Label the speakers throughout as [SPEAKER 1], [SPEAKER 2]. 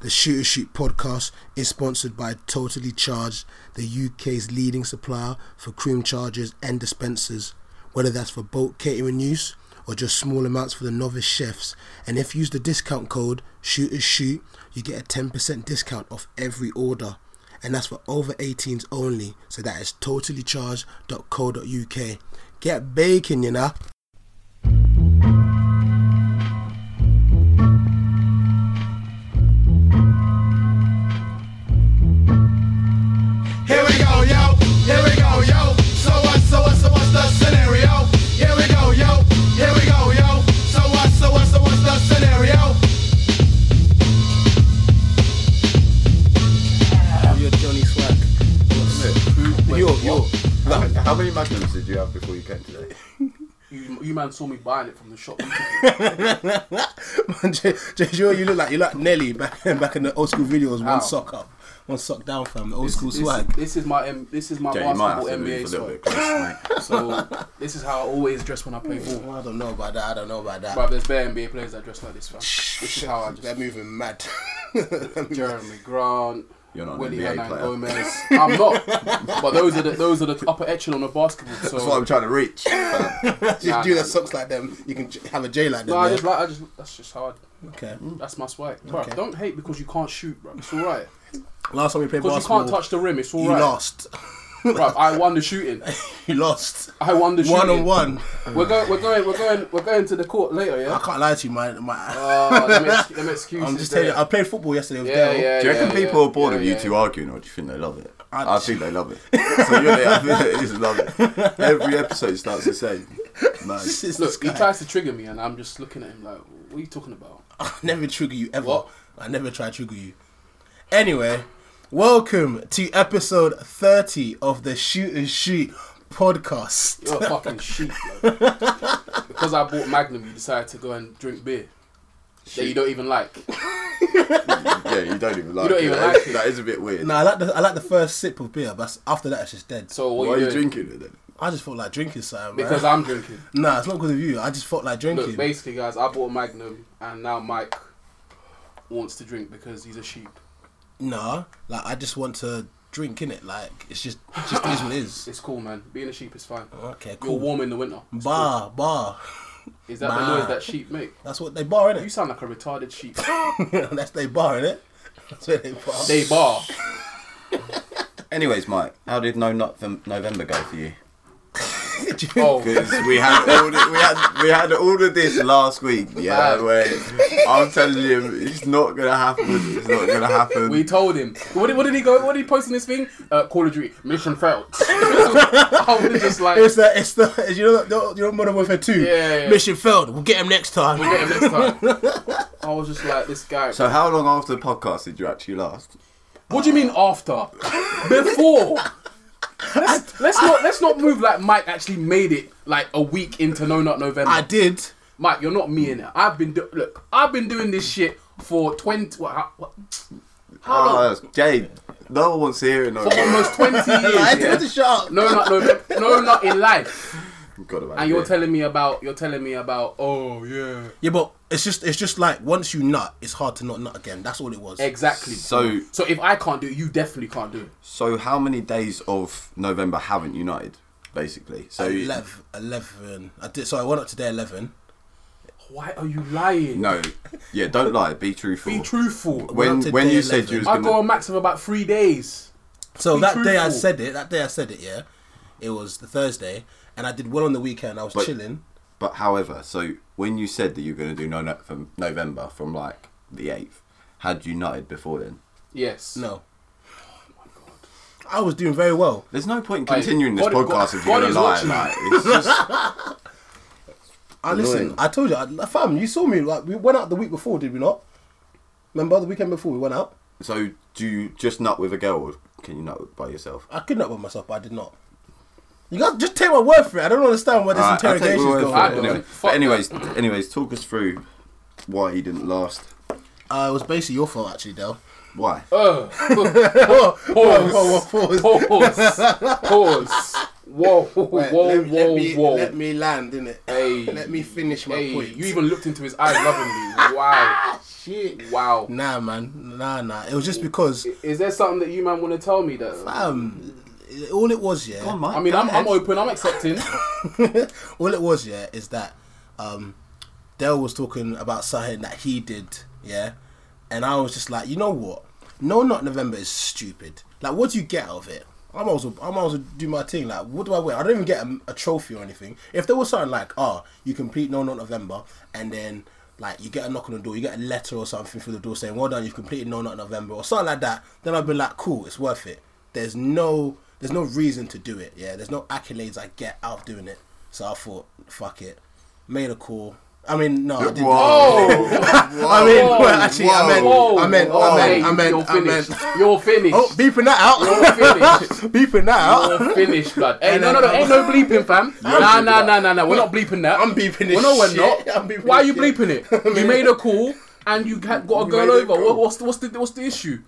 [SPEAKER 1] The Shooter Shoot podcast is sponsored by Totally Charged, the UK's leading supplier for cream chargers and dispensers, whether that's for bulk catering use or just small amounts for the novice chefs. And if you use the discount code Shooter Shoot, you get a 10% discount off every order. And that's for over 18s only. So that is totallycharged.co.uk. Get baking, you know.
[SPEAKER 2] Here we go, yo. Here we go, yo. So what? So what? So what's the scenario? Here we go, yo. Here we go, yo. So what? So what? So what's the scenario?
[SPEAKER 1] You're Johnny Swag. Yo, yo.
[SPEAKER 3] How, how many magnums did you have before you came today?
[SPEAKER 4] You, you man saw me buying it from the shop.
[SPEAKER 1] Jay, Jay, you know what you look like you look like Nelly back back in the old school videos. One
[SPEAKER 4] Ow.
[SPEAKER 1] sock up, one sock down, fam. The old school
[SPEAKER 4] this,
[SPEAKER 1] swag.
[SPEAKER 4] This is my M, this is my
[SPEAKER 3] Yeah, you might have
[SPEAKER 4] basketball
[SPEAKER 3] to
[SPEAKER 4] NBA
[SPEAKER 3] move a little
[SPEAKER 4] swag.
[SPEAKER 3] bit closer, mate.
[SPEAKER 4] So this is how I always dress when I play ball.
[SPEAKER 1] I don't know about that. I don't know about that.
[SPEAKER 4] But there's bare NBA players that dress like this, fam. This is
[SPEAKER 1] Shit,
[SPEAKER 4] how I
[SPEAKER 1] they're
[SPEAKER 4] just
[SPEAKER 1] moving mad.
[SPEAKER 4] Jeremy Grant,
[SPEAKER 3] You're not an
[SPEAKER 4] Willie
[SPEAKER 3] NBA
[SPEAKER 4] Hernan
[SPEAKER 3] player.
[SPEAKER 4] Gomez. I'm not. But those are the those are the upper echelon of basketball. So
[SPEAKER 3] That's what I'm trying to reach.
[SPEAKER 1] Just do the socks like them. You can j- have a J like them.
[SPEAKER 4] no, I
[SPEAKER 1] yeah?
[SPEAKER 4] just like I just that's just how I,
[SPEAKER 1] okay.
[SPEAKER 4] that's my swag. Bro,
[SPEAKER 1] Okay.
[SPEAKER 4] don't hate because you can't shoot, bro. It's all right.
[SPEAKER 1] Last time we played
[SPEAKER 4] Because you
[SPEAKER 1] basketball,
[SPEAKER 4] can't touch the rim. It's all
[SPEAKER 1] you
[SPEAKER 4] right.
[SPEAKER 1] lost.
[SPEAKER 4] Bro, I won the shooting.
[SPEAKER 1] you lost.
[SPEAKER 4] I won the shooting.
[SPEAKER 1] One on one.
[SPEAKER 4] We're going. We're going. We're going. We're going to the court later.
[SPEAKER 1] I
[SPEAKER 4] Yeah.
[SPEAKER 1] can't lie to you, my my.
[SPEAKER 4] Uh, them, ex- them excuses.
[SPEAKER 1] I'm just telling you.
[SPEAKER 4] there.
[SPEAKER 1] I played football yesterday with
[SPEAKER 4] Yeah,
[SPEAKER 1] Dale.
[SPEAKER 4] yeah,
[SPEAKER 3] Do you reckon
[SPEAKER 4] yeah,
[SPEAKER 3] people
[SPEAKER 4] yeah,
[SPEAKER 3] are bored
[SPEAKER 4] yeah,
[SPEAKER 3] of you
[SPEAKER 4] yeah.
[SPEAKER 3] two arguing, or do you think they love it?
[SPEAKER 1] I-
[SPEAKER 3] I, think they love it. so you're there, I think they just love it. Every episode starts the same. Man,
[SPEAKER 1] This is this
[SPEAKER 4] Look, he
[SPEAKER 1] guy.
[SPEAKER 4] tries to trigger me, and I'm just looking at him like, "What are you talking about?"
[SPEAKER 1] I never trigger you ever.
[SPEAKER 4] What?
[SPEAKER 1] I never try to trigger you. Anyway, welcome to episode 30 of the Shoot and Shoot podcast.
[SPEAKER 4] You're a fucking sheep. Bro. because I bought Magnum, you decided to go and drink beer that you don't even like.
[SPEAKER 3] yeah, you don't even like
[SPEAKER 4] don't
[SPEAKER 3] it.
[SPEAKER 4] even
[SPEAKER 3] That
[SPEAKER 4] like
[SPEAKER 3] is-
[SPEAKER 4] it.
[SPEAKER 3] That is a bit weird.
[SPEAKER 1] Now I like the I like the first sip of beer, but after that it's just dead. So
[SPEAKER 4] So what
[SPEAKER 3] Why are you
[SPEAKER 4] doing?
[SPEAKER 3] drinking it then?
[SPEAKER 1] I just felt like drinking something. man.
[SPEAKER 4] Because I'm drinking.
[SPEAKER 1] nah, it's not because of you. I just felt like drinking.
[SPEAKER 4] Look, basically, guys, I bought Magnum, and now Mike wants to drink because he's a sheep.
[SPEAKER 1] nah, like I just want to drink in it. Like it's just it just is what it is.
[SPEAKER 4] It's cool, man. Being a sheep is fine.
[SPEAKER 1] Okay, Oh,
[SPEAKER 4] You're
[SPEAKER 1] cool.
[SPEAKER 4] warm in the winter. It's cool.
[SPEAKER 1] Bar, bar.
[SPEAKER 4] Is that
[SPEAKER 1] Bah.
[SPEAKER 4] the noise that sheep make?
[SPEAKER 1] That's what they bar
[SPEAKER 4] You
[SPEAKER 1] innit?
[SPEAKER 4] sound like a retarded sheep.
[SPEAKER 1] That's they bar innit? That's where they bar.
[SPEAKER 4] they bar.
[SPEAKER 3] Anyways, Mike, how did No Nut Vem- November go for you?
[SPEAKER 4] Oh,
[SPEAKER 3] Because we had all the, we had we had all of this last week. Yeah,
[SPEAKER 4] Man.
[SPEAKER 3] where I'm telling him it's not gonna happen. It's not gonna happen.
[SPEAKER 4] we told him. What did, what did he go? What did he post in this thing? Uh, Call of Duty mission failed. I would have just like.
[SPEAKER 1] It's the it's the it's, you know the, you know Modern Warfare Two.
[SPEAKER 4] Yeah, yeah.
[SPEAKER 1] Mission failed. We'll get him next time.
[SPEAKER 4] We'll get him next time. I was just like this guy.
[SPEAKER 3] So how long after the podcast did you actually last?
[SPEAKER 4] what do you mean after? Before. Let's, let's not let's not move like Mike actually made it like a week into No Not November.
[SPEAKER 1] I did.
[SPEAKER 4] Mike, you're not me in it. I've been do- look. I've been doing this shit for twenty. What, how, what, how long?
[SPEAKER 3] Oh, Jade, no one wants to hear it. No,
[SPEAKER 4] for almost twenty years.
[SPEAKER 1] I
[SPEAKER 4] yeah?
[SPEAKER 1] did the shot.
[SPEAKER 4] No, not November. No, not in life.
[SPEAKER 3] God, about
[SPEAKER 4] And you're
[SPEAKER 3] it.
[SPEAKER 4] telling me about you're telling me about oh yeah
[SPEAKER 1] Yeah, but it's just it's just like once you nut, it's hard to not nut again. That's all it was.
[SPEAKER 4] exactly.
[SPEAKER 3] So-
[SPEAKER 4] so if I can't do it, you definitely can't do it.
[SPEAKER 3] So how many days of November haven't united? Basically, so you-
[SPEAKER 1] Eleven, eleven. I did. So I went up to day eleven.
[SPEAKER 4] Why are you lying?
[SPEAKER 3] no, yeah, don't lie, be truthful.
[SPEAKER 4] Be truthful.
[SPEAKER 3] When
[SPEAKER 1] Up to
[SPEAKER 3] when
[SPEAKER 1] day
[SPEAKER 3] you said
[SPEAKER 1] 11.
[SPEAKER 3] you was
[SPEAKER 4] I
[SPEAKER 3] gonna,
[SPEAKER 4] go a max of about three days.
[SPEAKER 1] So
[SPEAKER 4] Be
[SPEAKER 1] that day I
[SPEAKER 4] truthful.
[SPEAKER 1] said it. That day I said it. Yeah, it was the Thursday, and I did well on the weekend. I was
[SPEAKER 3] But-
[SPEAKER 1] chilling.
[SPEAKER 3] but however, so when you said that you were gonna do no Nut from November from like the eighth, had you united before then? Oh
[SPEAKER 4] Yes.
[SPEAKER 1] No, I was doing very well.
[SPEAKER 3] There's no point in
[SPEAKER 4] Hey,
[SPEAKER 3] continuing this
[SPEAKER 4] God-
[SPEAKER 3] podcast
[SPEAKER 4] God-
[SPEAKER 3] if you're
[SPEAKER 4] God
[SPEAKER 3] gonna
[SPEAKER 4] is
[SPEAKER 3] lie.
[SPEAKER 4] watching.
[SPEAKER 3] Like, it's just
[SPEAKER 1] I listen.
[SPEAKER 3] Annoying.
[SPEAKER 1] I told you, I, fam. You saw me. Like we went out the week before, did we not? Remember the weekend before we went out.
[SPEAKER 3] so. Do you just nut with a girl, or can you nut by yourself?
[SPEAKER 1] I could not by myself, but I did not. You guys just take my word for it. I don't understand where this
[SPEAKER 3] Alright, I'll take
[SPEAKER 1] interrogation is
[SPEAKER 3] your word
[SPEAKER 1] going.
[SPEAKER 3] for it
[SPEAKER 4] I
[SPEAKER 1] on.
[SPEAKER 4] don't.
[SPEAKER 3] anyway.
[SPEAKER 4] Fuck
[SPEAKER 3] But anyways, anyways, talk us through why he didn't last.
[SPEAKER 1] Uh, it was basically your fault, actually, Dell.
[SPEAKER 3] Why?
[SPEAKER 1] Whoa,
[SPEAKER 4] Uh,
[SPEAKER 1] whoa,
[SPEAKER 4] pause.
[SPEAKER 1] whoa, pause.
[SPEAKER 4] Pause. Pause. Whoa. Whoa.
[SPEAKER 1] Wait,
[SPEAKER 4] whoa.
[SPEAKER 1] let, let me,
[SPEAKER 4] whoa.
[SPEAKER 1] Let me land, innit?
[SPEAKER 4] Hey.
[SPEAKER 1] Let me finish my
[SPEAKER 4] hey,
[SPEAKER 1] point. Ah,
[SPEAKER 4] you even looked into his eyes lovingly. Wow.
[SPEAKER 1] shit.
[SPEAKER 4] Wow.
[SPEAKER 1] Nah, man. nah, nah. It was just because,
[SPEAKER 4] Is there something that you man want to tell me though?
[SPEAKER 1] um, all it was, yeah.
[SPEAKER 3] Come on, mate.
[SPEAKER 4] I mean, I'm, I'm
[SPEAKER 3] Go ahead.
[SPEAKER 4] open. I'm accepting.
[SPEAKER 1] all it was, yeah, is that um, Dell was talking about something that he did, yeah, and I was just like, you know what? No, not November is stupid. Like, what do you get out of it? I'm also, I'm also do my thing. Like, what do I win? I don't even get a, a trophy or anything. If there was something like, ah, you complete No Not November, and then like you get a knock on the door, you get a letter or something through the door saying, well done, you've completed No Not November or something like that, then I'd be like, cool, it's worth it. There's no, there's no reason to do it. Yeah, there's no accolades I get out of doing it. So I thought, fuck it. Made a call. I mean, no, I didn't. I mean,
[SPEAKER 4] Whoa.
[SPEAKER 1] well, actually, I meant,
[SPEAKER 4] Whoa.
[SPEAKER 1] I meant,
[SPEAKER 4] Whoa.
[SPEAKER 1] I
[SPEAKER 4] Hey,
[SPEAKER 1] meant, I meant,
[SPEAKER 4] You're
[SPEAKER 1] I meant.
[SPEAKER 4] finished. You're finished.
[SPEAKER 1] Oh, beeping that out.
[SPEAKER 4] You're
[SPEAKER 1] beeping that out.
[SPEAKER 4] You're finished, blood. Hey,
[SPEAKER 1] And
[SPEAKER 4] no,
[SPEAKER 1] then-
[SPEAKER 4] no, no, ain't no bleeping, fam. Nah,
[SPEAKER 1] bleeping
[SPEAKER 4] nah,
[SPEAKER 1] that.
[SPEAKER 4] nah, nah, nah. We're not bleeping that.
[SPEAKER 1] I'm beeping this
[SPEAKER 4] Well, no, we're
[SPEAKER 1] shit.
[SPEAKER 4] not.
[SPEAKER 1] I'm beeping
[SPEAKER 4] Why are
[SPEAKER 1] this
[SPEAKER 4] you
[SPEAKER 1] shit.
[SPEAKER 4] bleeping it? You made a call and you ha- got a
[SPEAKER 1] You
[SPEAKER 4] girl
[SPEAKER 1] made a
[SPEAKER 4] over. What,
[SPEAKER 1] call.
[SPEAKER 4] what's the, what's the what's the issue?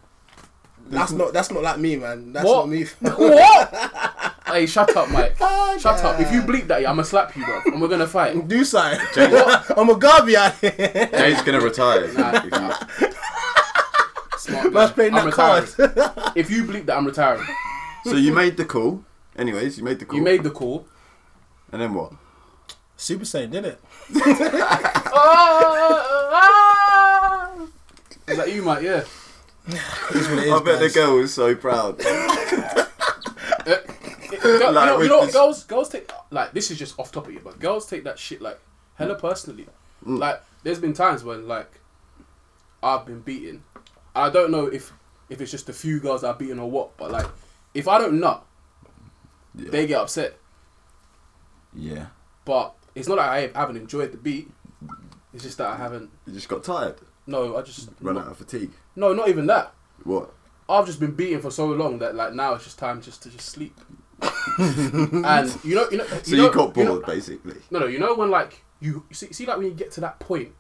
[SPEAKER 1] That's not, that's not like me, man. That's not
[SPEAKER 4] What?
[SPEAKER 1] me. Oh,
[SPEAKER 4] what? hey, shut up, Mike. Shut up. If you bleep that, yeah, I'ma slap you, bro, and we're gonna fight.
[SPEAKER 1] Do something. I'm a Garvey out here.
[SPEAKER 3] Jay's gonna retire. if you-
[SPEAKER 4] Smart guy.
[SPEAKER 1] Man's playing
[SPEAKER 4] I'm
[SPEAKER 1] that card.
[SPEAKER 4] retiring. If you bleep that, I'm retiring.
[SPEAKER 3] so you made the call. Anyways, you made the call.
[SPEAKER 4] You made the call.
[SPEAKER 3] And then what?
[SPEAKER 1] Super Saiyan, did it? Oh,
[SPEAKER 4] Is that you, Mike? Yeah.
[SPEAKER 3] I bet the girl was so proud.
[SPEAKER 4] Girl- you
[SPEAKER 3] Like,
[SPEAKER 4] know, you
[SPEAKER 3] with
[SPEAKER 4] know what,
[SPEAKER 3] this-
[SPEAKER 4] girls, girls take like this is just off topic, here, but girls take that shit like
[SPEAKER 3] Mm.
[SPEAKER 4] hella personally. Like, there's been times when like I've been beaten. I don't know if if it's just a few girls I've beaten or what, but like if I don't nut,
[SPEAKER 3] Yeah.
[SPEAKER 4] they get upset.
[SPEAKER 3] yeah.
[SPEAKER 4] But it's not that I haven't enjoyed the beat. It's just that I haven't.
[SPEAKER 3] You just got tired.
[SPEAKER 4] No, I just
[SPEAKER 3] Run out of fatigue.
[SPEAKER 4] no, not even that.
[SPEAKER 3] What?
[SPEAKER 4] I've just been beaten for so long that like now it's just time just to just sleep. and you know, you know,
[SPEAKER 3] So you,
[SPEAKER 4] know-
[SPEAKER 3] got bored,
[SPEAKER 4] know-
[SPEAKER 3] basically.
[SPEAKER 4] No, no, you know when like you you see, see like when you get to that point,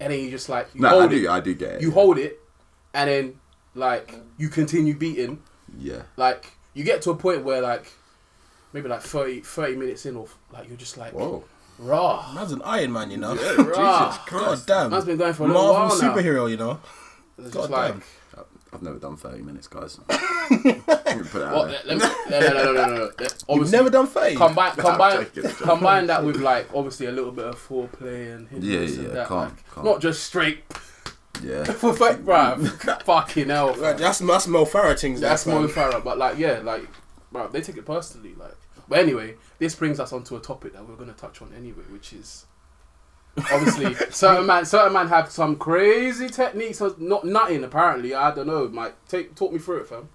[SPEAKER 4] and then you just like you
[SPEAKER 3] No, I
[SPEAKER 4] hold
[SPEAKER 3] do.
[SPEAKER 4] it,
[SPEAKER 3] I do get it.
[SPEAKER 4] you
[SPEAKER 3] yeah.
[SPEAKER 4] hold it, and then like you continue beating.
[SPEAKER 3] Yeah.
[SPEAKER 4] Like you get to a point where like maybe like 30, 30 minutes in, or like you're just like
[SPEAKER 3] Whoa.
[SPEAKER 4] raw.
[SPEAKER 1] Man's an Iron Man, you know.
[SPEAKER 4] Rah.
[SPEAKER 1] God damn.
[SPEAKER 4] Man's been going for a little
[SPEAKER 1] Marvel
[SPEAKER 4] while now.
[SPEAKER 1] superhero, you know.
[SPEAKER 4] It's
[SPEAKER 1] God
[SPEAKER 4] just like
[SPEAKER 1] damn.
[SPEAKER 3] I've never done 30 minutes, guys. Let me put it out
[SPEAKER 4] what?
[SPEAKER 3] there.
[SPEAKER 4] Let, let me, no, no, no, no, no, no. Obviously,
[SPEAKER 1] You've never done fake.
[SPEAKER 4] combine combine
[SPEAKER 3] joking, I'm joking.
[SPEAKER 4] combine that with like obviously a little bit of foreplay and hit
[SPEAKER 3] Yeah,
[SPEAKER 4] this
[SPEAKER 3] yeah,
[SPEAKER 4] and that,
[SPEAKER 3] can't-
[SPEAKER 4] like,
[SPEAKER 3] can't.
[SPEAKER 4] not just straight
[SPEAKER 3] Yeah.
[SPEAKER 4] for fact, bruv. Fucking hell,
[SPEAKER 1] Right,
[SPEAKER 4] bruv.
[SPEAKER 1] that's that's Mel Farah things.
[SPEAKER 4] that's
[SPEAKER 1] man.
[SPEAKER 4] Mo Farah. But like, yeah, like, bruv, they take it personally. Like, but anyway, this brings us onto a topic that we're gonna touch on anyway, which is obviously certain man, certain man have some crazy techniques of not nutting. Apparently, I don't know. Mike, take talk me through it, fam.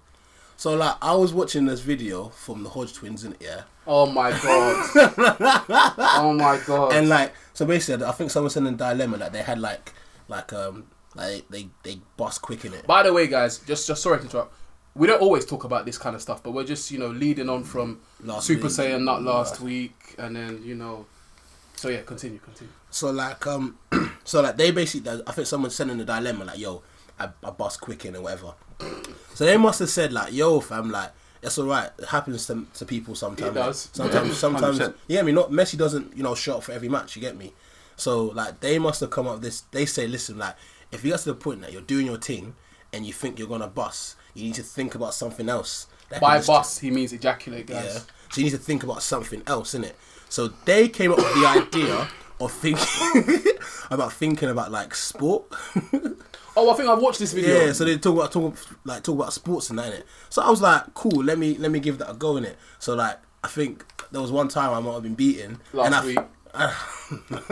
[SPEAKER 1] So like, I was watching this video from the Hodge twins, in yeah.
[SPEAKER 4] Oh my god. oh my god.
[SPEAKER 1] and like so basically I think someone sent in a dilemma that they had like like um like they they bust quick in it.
[SPEAKER 4] By the way, guys, just just sorry to interrupt. We don't always talk about this kind of stuff, but we're just you know leading on from
[SPEAKER 1] Last
[SPEAKER 4] Super
[SPEAKER 1] week.
[SPEAKER 4] Saiyan not last week, and then you know. So yeah, continue, continue.
[SPEAKER 1] So like um so like they basically I think someone sent in a dilemma like yo I, I bust quick in or whatever. So they must have said like yo fam like it's all right it happens to, to people sometimes.
[SPEAKER 4] It does.
[SPEAKER 1] Sometimes
[SPEAKER 3] Yeah.
[SPEAKER 1] sometimes
[SPEAKER 3] 100%.
[SPEAKER 1] yeah I mean not Messi doesn't you know shot for every match you get me. So like they must have come up with this they say listen like if you get to the point that you're doing your thing and you think you're gonna bust you need to think about something else. That can
[SPEAKER 4] By
[SPEAKER 1] just-
[SPEAKER 4] bus, he means ejaculate, guys.
[SPEAKER 1] Yeah. So you need to think about something else, innit? So they came up with the idea of thinking about thinking about like sport.
[SPEAKER 4] Oh, I think I've watched this video.
[SPEAKER 1] yeah. So they talk about talk like talk about sports and that, innit? So I was like, cool. Let me let me give that a go, innit? So like, I think there was one time I might have been beaten
[SPEAKER 4] Last
[SPEAKER 1] and I,
[SPEAKER 4] week. Yeah,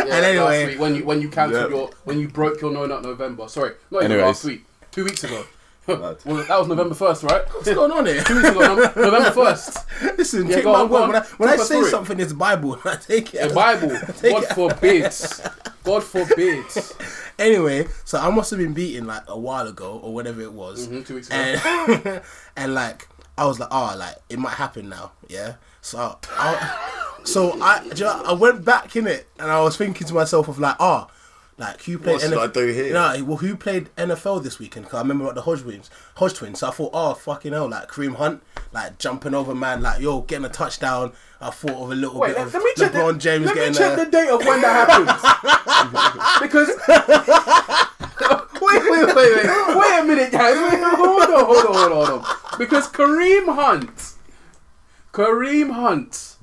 [SPEAKER 1] and anyway,
[SPEAKER 4] last week when you when you cancelled
[SPEAKER 3] Yeah.
[SPEAKER 4] your when you broke your no not November. Sorry, not even
[SPEAKER 3] Anyways.
[SPEAKER 4] last week, two weeks ago. well,
[SPEAKER 3] Mad.
[SPEAKER 4] that was November first, right?
[SPEAKER 1] what's going on here?
[SPEAKER 4] two weeks ago, Nov- November first.
[SPEAKER 1] Listen,
[SPEAKER 4] Yeah,
[SPEAKER 1] take
[SPEAKER 4] go
[SPEAKER 1] my
[SPEAKER 4] on, go
[SPEAKER 1] word.
[SPEAKER 4] on.
[SPEAKER 1] When I, when I
[SPEAKER 4] Talk us
[SPEAKER 1] say
[SPEAKER 4] through it.
[SPEAKER 1] something, it's Bible. I take it.
[SPEAKER 4] The
[SPEAKER 1] as-
[SPEAKER 4] Bible.
[SPEAKER 1] Take
[SPEAKER 4] God
[SPEAKER 1] it.
[SPEAKER 4] forbids. God forbids.
[SPEAKER 1] anyway, so I must have been beaten like a while ago or whatever it was.
[SPEAKER 4] Mhm, two weeks ago.
[SPEAKER 1] And, and like I was like, oh, like it might happen now, yeah. So I, so I, do you know, I went back in it and I was thinking to myself of like, ah, like who played
[SPEAKER 3] What should I do here?
[SPEAKER 1] No, well, who played NFL this weekend? 'Cause I remember about the Hodge twins, Hodge twins. So I thought, oh fucking hell, like Kareem Hunt, like jumping over man, like yo getting a touchdown. I thought of a little
[SPEAKER 4] Wait,
[SPEAKER 1] bit
[SPEAKER 4] let,
[SPEAKER 1] of
[SPEAKER 4] let me check.
[SPEAKER 1] LeBron
[SPEAKER 4] the,
[SPEAKER 1] James
[SPEAKER 4] let me
[SPEAKER 1] getting
[SPEAKER 4] check
[SPEAKER 1] a,
[SPEAKER 4] the date of when that happens. because wait, wait, wait, wait, wait a minute, guys. Wait, hold on, hold on, hold on, hold on. Because Kareem Hunt, Kareem Hunt,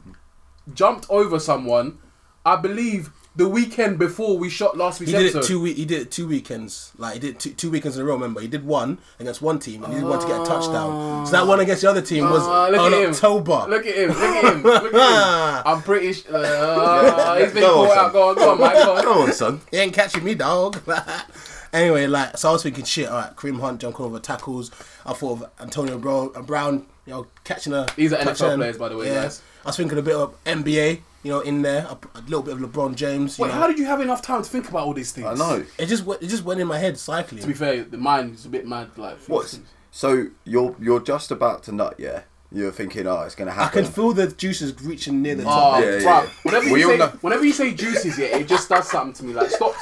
[SPEAKER 4] jumped over someone. I believe the weekend before we shot last
[SPEAKER 1] He
[SPEAKER 4] week's
[SPEAKER 1] did
[SPEAKER 4] episode.
[SPEAKER 1] it two week. He did it two weekends. Like he did two, two weekends in a row. Remember, he did one against one team, and he did one to get a touchdown. So that one against the other team was
[SPEAKER 4] Ah, look
[SPEAKER 1] on
[SPEAKER 4] at him.
[SPEAKER 1] October.
[SPEAKER 4] Look at him! Look at him! Look at him! I'm pretty. Sh- uh, he's been
[SPEAKER 3] Go on,
[SPEAKER 4] caught out.
[SPEAKER 3] son.
[SPEAKER 4] Go on, go on, Mike. Go on.
[SPEAKER 3] Come on, son.
[SPEAKER 1] He ain't catching me, dog. anyway, like, so I was thinking, shit, all right, Kareem Hunt jumping over tackles. I thought of Antonio Brown, uh, Brown you know, catching a.
[SPEAKER 4] These are NFL
[SPEAKER 1] touchdown.
[SPEAKER 4] players, by the way, guys.
[SPEAKER 1] I was thinking a bit of NBA, you know, in there, a, a little bit of LeBron James. You
[SPEAKER 4] Wait,
[SPEAKER 1] know.
[SPEAKER 4] how did you have enough time to think about all these things?
[SPEAKER 3] I know.
[SPEAKER 1] it just went, it just went in my head cycling.
[SPEAKER 4] To be fair, the mind is a bit mad. Like
[SPEAKER 3] What? So you're you're just about to nut, yeah? You're thinking, oh, it's gonna
[SPEAKER 1] I
[SPEAKER 3] happen.
[SPEAKER 1] can feel the juices reaching near the
[SPEAKER 4] Oh,
[SPEAKER 1] top.
[SPEAKER 3] Yeah,
[SPEAKER 4] bruv,
[SPEAKER 3] yeah.
[SPEAKER 4] Whenever
[SPEAKER 3] We
[SPEAKER 4] you
[SPEAKER 3] all
[SPEAKER 4] say,
[SPEAKER 3] know.
[SPEAKER 4] whenever you say juices, yeah, it just does something to me. Like stop,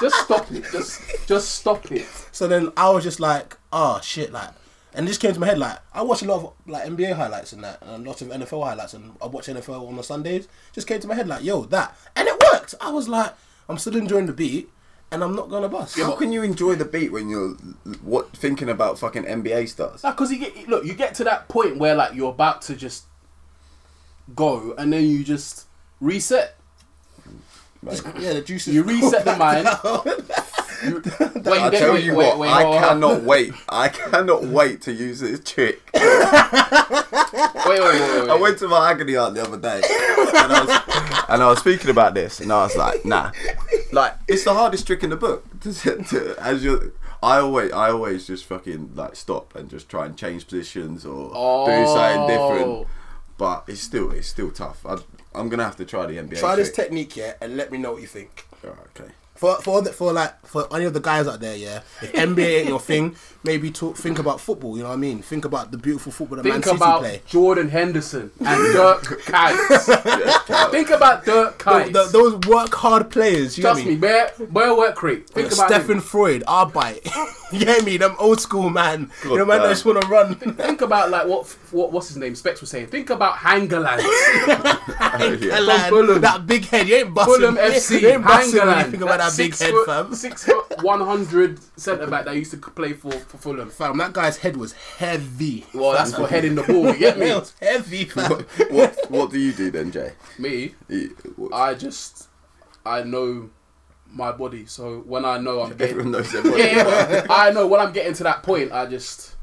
[SPEAKER 4] just stop it, just just stop it.
[SPEAKER 1] So then I was just like, oh shit, like, and this came to my head like I watch a lot of like NBA highlights and that, and a lot of NFL highlights, and I watch NFL on the Sundays. Just came to my head like, yo, that, and it worked. I was like, I'm still enjoying the beat, and I'm not gonna bust.
[SPEAKER 3] How can you enjoy the beat when you're what thinking about fucking NBA stars?
[SPEAKER 4] Because you get look, you get to that point where like you're about to just go, and then you just reset.
[SPEAKER 1] yeah, the juices.
[SPEAKER 4] You reset the mind. You- wait,
[SPEAKER 3] I
[SPEAKER 4] then-
[SPEAKER 3] tell
[SPEAKER 4] wait,
[SPEAKER 3] you
[SPEAKER 4] wait,
[SPEAKER 3] what,
[SPEAKER 4] wait,
[SPEAKER 3] I
[SPEAKER 4] hold on.
[SPEAKER 3] cannot wait. I cannot wait to use this trick.
[SPEAKER 4] Wait, wait, wait, wait.
[SPEAKER 3] I went to my agony aunt the other day, and I, was, and I was speaking about this, and I was like, nah, like it's the hardest trick in the book. To, to, as you, I always, I always just fucking like stop and just try and change positions or do something
[SPEAKER 4] Oh.
[SPEAKER 3] different. But it's still, it's still tough. I, I'm gonna have to try the NBA.
[SPEAKER 1] Try this
[SPEAKER 3] trick.
[SPEAKER 1] technique, yeah, and let me know what you think.
[SPEAKER 3] Oh, okay.
[SPEAKER 1] For for the, for like for any of the guys out there, yeah. If NBA ain't your thing, maybe talk think about football. You know what I mean? Think about the beautiful football that Man
[SPEAKER 4] Think
[SPEAKER 1] City
[SPEAKER 4] about
[SPEAKER 1] play.
[SPEAKER 4] Jordan Henderson and Dirk Kuyt. Think about
[SPEAKER 1] Th-
[SPEAKER 4] Dirk Kuyt.
[SPEAKER 1] th- those work hard players. You know
[SPEAKER 4] Trust
[SPEAKER 1] what I
[SPEAKER 4] me,
[SPEAKER 1] mean?
[SPEAKER 4] where where work rate? Think about him.
[SPEAKER 1] Stephen Freud, Arbite. you hear me? Them old school man. you know, man,
[SPEAKER 3] damn.
[SPEAKER 1] that just want to run.
[SPEAKER 4] Think about like what what what's his name? Specs was saying. Think about Hangerland,
[SPEAKER 3] Oh, yeah.
[SPEAKER 1] And, like,
[SPEAKER 4] Fulham.
[SPEAKER 1] That big head. You ain't busting.
[SPEAKER 4] Fulham FC,
[SPEAKER 1] You ain't busting when you
[SPEAKER 4] Hangerland.
[SPEAKER 1] think about that big
[SPEAKER 4] six
[SPEAKER 1] head,
[SPEAKER 4] foot,
[SPEAKER 1] fam.
[SPEAKER 4] Six foot one hundred centre back that used to play for for Fulham.
[SPEAKER 1] Fam, that guy's head was heavy.
[SPEAKER 4] Well, that's for heading the ball. You get
[SPEAKER 1] It
[SPEAKER 4] me?
[SPEAKER 1] was heavy, fam.
[SPEAKER 3] what What do you do then, Jay?
[SPEAKER 4] Me,
[SPEAKER 3] You- what-
[SPEAKER 4] I just I know my body. So when I know I'm getting,
[SPEAKER 3] Everyone knows everyone.
[SPEAKER 4] Yeah, yeah, but I know when I'm getting to that point. I just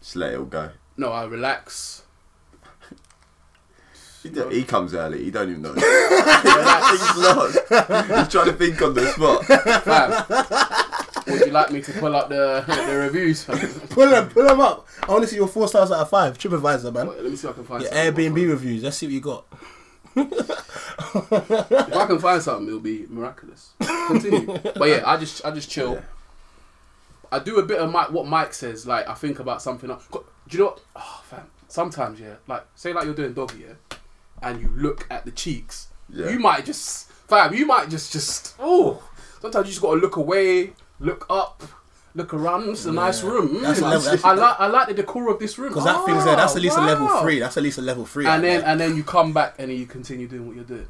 [SPEAKER 3] Just let it all go.
[SPEAKER 4] no, I relax.
[SPEAKER 3] He, don't- he comes early. He don't even know. He's lost. He's trying to think on the spot.
[SPEAKER 4] Fam, would you like me to pull up the the reviews? Wait,
[SPEAKER 1] pull him, pull him up. I want to see your four stars out of five. TripAdvisor, man.
[SPEAKER 4] let me see if I can find
[SPEAKER 1] Your
[SPEAKER 4] something.
[SPEAKER 1] Airbnb reviews. Let's see what you got.
[SPEAKER 4] If I can find something, it'll be miraculous. Continue. but yeah, I just I just chill. I do a bit of Mike, what Mike says. Like I think about something. else. Do you know? What? Oh, fam. Sometimes yeah, like say like you're doing doggy yeah, and you look at the cheeks.
[SPEAKER 3] Yeah.
[SPEAKER 4] You might just fam. You might just just oh. Sometimes you just gotta look away, look up, look around. It's a nice room.
[SPEAKER 1] That's a
[SPEAKER 4] Mm,
[SPEAKER 1] level- that's-
[SPEAKER 4] I like I like the decor of this room.
[SPEAKER 1] Because that thing's there. That's at least a level
[SPEAKER 4] Oh, wow.
[SPEAKER 1] three. That's at least a level three.
[SPEAKER 4] And
[SPEAKER 1] out
[SPEAKER 4] then
[SPEAKER 1] there.
[SPEAKER 4] and then you come back and then you continue doing what you're doing.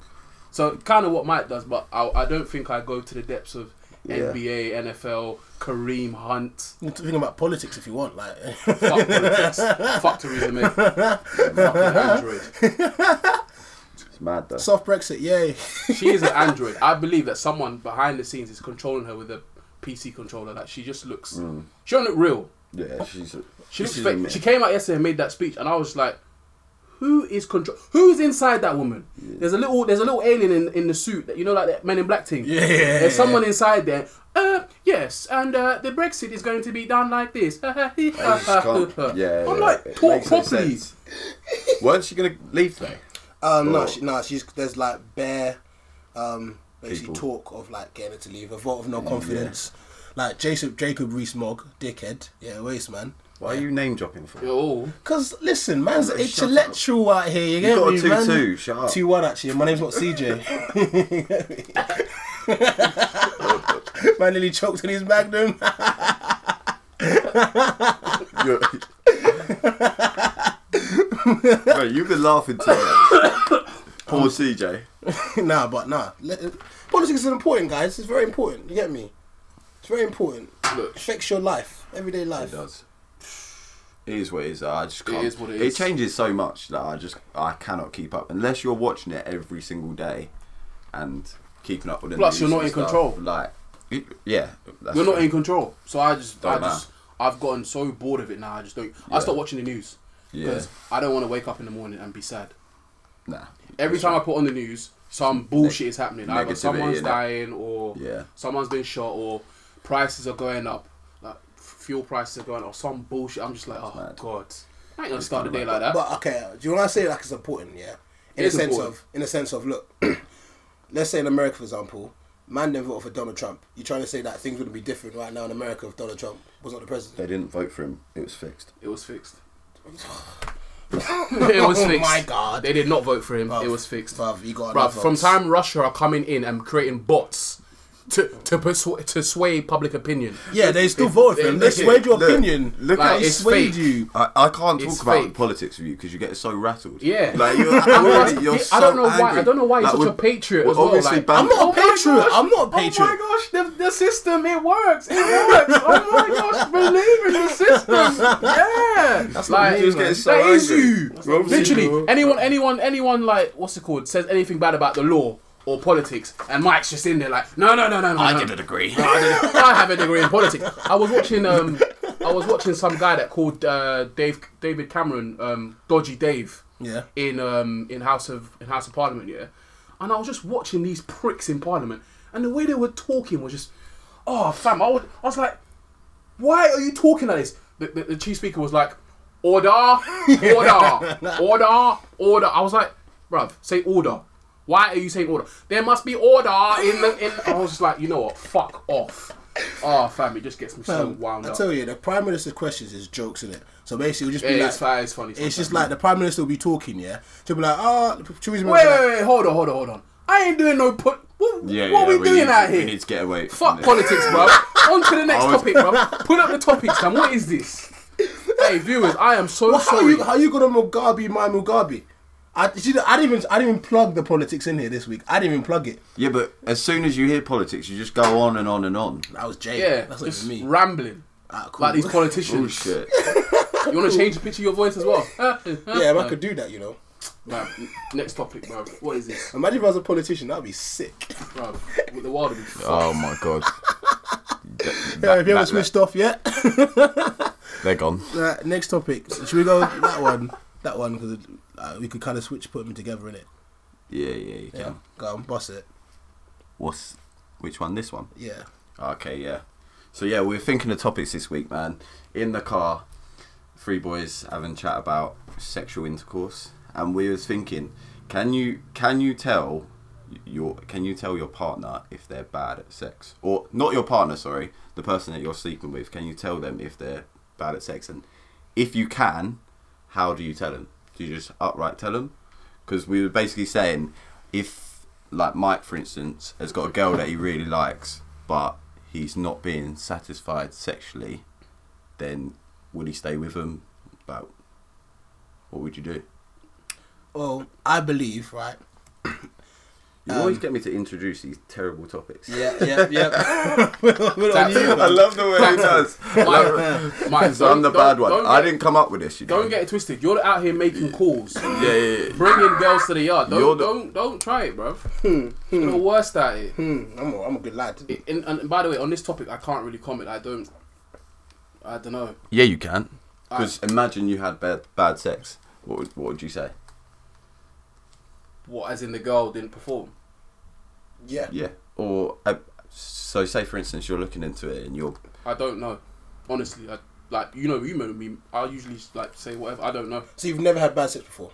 [SPEAKER 4] So kind of what Mike does, but I, I don't think I go to the depths of
[SPEAKER 3] Yeah.
[SPEAKER 4] NBA, NFL, Kareem Hunt,
[SPEAKER 1] You can think about politics if you want. Like,
[SPEAKER 4] fuck politics, fuck Theresa May, fucking android.
[SPEAKER 3] It's mad though.
[SPEAKER 1] soft Brexit, yay.
[SPEAKER 4] She is an android. I believe that someone behind the scenes is controlling her with a PC controller. Like she just looks, she don't look real.
[SPEAKER 3] yeah, she's.
[SPEAKER 4] She looks
[SPEAKER 3] she's
[SPEAKER 4] fake. She came out yesterday and made that speech, and I was like, "Who is control? Who's inside that woman? There's a little, there's a little alien in, in the suit that you know, like that Men in Black thing.
[SPEAKER 1] yeah, yeah,
[SPEAKER 4] There's
[SPEAKER 1] yeah.
[SPEAKER 4] someone inside there. Uh, yes, and uh, the Brexit is going to be done like this. yeah,
[SPEAKER 3] can't- yeah,
[SPEAKER 4] I'm
[SPEAKER 3] yeah,
[SPEAKER 4] like,
[SPEAKER 3] it
[SPEAKER 4] talk
[SPEAKER 3] makes no
[SPEAKER 4] properly.
[SPEAKER 3] sense. weren't she gonna leave though?
[SPEAKER 1] Um, no,
[SPEAKER 3] Or-
[SPEAKER 1] she, no, she's there's like bare, um, basically
[SPEAKER 3] People. Mm,
[SPEAKER 1] talk of like getting her to leave, a vote of no confidence. Like Jacob, Jacob Rees-Mogg, dickhead, yeah, waste man.
[SPEAKER 3] Why are you name dropping for?
[SPEAKER 4] Yo,
[SPEAKER 1] Cause listen, man's an
[SPEAKER 3] shut
[SPEAKER 1] intellectual out here. You, get
[SPEAKER 3] got a
[SPEAKER 1] me,
[SPEAKER 3] 2-2,
[SPEAKER 1] man?
[SPEAKER 3] shut up.
[SPEAKER 1] Two one actually. My name's not CJ. man nearly choked on his magnum.
[SPEAKER 3] You're- Bro, you've been laughing too much. Poor CJ.
[SPEAKER 1] nah, but nah. Let- Politics is important, guys. It's very important. You get me? It's very important.
[SPEAKER 4] Look.
[SPEAKER 1] affects your life, everyday
[SPEAKER 3] It
[SPEAKER 1] life.
[SPEAKER 3] does. It is what it is. I just
[SPEAKER 4] It
[SPEAKER 3] can't.
[SPEAKER 4] is what it is.
[SPEAKER 3] It changes so much that I just I cannot keep up unless you're watching it every single day, and keeping up with it.
[SPEAKER 4] Plus, you're not in control.
[SPEAKER 3] Like, it- yeah, that's
[SPEAKER 4] You're not
[SPEAKER 3] true.
[SPEAKER 4] in control. So I just,
[SPEAKER 3] Don't
[SPEAKER 4] I just, I've gotten so bored of it now. I just don't. I
[SPEAKER 3] Yeah.
[SPEAKER 4] stop watching the news
[SPEAKER 3] Yeah,
[SPEAKER 4] because I don't want to wake up in the morning and be sad.
[SPEAKER 3] nah.
[SPEAKER 4] Every time I put on the news, some bullshit is happening. Either
[SPEAKER 3] negativity,
[SPEAKER 4] someone's
[SPEAKER 3] innit?
[SPEAKER 4] dying, or
[SPEAKER 3] Yeah.
[SPEAKER 4] someone's been shot, or prices are going up, like f- fuel prices are going up, or some bullshit. I'm just like, oh
[SPEAKER 3] mad.
[SPEAKER 4] god, I ain't gonna start the day
[SPEAKER 3] kinda
[SPEAKER 4] like that.
[SPEAKER 1] But okay, do you want to say like it's important? Yeah, in
[SPEAKER 4] It
[SPEAKER 1] a
[SPEAKER 4] is
[SPEAKER 1] sense
[SPEAKER 4] important.
[SPEAKER 1] of in a sense of look, let's say in America, for example, man didn't vote for Donald Trump. You're trying to say that things would be different right now in America if Donald Trump was not the
[SPEAKER 3] They
[SPEAKER 1] president.
[SPEAKER 3] didn't vote for him. It was fixed.
[SPEAKER 4] It was fixed. it was
[SPEAKER 1] Oh
[SPEAKER 4] fixed.
[SPEAKER 1] my God.
[SPEAKER 4] They did not vote for him.
[SPEAKER 1] Bruv,
[SPEAKER 4] it was fixed.
[SPEAKER 1] bruv, you got
[SPEAKER 4] Bruv,
[SPEAKER 1] enough
[SPEAKER 4] from
[SPEAKER 1] votes.
[SPEAKER 4] time Russia are coming in and creating bots to to persu- to sway public opinion.
[SPEAKER 1] Yeah, they still voted for him. They
[SPEAKER 4] they-
[SPEAKER 1] swayed your
[SPEAKER 3] look,
[SPEAKER 1] opinion.
[SPEAKER 3] look
[SPEAKER 1] Like,
[SPEAKER 4] at-
[SPEAKER 1] they
[SPEAKER 4] it's
[SPEAKER 1] swayed
[SPEAKER 4] fake.
[SPEAKER 1] you.
[SPEAKER 3] I, I can't
[SPEAKER 4] It's
[SPEAKER 3] talk about
[SPEAKER 4] fake.
[SPEAKER 3] politics with you because you get so rattled.
[SPEAKER 4] Yeah.
[SPEAKER 3] like you're,
[SPEAKER 4] Otherwise,
[SPEAKER 3] already, you're so
[SPEAKER 4] I don't know why.
[SPEAKER 3] angry.
[SPEAKER 4] I don't know why he's
[SPEAKER 3] Like,
[SPEAKER 4] such a
[SPEAKER 3] we're-
[SPEAKER 4] patriot
[SPEAKER 3] we're
[SPEAKER 4] as well.
[SPEAKER 3] obviously
[SPEAKER 4] like,
[SPEAKER 3] ban-
[SPEAKER 1] I'm not a
[SPEAKER 4] my
[SPEAKER 1] patriot.
[SPEAKER 4] gosh.
[SPEAKER 1] I'm not a
[SPEAKER 4] Oh
[SPEAKER 1] patriot.
[SPEAKER 4] my gosh, the, the system it works. It works. oh my gosh, believe in the system. Yeah, that's
[SPEAKER 3] Like, you just get so
[SPEAKER 4] that is
[SPEAKER 3] angry.
[SPEAKER 4] you.
[SPEAKER 3] We're obviously-
[SPEAKER 4] Literally, anyone, anyone, anyone, like what's it called, says anything bad about the law or politics, and Mike's just in there like, no, no, no, no, no. no.
[SPEAKER 3] degree.
[SPEAKER 4] I, didn't- I have a degree in politics. I was watching um, I was watching some guy that called uh, Dave David Cameron um, Dodgy Dave.
[SPEAKER 1] Yeah.
[SPEAKER 4] In um in House of in House of Parliament, yeah. And I was just watching these pricks in Parliament, and the way they were talking was just, oh fam, I was, I was like, why are you talking like this? The, the, the chief speaker was like, order, order, order, order. I was like, bruv, say order. Why are you saying order? There must be order in the. In, I was just like, you know what? Fuck off. Oh, fam, it just gets me so
[SPEAKER 1] Um,
[SPEAKER 4] wound
[SPEAKER 1] I
[SPEAKER 4] up.
[SPEAKER 1] tell you, the prime minister's questions is jokes in it. So basically, it'll just be
[SPEAKER 4] Yeah,
[SPEAKER 1] like
[SPEAKER 4] it's, fi- it's funny.
[SPEAKER 1] It's just
[SPEAKER 4] sometimes.
[SPEAKER 1] like the prime minister will be talking, yeah. She'll be like, "Ah, oh, Theresa May." will
[SPEAKER 4] Wait,
[SPEAKER 1] be like,
[SPEAKER 4] wait, wait, hold on, hold on, hold on. I ain't doing no put. What,
[SPEAKER 3] Yeah,
[SPEAKER 4] what
[SPEAKER 3] yeah,
[SPEAKER 4] we, doing
[SPEAKER 3] need,
[SPEAKER 4] out
[SPEAKER 3] We
[SPEAKER 4] here?
[SPEAKER 3] need to get away. from
[SPEAKER 4] Fuck
[SPEAKER 3] this.
[SPEAKER 4] politics, bro. On to the next
[SPEAKER 3] I was-
[SPEAKER 4] topic, bro. Put up the topics, fam. What is this? Hey, viewers, I am so
[SPEAKER 1] Well, how
[SPEAKER 4] sorry.
[SPEAKER 1] you how you gonna Mugabe my Mugabe? I, you know, I didn't even I didn't even plug the politics in here this week. I didn't even plug it.
[SPEAKER 3] Yeah, but as soon as you hear politics, you just go on and on and on.
[SPEAKER 1] That was Jay.
[SPEAKER 4] yeah,
[SPEAKER 1] that's not
[SPEAKER 4] just
[SPEAKER 1] even me.
[SPEAKER 4] rambling.
[SPEAKER 1] Ah, cool.
[SPEAKER 4] Like these politicians.
[SPEAKER 3] Oh shit!
[SPEAKER 4] You want to change the pitch of your voice as well?
[SPEAKER 1] yeah, if I could do that, you know.
[SPEAKER 4] Right, next topic, bro. What is this,
[SPEAKER 1] Imagine if I was a politician, that'd be sick.
[SPEAKER 4] bro? The world would be fucked.
[SPEAKER 3] Oh my god! That-
[SPEAKER 1] Yeah, if you haven't
[SPEAKER 3] that-
[SPEAKER 1] switched off yet.
[SPEAKER 3] They're gone.
[SPEAKER 1] Right, next topic. So should we go with that one? That one because uh, we could kind of switch, put them together in it.
[SPEAKER 3] Yeah, yeah, you can.
[SPEAKER 1] Yeah, go on, boss it.
[SPEAKER 3] What's which one? This one.
[SPEAKER 1] Yeah,
[SPEAKER 3] Okay, yeah. So yeah, we were thinking of topics this week, man. In the car, three boys having chat about sexual intercourse, and we was thinking, can you can you tell your can you tell your partner if they're bad at sex, or not your partner? Sorry, the person that you're sleeping with. Can you tell them if they're bad at sex, and if you can, how do you tell them? Do you just upright tell them? Because we were basically saying if, like Mike, for instance, has got a girl that he really likes, but he's not being satisfied sexually, then will he stay with him? About what would you do?
[SPEAKER 1] Well, I believe, right?
[SPEAKER 3] You
[SPEAKER 4] Um,
[SPEAKER 3] always get me to introduce these terrible topics.
[SPEAKER 1] Yeah, yeah, yeah. Put on you,
[SPEAKER 3] I
[SPEAKER 1] man.
[SPEAKER 3] love the way he does.
[SPEAKER 4] Mike, Mike,
[SPEAKER 3] So I'm the
[SPEAKER 4] don't-
[SPEAKER 3] bad one.
[SPEAKER 4] don't
[SPEAKER 3] I
[SPEAKER 4] get-
[SPEAKER 3] didn't come up with this. You know.
[SPEAKER 4] Don't get it twisted. You're out here making calls,
[SPEAKER 3] Yeah, yeah, yeah.
[SPEAKER 4] bringing girls to the yard.
[SPEAKER 3] You're
[SPEAKER 4] Don't
[SPEAKER 3] the-
[SPEAKER 4] don't don't try it, bro. You're the worst at it.
[SPEAKER 1] Hmm, I'm, a, I'm a good lad.
[SPEAKER 4] And, and by the way, on this topic, I can't really comment. I don't. I don't know.
[SPEAKER 3] Yeah, you can. Because imagine you had bad bad sex. What would, what would you say?
[SPEAKER 4] What as in the girl didn't perform?
[SPEAKER 1] Yeah.
[SPEAKER 3] Yeah. Or uh, so say for instance you're looking into it and you're
[SPEAKER 4] I don't know. Honestly, I like you know you know me. I usually like say whatever. I don't know.
[SPEAKER 1] So you've never had bad sex before?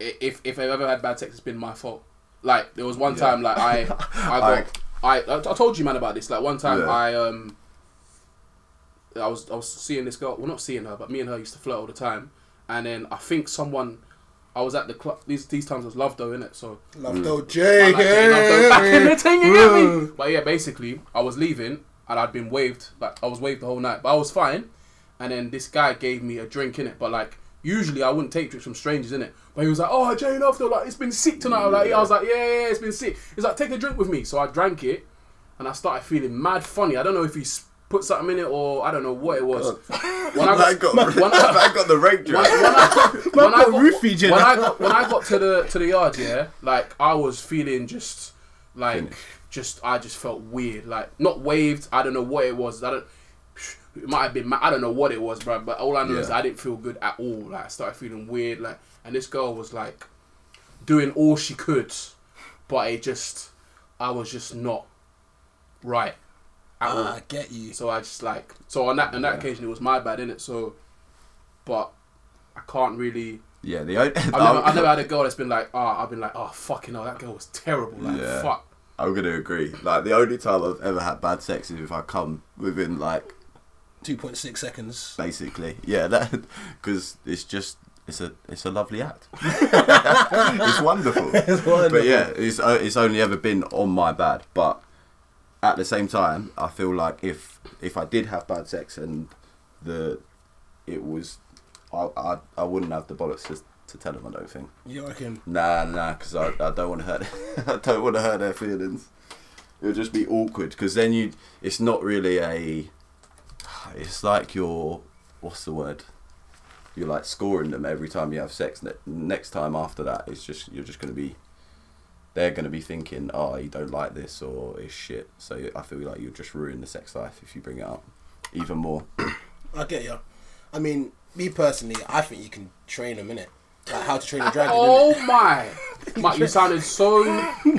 [SPEAKER 4] I- If if I've ever had bad sex, it's been my fault. Like there was one
[SPEAKER 3] Yeah.
[SPEAKER 4] time like I I got I, I I told you man about this. Like one time
[SPEAKER 3] Yeah.
[SPEAKER 4] I um I was I was seeing this girl. Well, not seeing her, but me and her used to flirt all the time. And then I think someone. I was at the club. These these times I was loved though, innit? So
[SPEAKER 1] Love though, Jay.
[SPEAKER 4] Like, you know, go back in the thing, you get me? But yeah, basically, I was leaving and I'd been waved. Like I was waved the whole night, but I was fine. And then this guy gave me a drink in it, but like usually I wouldn't take drinks from strangers in it. But he was like, "Oh, Jane, after like it's been sick tonight." I was like, yeah. I was like, "Yeah, yeah, yeah, it's been sick." He's like, "Take a drink with me," so I drank it, and I started feeling mad funny. I don't know if he s- put something in it or I don't know what it was. When
[SPEAKER 3] I got,
[SPEAKER 4] when I-
[SPEAKER 3] I got the rake
[SPEAKER 4] when,
[SPEAKER 3] drop.
[SPEAKER 4] when I, when, I
[SPEAKER 1] got
[SPEAKER 4] got,
[SPEAKER 1] roofied, you
[SPEAKER 4] when
[SPEAKER 1] know.
[SPEAKER 4] I got when I got to the to the yard, yeah, like I was feeling just like just I just felt weird, like not waved. I don't know what it was. I don't. It might have been. ma- I don't know what it was, bro. But all I know is
[SPEAKER 3] Yeah.
[SPEAKER 4] I didn't feel good at all. Like I started feeling weird. Like and this girl was like doing all she could, but it just I was just not right at all.
[SPEAKER 1] I get you.
[SPEAKER 4] So I just like so on that on that occasion it was my bad in it. So, but I can't really.
[SPEAKER 3] Yeah, the only,
[SPEAKER 4] I've never, I've never had a girl that's been like, ah, I've been like, oh fucking hell, that girl was terrible. Like
[SPEAKER 3] Yeah.
[SPEAKER 4] fuck.
[SPEAKER 3] I'm gonna agree. Like the only time I've ever had bad sex is if I come within like
[SPEAKER 1] Two point six seconds.
[SPEAKER 3] basically. Yeah, that because it's just it's a it's a lovely act. it's wonderful. But yeah, it's o- it's only ever been on my bad. But at the same time, I feel like if if I did have bad sex and the it was, I I, I wouldn't have the bollocks to, to tell them. I don't think.
[SPEAKER 1] You reckon?
[SPEAKER 3] Nah, nah, because I, I don't want to hurt I don't want to hurt their feelings. It'll just be awkward because then you it's not really a it's like you're what's the word you're like scoring them every time you have sex. Ne- next time after that, it's just you're just gonna be they're gonna be thinking oh you don't like this or it's shit. So I feel like you'll just ruin the sex life if you bring it up even more.
[SPEAKER 1] I get you. I mean, me personally, I think you can train them in it. Like how to train a dragon.
[SPEAKER 4] Oh
[SPEAKER 1] innit?
[SPEAKER 4] my, Mike, you sounded so.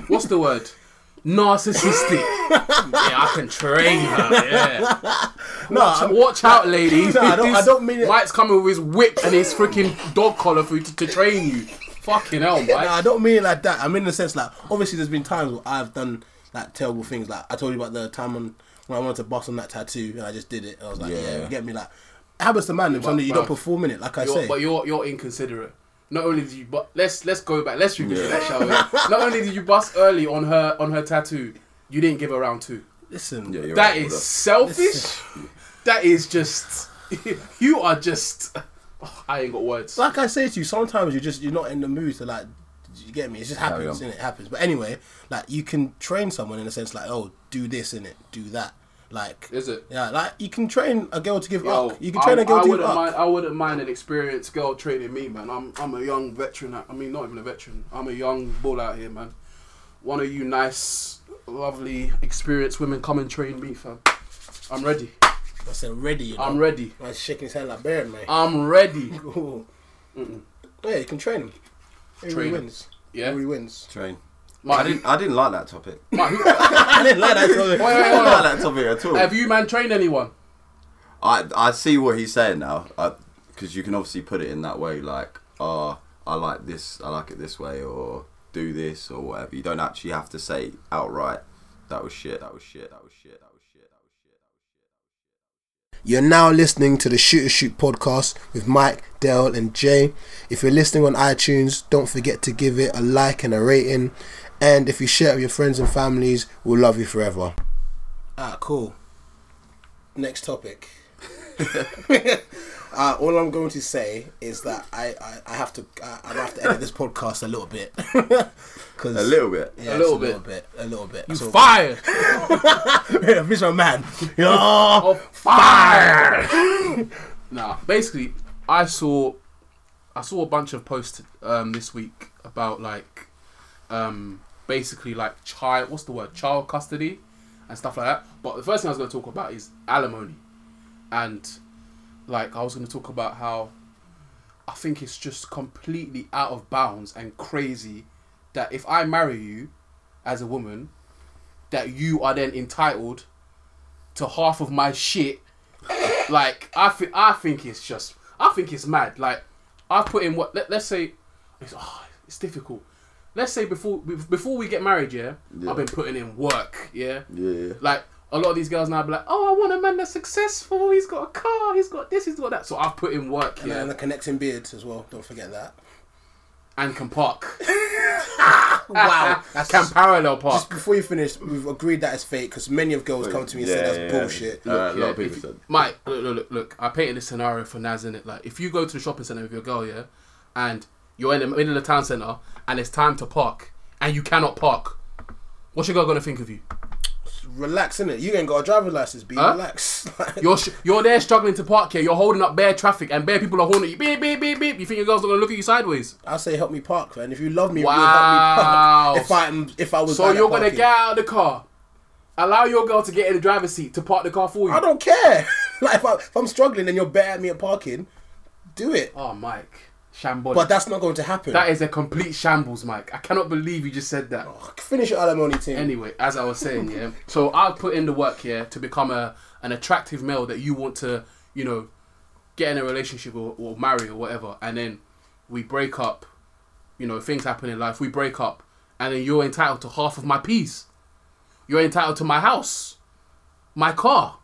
[SPEAKER 4] What's the word? Narcissistic. yeah, I can train her. Yeah.
[SPEAKER 1] No, I'm-
[SPEAKER 4] Watch out, ladies.
[SPEAKER 1] No, I don't- I don't mean it-
[SPEAKER 4] Mike's coming with his whip and his freaking dog collar for you to, to train you. Fucking hell, Mike.
[SPEAKER 1] No, I don't mean it like that. I mean in the sense like obviously there's been times where I've done like terrible things. Like I told you about the time on when I wanted to bust on that tattoo and I just did it. I was like, yeah,
[SPEAKER 3] Yeah.
[SPEAKER 1] get me like it happens to man. If something you don't
[SPEAKER 4] bro,
[SPEAKER 1] perform in it, like I
[SPEAKER 4] You're-
[SPEAKER 1] say.
[SPEAKER 4] but you're you're inconsiderate. Not only did you, but let's let's go back. Let's revisit that, shall we? Not only did you bust early on her on her tattoo, you didn't give her round two.
[SPEAKER 1] Listen,
[SPEAKER 3] Yeah, you're
[SPEAKER 4] That
[SPEAKER 3] right,
[SPEAKER 4] is
[SPEAKER 3] well,
[SPEAKER 4] selfish. that is just. you are just. oh, I ain't got words.
[SPEAKER 1] like I say to you, sometimes you just you're not in the mood to like. You get me? It just
[SPEAKER 3] Carry
[SPEAKER 1] happens,
[SPEAKER 3] on.
[SPEAKER 1] and it happens. But anyway, like you can train someone in a sense, like oh, do this in it, do that. Like
[SPEAKER 4] Is it?
[SPEAKER 1] Yeah, like you can train a girl to give
[SPEAKER 4] Yo,
[SPEAKER 1] up. You can train
[SPEAKER 4] I,
[SPEAKER 1] a girl
[SPEAKER 4] I
[SPEAKER 1] to give
[SPEAKER 4] wouldn't
[SPEAKER 1] up.
[SPEAKER 4] mind. I wouldn't mind an experienced girl training me, man. I'm I'm a young veteran. I mean, not even a veteran. I'm a young bull out here, man. One of you nice, lovely, experienced women come and train me, fam. I'm ready.
[SPEAKER 1] I said ready. You know?
[SPEAKER 4] I'm ready. Ah.
[SPEAKER 1] I'm shaking his hand like Baron, mate.
[SPEAKER 4] I'm ready.
[SPEAKER 1] Ooh. Yeah, you can train him. Everybody
[SPEAKER 4] Train 'em.
[SPEAKER 1] wins.
[SPEAKER 4] Yeah.
[SPEAKER 1] Everybody wins.
[SPEAKER 3] Train. I
[SPEAKER 4] Mike,
[SPEAKER 3] didn't I didn't like that topic. I
[SPEAKER 4] Mike, who-
[SPEAKER 1] I didn't like that. so-
[SPEAKER 4] wait, wait,
[SPEAKER 3] didn't
[SPEAKER 4] wait,
[SPEAKER 3] like
[SPEAKER 4] wait.
[SPEAKER 3] that topic at all.
[SPEAKER 4] Have you man trained anyone?
[SPEAKER 3] I I see what he's saying now, because you can obviously put it in that way, like, oh, I like this, I like it this way, or do this, or whatever. You don't actually have to say outright, that was shit, that was shit, that was shit, that was shit, that was shit.
[SPEAKER 5] You're now listening to the Shooter Shoot podcast with Mike, Dale, and Jay. If you're listening on iTunes, don't forget to give it a like and a rating. And if you share it with your friends and families, we'll love you forever.
[SPEAKER 1] Ah, cool. Next topic. uh, all I'm going to say is that I, I, I have to I, I have to edit this podcast a little bit. 'Cause-
[SPEAKER 3] A little bit.
[SPEAKER 1] Yeah,
[SPEAKER 4] A
[SPEAKER 1] it's
[SPEAKER 4] little
[SPEAKER 1] a little bit. A little bit. You
[SPEAKER 4] Fire!
[SPEAKER 1] He's my man. Yeah.
[SPEAKER 4] Oh, fire! nah, basically, I saw, I saw a bunch of posts um, this week about like, um, basically like child. What's the word? Child custody and stuff like that. But the first thing I was going to talk about is alimony, and like I was going to talk about how I think it's just completely out of bounds and crazy that if I marry you as a woman, that you are then entitled to half of my shit. Like I think I think it's just I think it's mad. Like I put in what let, let's say it's oh, it's difficult. Let's say before be- before we get married, yeah,
[SPEAKER 3] Yeah.
[SPEAKER 4] I've been putting in work, yeah.
[SPEAKER 3] Yeah.
[SPEAKER 4] Like a lot of these girls now be like, oh, I want a man that's successful. He's got a car. He's got this. He's got that. So I've put in work, yeah,
[SPEAKER 1] And the connecting beard as well. Don't forget that.
[SPEAKER 4] and can park,
[SPEAKER 1] Wow. That's
[SPEAKER 4] can parallel park.
[SPEAKER 1] Just before you finish, we've agreed that it's fake because many of girls come to me and say that's bullshit.
[SPEAKER 3] Uh, a lot of
[SPEAKER 4] Yeah, if
[SPEAKER 3] people
[SPEAKER 4] you-
[SPEAKER 3] said.
[SPEAKER 4] Mike, look, look, look, look. I painted this scenario for Naz in it. Like, if you go to the shopping centre with your girl, yeah, and you're in the middle of the town centre, and it's time to park, and you cannot park, what's your girl gonna think of you?
[SPEAKER 1] relax in it. You ain't got a driver's license, be
[SPEAKER 4] Huh?
[SPEAKER 1] relax. Like,
[SPEAKER 4] You're sh- you're there struggling to park here. You're holding up bare traffic, and bare people are horning at you. Beep beep beep beep. You think your girl's not gonna look at you sideways?
[SPEAKER 1] I say help me park, man. If you love me,
[SPEAKER 4] Wow.
[SPEAKER 1] really help me park. If I'm, if I was,
[SPEAKER 4] So
[SPEAKER 1] bad at
[SPEAKER 4] you're gonna
[SPEAKER 1] parking.
[SPEAKER 4] get out of the car, allow your girl to get in the driver's seat to park the car for you.
[SPEAKER 1] I don't care. like if, I, if I'm struggling and you're better at me at parking, do it.
[SPEAKER 4] Oh, Mike, shambles.
[SPEAKER 1] But that's not going to happen.
[SPEAKER 4] that is a complete shambles, Mike. I cannot believe you just said
[SPEAKER 1] Oh.
[SPEAKER 4] that.
[SPEAKER 1] Finish your alimony team.
[SPEAKER 4] Anyway, as I was saying, yeah. So I've put in the work here to become a an attractive male that you want to, you know, get in a relationship or, or marry or whatever, and then we break up. You know, things happen in life. We break up, and then you're entitled to half of my peas. You're entitled to my house, my car,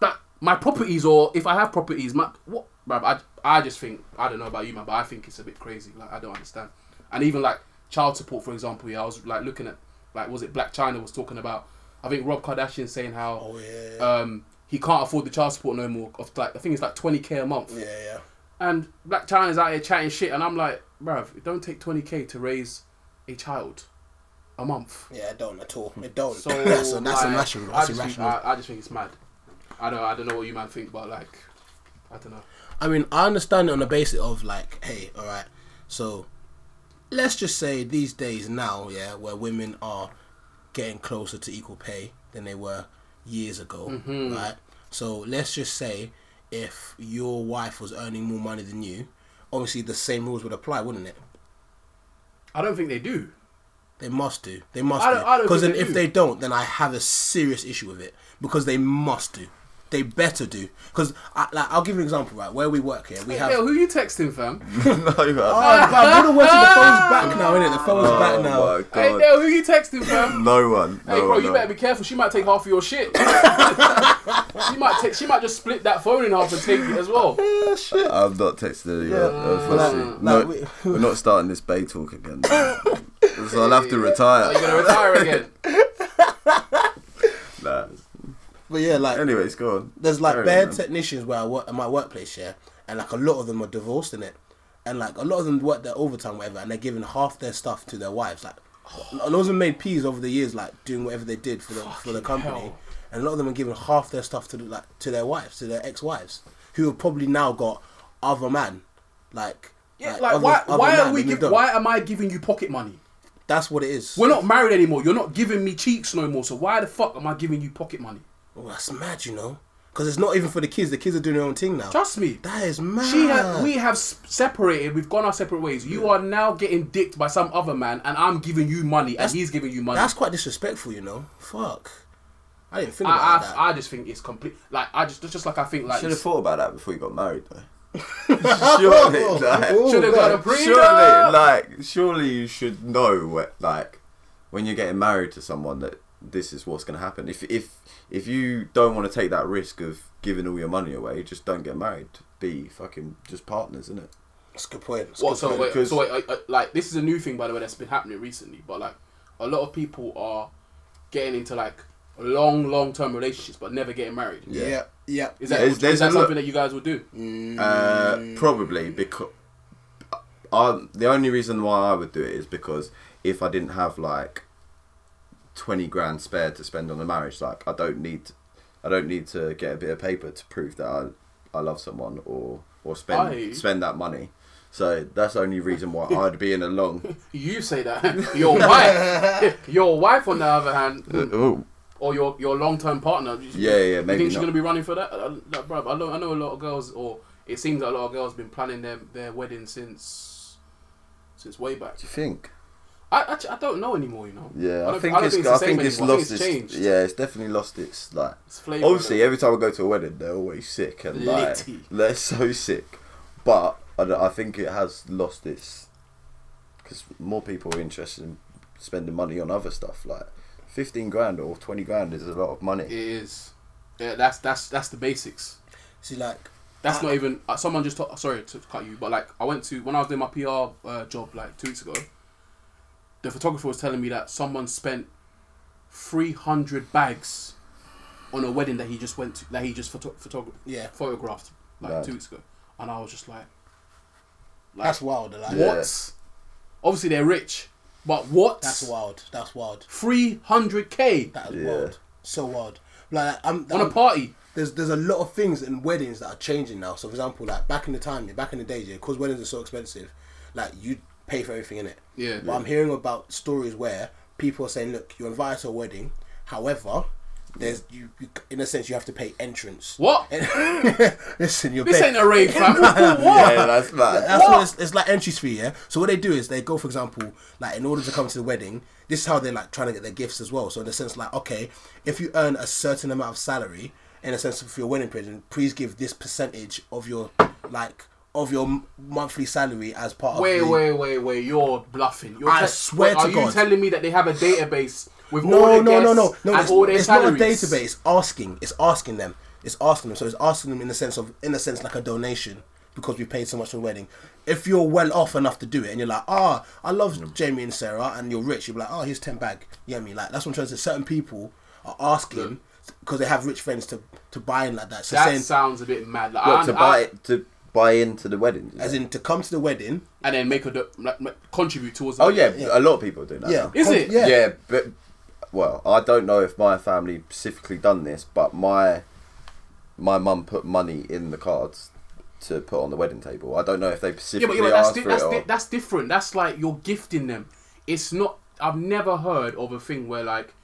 [SPEAKER 4] that my properties, or if I have properties, my what? Bruv, I I just think I don't know about you, man, but I think it's a bit crazy. Like I don't understand. And even like child support, for example, yeah, I was like looking at like was it Black China was talking about? I think Rob Kardashian saying how
[SPEAKER 1] Oh, yeah.
[SPEAKER 4] um he can't afford the child support no more. Of like I think it's like twenty k a month.
[SPEAKER 1] Yeah, yeah.
[SPEAKER 4] And Black China's out here chatting shit, and I'm like, bruv, it don't take twenty k to raise a child a month.
[SPEAKER 1] Yeah, it don't at all. It don't.
[SPEAKER 4] So
[SPEAKER 1] that's a, that's
[SPEAKER 4] like,
[SPEAKER 1] irrational.
[SPEAKER 4] I
[SPEAKER 1] That's
[SPEAKER 4] just, think,
[SPEAKER 1] irrational.
[SPEAKER 4] I, I just think it's mad. I don't. I don't know what you man think, but like, I don't know.
[SPEAKER 1] I mean, I understand it on the basis of like, hey, all right, so let's just say these days now, yeah, where women are getting closer to equal pay than they were years ago,
[SPEAKER 4] Mm-hmm.
[SPEAKER 1] right? So let's just say if your wife was earning more money than you, obviously the same rules would apply, wouldn't it?
[SPEAKER 4] I don't think they do.
[SPEAKER 1] They must do. They must
[SPEAKER 4] I
[SPEAKER 1] do.
[SPEAKER 4] don't- I don't
[SPEAKER 1] Because then
[SPEAKER 4] think they
[SPEAKER 1] if
[SPEAKER 4] do.
[SPEAKER 1] they don't, then I have a serious issue with it. Because they must do. They better do. Because like, I'll give you an example, right? Where we work here, we have.
[SPEAKER 4] Yo, who you texting, fam?
[SPEAKER 3] no, you
[SPEAKER 1] Oh, but I would have wanted the phone's back now, innit? The phone's back now.
[SPEAKER 3] Oh my
[SPEAKER 4] Hey,
[SPEAKER 3] god.
[SPEAKER 4] yo, who you texting, fam?
[SPEAKER 3] No one.
[SPEAKER 4] Hey,
[SPEAKER 3] no
[SPEAKER 4] bro,
[SPEAKER 3] one,
[SPEAKER 4] you
[SPEAKER 3] no.
[SPEAKER 4] better be careful. She might take half of your shit. she might take. She might just split that phone in half and take it as well.
[SPEAKER 3] I've not texted anyone. uh, fussy.
[SPEAKER 1] no,
[SPEAKER 3] no,
[SPEAKER 1] we-
[SPEAKER 3] we, are not starting this Bay talk again. so I'll have to retire.
[SPEAKER 4] Are you gonna retire again?
[SPEAKER 3] Nah.
[SPEAKER 1] But yeah, like
[SPEAKER 3] Anyways, go on.
[SPEAKER 1] there's like
[SPEAKER 3] Carry on,
[SPEAKER 1] bad
[SPEAKER 3] man.
[SPEAKER 1] technicians where I work at my workplace, yeah, and like a lot of them are divorced in it, and like a lot of them work their overtime, whatever, and they're giving half their stuff to their wives. Like
[SPEAKER 3] Oh.
[SPEAKER 1] a lot of them made peas over the years, like doing whatever they did for the for the company,
[SPEAKER 4] hell.
[SPEAKER 1] and a lot of them are giving half their stuff to the, like to their wives, to their ex-wives, who have probably now got other man, like
[SPEAKER 4] Yeah, like
[SPEAKER 1] other-
[SPEAKER 4] why?
[SPEAKER 1] other
[SPEAKER 4] Why
[SPEAKER 1] man,
[SPEAKER 4] are we?
[SPEAKER 1] they moved
[SPEAKER 4] Give,
[SPEAKER 1] on.
[SPEAKER 4] why am I giving you pocket money?
[SPEAKER 1] That's what it is.
[SPEAKER 4] We're not married anymore. You're not giving me cheeks no more. So why the fuck am I giving you pocket money?
[SPEAKER 1] Oh, that's mad, you know, because it's not even for the kids. The kids are doing their own thing now.
[SPEAKER 4] Trust me.
[SPEAKER 1] That is mad.
[SPEAKER 4] She
[SPEAKER 3] Ah.
[SPEAKER 4] ha- we have s- separated. We've gone our separate ways. You are now getting dicked by some other man, and I'm giving you money, and he's giving you money.
[SPEAKER 1] That's quite disrespectful, you know. Fuck. I didn't think
[SPEAKER 4] I,
[SPEAKER 1] about that.
[SPEAKER 4] I, I just think it's complete. Like I just, just like I think like
[SPEAKER 3] Should have
[SPEAKER 4] should
[SPEAKER 3] thought about that before you got married, though. surely,
[SPEAKER 1] Ooh,
[SPEAKER 3] like,
[SPEAKER 4] have got a prenup.
[SPEAKER 3] surely, like, surely you should know what, like, when you're getting married to someone that this is what's going to happen. If if if you don't want to take that risk of giving all your money away, just don't get married. Be fucking just partners, innit?
[SPEAKER 1] That's a good point. That's a
[SPEAKER 4] What,
[SPEAKER 1] good
[SPEAKER 4] so
[SPEAKER 1] point.
[SPEAKER 4] wait,
[SPEAKER 3] because-
[SPEAKER 4] so wait, uh, uh, like this is a new thing by the way that's been happening recently. But like a lot of people are getting into like long, long term relationships, but never getting married.
[SPEAKER 3] Yeah.
[SPEAKER 1] Yeah, yeah.
[SPEAKER 4] Is that,
[SPEAKER 3] There's-
[SPEAKER 4] is,
[SPEAKER 3] there's a
[SPEAKER 4] that
[SPEAKER 3] lot- Mm.
[SPEAKER 4] something that you guys would do?
[SPEAKER 3] Uh, probably because I, the only reason why I would do it is because if I didn't have like twenty grand spare to spend on the marriage, like I don't need, I don't need to get a bit of paper to prove that I, I love someone or or spend
[SPEAKER 4] Aye.
[SPEAKER 3] spend that money. So that's the only reason why I'd be in a long.
[SPEAKER 4] You say that your wife, your wife on the other hand,
[SPEAKER 3] oh,
[SPEAKER 4] or your your long term partner. you-
[SPEAKER 3] Yeah, yeah,
[SPEAKER 4] you
[SPEAKER 3] maybe
[SPEAKER 4] think she's
[SPEAKER 3] not.
[SPEAKER 4] gonna be running for that? Uh, Like, bruv, I know, I know a lot of girls, or it seems that a lot of girls been planning their their wedding since since way back.
[SPEAKER 3] do you think?
[SPEAKER 4] I actually, I don't know anymore. You know.
[SPEAKER 3] Yeah, I,
[SPEAKER 4] don't
[SPEAKER 3] think
[SPEAKER 4] don't
[SPEAKER 3] it's,
[SPEAKER 4] the
[SPEAKER 3] I
[SPEAKER 4] same
[SPEAKER 3] think it's
[SPEAKER 4] anymore. I
[SPEAKER 3] lost its,
[SPEAKER 4] changed.
[SPEAKER 3] yeah, it's definitely lost its like.
[SPEAKER 4] It's flavour,
[SPEAKER 3] obviously,
[SPEAKER 4] innit?
[SPEAKER 3] every time I go to a wedding, they're always sick and like
[SPEAKER 4] Litty.
[SPEAKER 3] they're so sick, but I, don't- I think it has lost its because more people are interested in spending money on other stuff like fifteen grand or twenty grand is a lot of money.
[SPEAKER 4] It is. Yeah, that's that's that's the basics.
[SPEAKER 1] See, like,
[SPEAKER 4] That's not even. Uh, someone just. Talk, sorry to cut you, but like I went to when I was doing my PR uh, job like two weeks ago. The photographer was telling me that someone spent three hundred bags on a wedding that he just went to, that he just photo- photog-
[SPEAKER 1] Yeah.
[SPEAKER 4] photographed like
[SPEAKER 3] Mad.
[SPEAKER 4] two weeks ago, and I was just like,
[SPEAKER 1] that's wild. Like,
[SPEAKER 3] Yeah.
[SPEAKER 4] what? Obviously they're rich, but what?
[SPEAKER 1] That's wild. That's wild.
[SPEAKER 4] Three hundred k.
[SPEAKER 1] That is
[SPEAKER 3] Yeah.
[SPEAKER 1] wild. so wild. Like I'm
[SPEAKER 4] on a
[SPEAKER 1] I'm-
[SPEAKER 4] party.
[SPEAKER 1] there's there's a lot of things in weddings that are changing now. So for example, like back in the time, yeah, back in the days, yeah, because weddings are so expensive, like you pay for everything in it.
[SPEAKER 4] Yeah.
[SPEAKER 1] But I'm hearing about stories where people are saying, look, you're invited to a wedding, however. There's you, you, in a sense, you have to pay entrance.
[SPEAKER 4] What?
[SPEAKER 1] Listen, you're
[SPEAKER 4] This
[SPEAKER 1] bare-
[SPEAKER 4] ain't a rave, fam. what?
[SPEAKER 3] Yeah, that's mad.
[SPEAKER 1] that's what,
[SPEAKER 4] What?
[SPEAKER 1] it's, it's like entry fee, yeah. So what they do is they go, for example, like in order to come to the wedding, this is how they're like trying to get their gifts as well. So in the sense, like, okay, if you earn a certain amount of salary, in a sense, for your wedding present, please give this percentage of your like of your m- monthly salary as part
[SPEAKER 4] Wait,
[SPEAKER 1] of the.
[SPEAKER 4] wait, wait, wait! You're bluffing. You're
[SPEAKER 1] I
[SPEAKER 4] te-
[SPEAKER 1] swear
[SPEAKER 4] wait,
[SPEAKER 1] to
[SPEAKER 4] are you
[SPEAKER 1] God.
[SPEAKER 4] telling me that they have a database with all
[SPEAKER 1] No,
[SPEAKER 4] their
[SPEAKER 1] no, no, no,
[SPEAKER 4] guests
[SPEAKER 1] no.
[SPEAKER 4] and
[SPEAKER 1] It's,
[SPEAKER 4] all their
[SPEAKER 1] it's not a
[SPEAKER 4] salaries?
[SPEAKER 1] database. It's asking. It's asking them. It's asking them. So it's asking them in the sense of, in a sense, like a donation because we paid so much for the wedding. If you're well off enough to do it, and you're like, ah, I love
[SPEAKER 4] Mm.
[SPEAKER 1] Jamie and Sarah, and you're rich, you'll be like, oh, here's ten bag. Yeah, me like that's what I'm trying to say. Certain people are asking because they have rich friends to to buy in like that. So
[SPEAKER 4] That
[SPEAKER 1] saying,
[SPEAKER 4] sounds a bit mad. Like,
[SPEAKER 6] What,
[SPEAKER 4] I-
[SPEAKER 6] to
[SPEAKER 4] I-
[SPEAKER 6] buy to buy into the wedding.
[SPEAKER 1] as in to come to the wedding.
[SPEAKER 4] and then make a do- like, like, contribute towards.
[SPEAKER 6] oh
[SPEAKER 4] it.
[SPEAKER 6] yeah, a lot of people do that.
[SPEAKER 1] Yeah,
[SPEAKER 6] now.
[SPEAKER 4] Is
[SPEAKER 1] con-
[SPEAKER 4] it?
[SPEAKER 1] Yeah.
[SPEAKER 6] yeah. but well, I don't know if my family specifically done this, but my my mum put money in the cards to put on the wedding table. I don't know if they
[SPEAKER 4] yeah, but,
[SPEAKER 6] specifically
[SPEAKER 4] yeah, but that's
[SPEAKER 6] asked
[SPEAKER 4] di-
[SPEAKER 6] for
[SPEAKER 4] that's,
[SPEAKER 6] it.
[SPEAKER 4] di-
[SPEAKER 6] Or,
[SPEAKER 4] that's different. That's like you're gifting them. It's not. I've never heard of a thing where like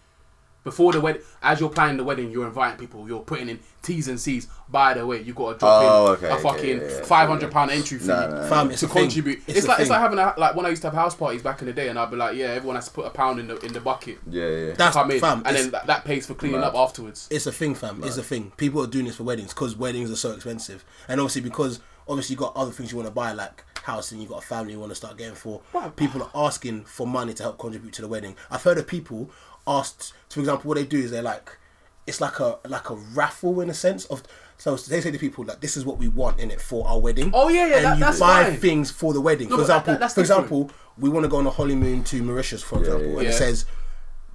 [SPEAKER 4] before the wedding, as you're planning the wedding, you're inviting people. You're putting in T's and C's. By the way, you got to
[SPEAKER 6] Oh,
[SPEAKER 4] drop in
[SPEAKER 6] okay,
[SPEAKER 4] a
[SPEAKER 6] okay,
[SPEAKER 4] fucking
[SPEAKER 6] yeah, yeah,
[SPEAKER 4] five hundred pound entry fee.
[SPEAKER 6] No, no, no.
[SPEAKER 1] Fam, it's
[SPEAKER 4] to
[SPEAKER 1] a thing.
[SPEAKER 4] contribute, it's,
[SPEAKER 1] a
[SPEAKER 4] like
[SPEAKER 1] thing.
[SPEAKER 4] it's like having a, like when I used to have house parties back in the day, and I'd be like, yeah, everyone has to put a pound in the in the bucket.
[SPEAKER 6] yeah, yeah.
[SPEAKER 1] that's
[SPEAKER 4] come in,
[SPEAKER 1] fam,
[SPEAKER 4] and
[SPEAKER 1] it's-
[SPEAKER 4] then that, that pays for cleaning up afterwards.
[SPEAKER 1] it's a thing, fam. It's a thing. People are doing this for weddings because weddings are so expensive, and obviously because obviously you got other things you want to buy, like house, and you got a family you want to start getting for. People are asking for money to help contribute to the wedding. I've heard of people asked, for example, what they do is they're like, it's like a like a raffle in a sense of. So they say to people like, "This is what we want in it for our wedding."
[SPEAKER 4] Oh, yeah, yeah,
[SPEAKER 1] and
[SPEAKER 4] that-
[SPEAKER 1] you
[SPEAKER 4] that's
[SPEAKER 1] buy
[SPEAKER 4] fine.
[SPEAKER 1] things for the wedding.
[SPEAKER 4] No,
[SPEAKER 1] for
[SPEAKER 4] but that-
[SPEAKER 1] example,
[SPEAKER 4] that's
[SPEAKER 1] for
[SPEAKER 4] different.
[SPEAKER 1] example, we want to go on a honeymoon to Mauritius, for example, and it
[SPEAKER 4] yeah.
[SPEAKER 1] says,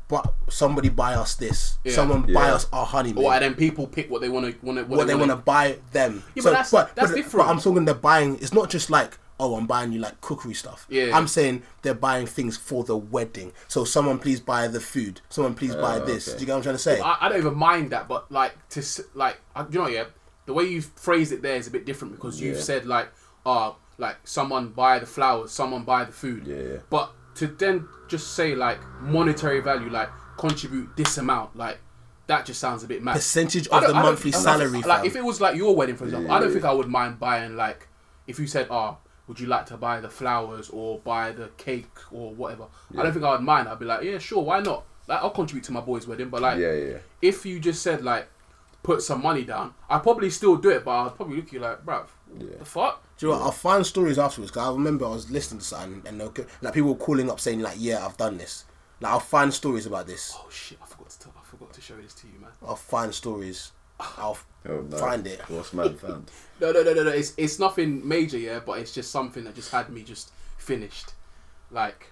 [SPEAKER 1] "But somebody buy us this. Someone buy
[SPEAKER 6] Yeah.
[SPEAKER 1] us our honeymoon."
[SPEAKER 4] Or and then people pick what they want to want to
[SPEAKER 1] what they want to buy them.
[SPEAKER 4] Yeah, but that's- that's different.
[SPEAKER 1] But I'm talking they're buying. It's not just like oh, I'm buying you like cookery stuff.
[SPEAKER 4] Yeah.
[SPEAKER 1] I'm saying they're buying things for the wedding. So someone please buy the food. Someone please buy this. Do you get what I'm trying to say?
[SPEAKER 4] Uh, I, I don't even mind that, but like to s- like I, you know yeah, the way you've phrased it there is a bit different because you've said like uh like someone buy the flowers, someone buy the food.
[SPEAKER 6] yeah.
[SPEAKER 4] But to then just say like monetary value, like contribute this amount, like that just sounds a bit mad.
[SPEAKER 1] Percentage
[SPEAKER 4] I
[SPEAKER 1] of
[SPEAKER 4] don't-
[SPEAKER 1] the
[SPEAKER 4] I don't-
[SPEAKER 1] monthly
[SPEAKER 4] I don't-
[SPEAKER 1] salary.
[SPEAKER 4] Like
[SPEAKER 1] fam.
[SPEAKER 4] if it was like your wedding, for example, I don't
[SPEAKER 6] Yeah.
[SPEAKER 4] think I would mind buying like if you said ah. would you like to buy the flowers or buy the cake or whatever? I don't think I would mind. I'd be like, yeah, sure, why not? Like, I'll contribute to my boy's wedding, but like,
[SPEAKER 6] Yeah, yeah.
[SPEAKER 4] if you just said like put some money down, I probably still do it, but I'd probably look at you like, bruv, the fuck?
[SPEAKER 1] Do you know what? I'll find stories afterwards because I remember I was listening to something and they'll, go- like people were calling up saying like, "Yeah, I've done this." Like I'll find stories about this.
[SPEAKER 4] Oh shit, I forgot to tell, I forgot to show this to you, man.
[SPEAKER 1] I'll find stories. I'll
[SPEAKER 6] Oh, no.
[SPEAKER 1] find it.
[SPEAKER 6] What's man found?
[SPEAKER 4] No, no, no, no, no. It's it's nothing major, yeah, but it's just something that just had me just finished, like.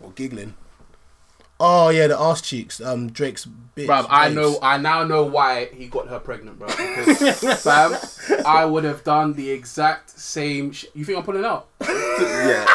[SPEAKER 1] Or giggling. Oh yeah, the ass cheeks. Um, Drake's bitch.
[SPEAKER 4] Bruv, I
[SPEAKER 1] babes.
[SPEAKER 4] know. I now know why he got her pregnant, bruv. Because, fam, I would have done the exact same. Sh- you think I'm pulling out?
[SPEAKER 6] yeah.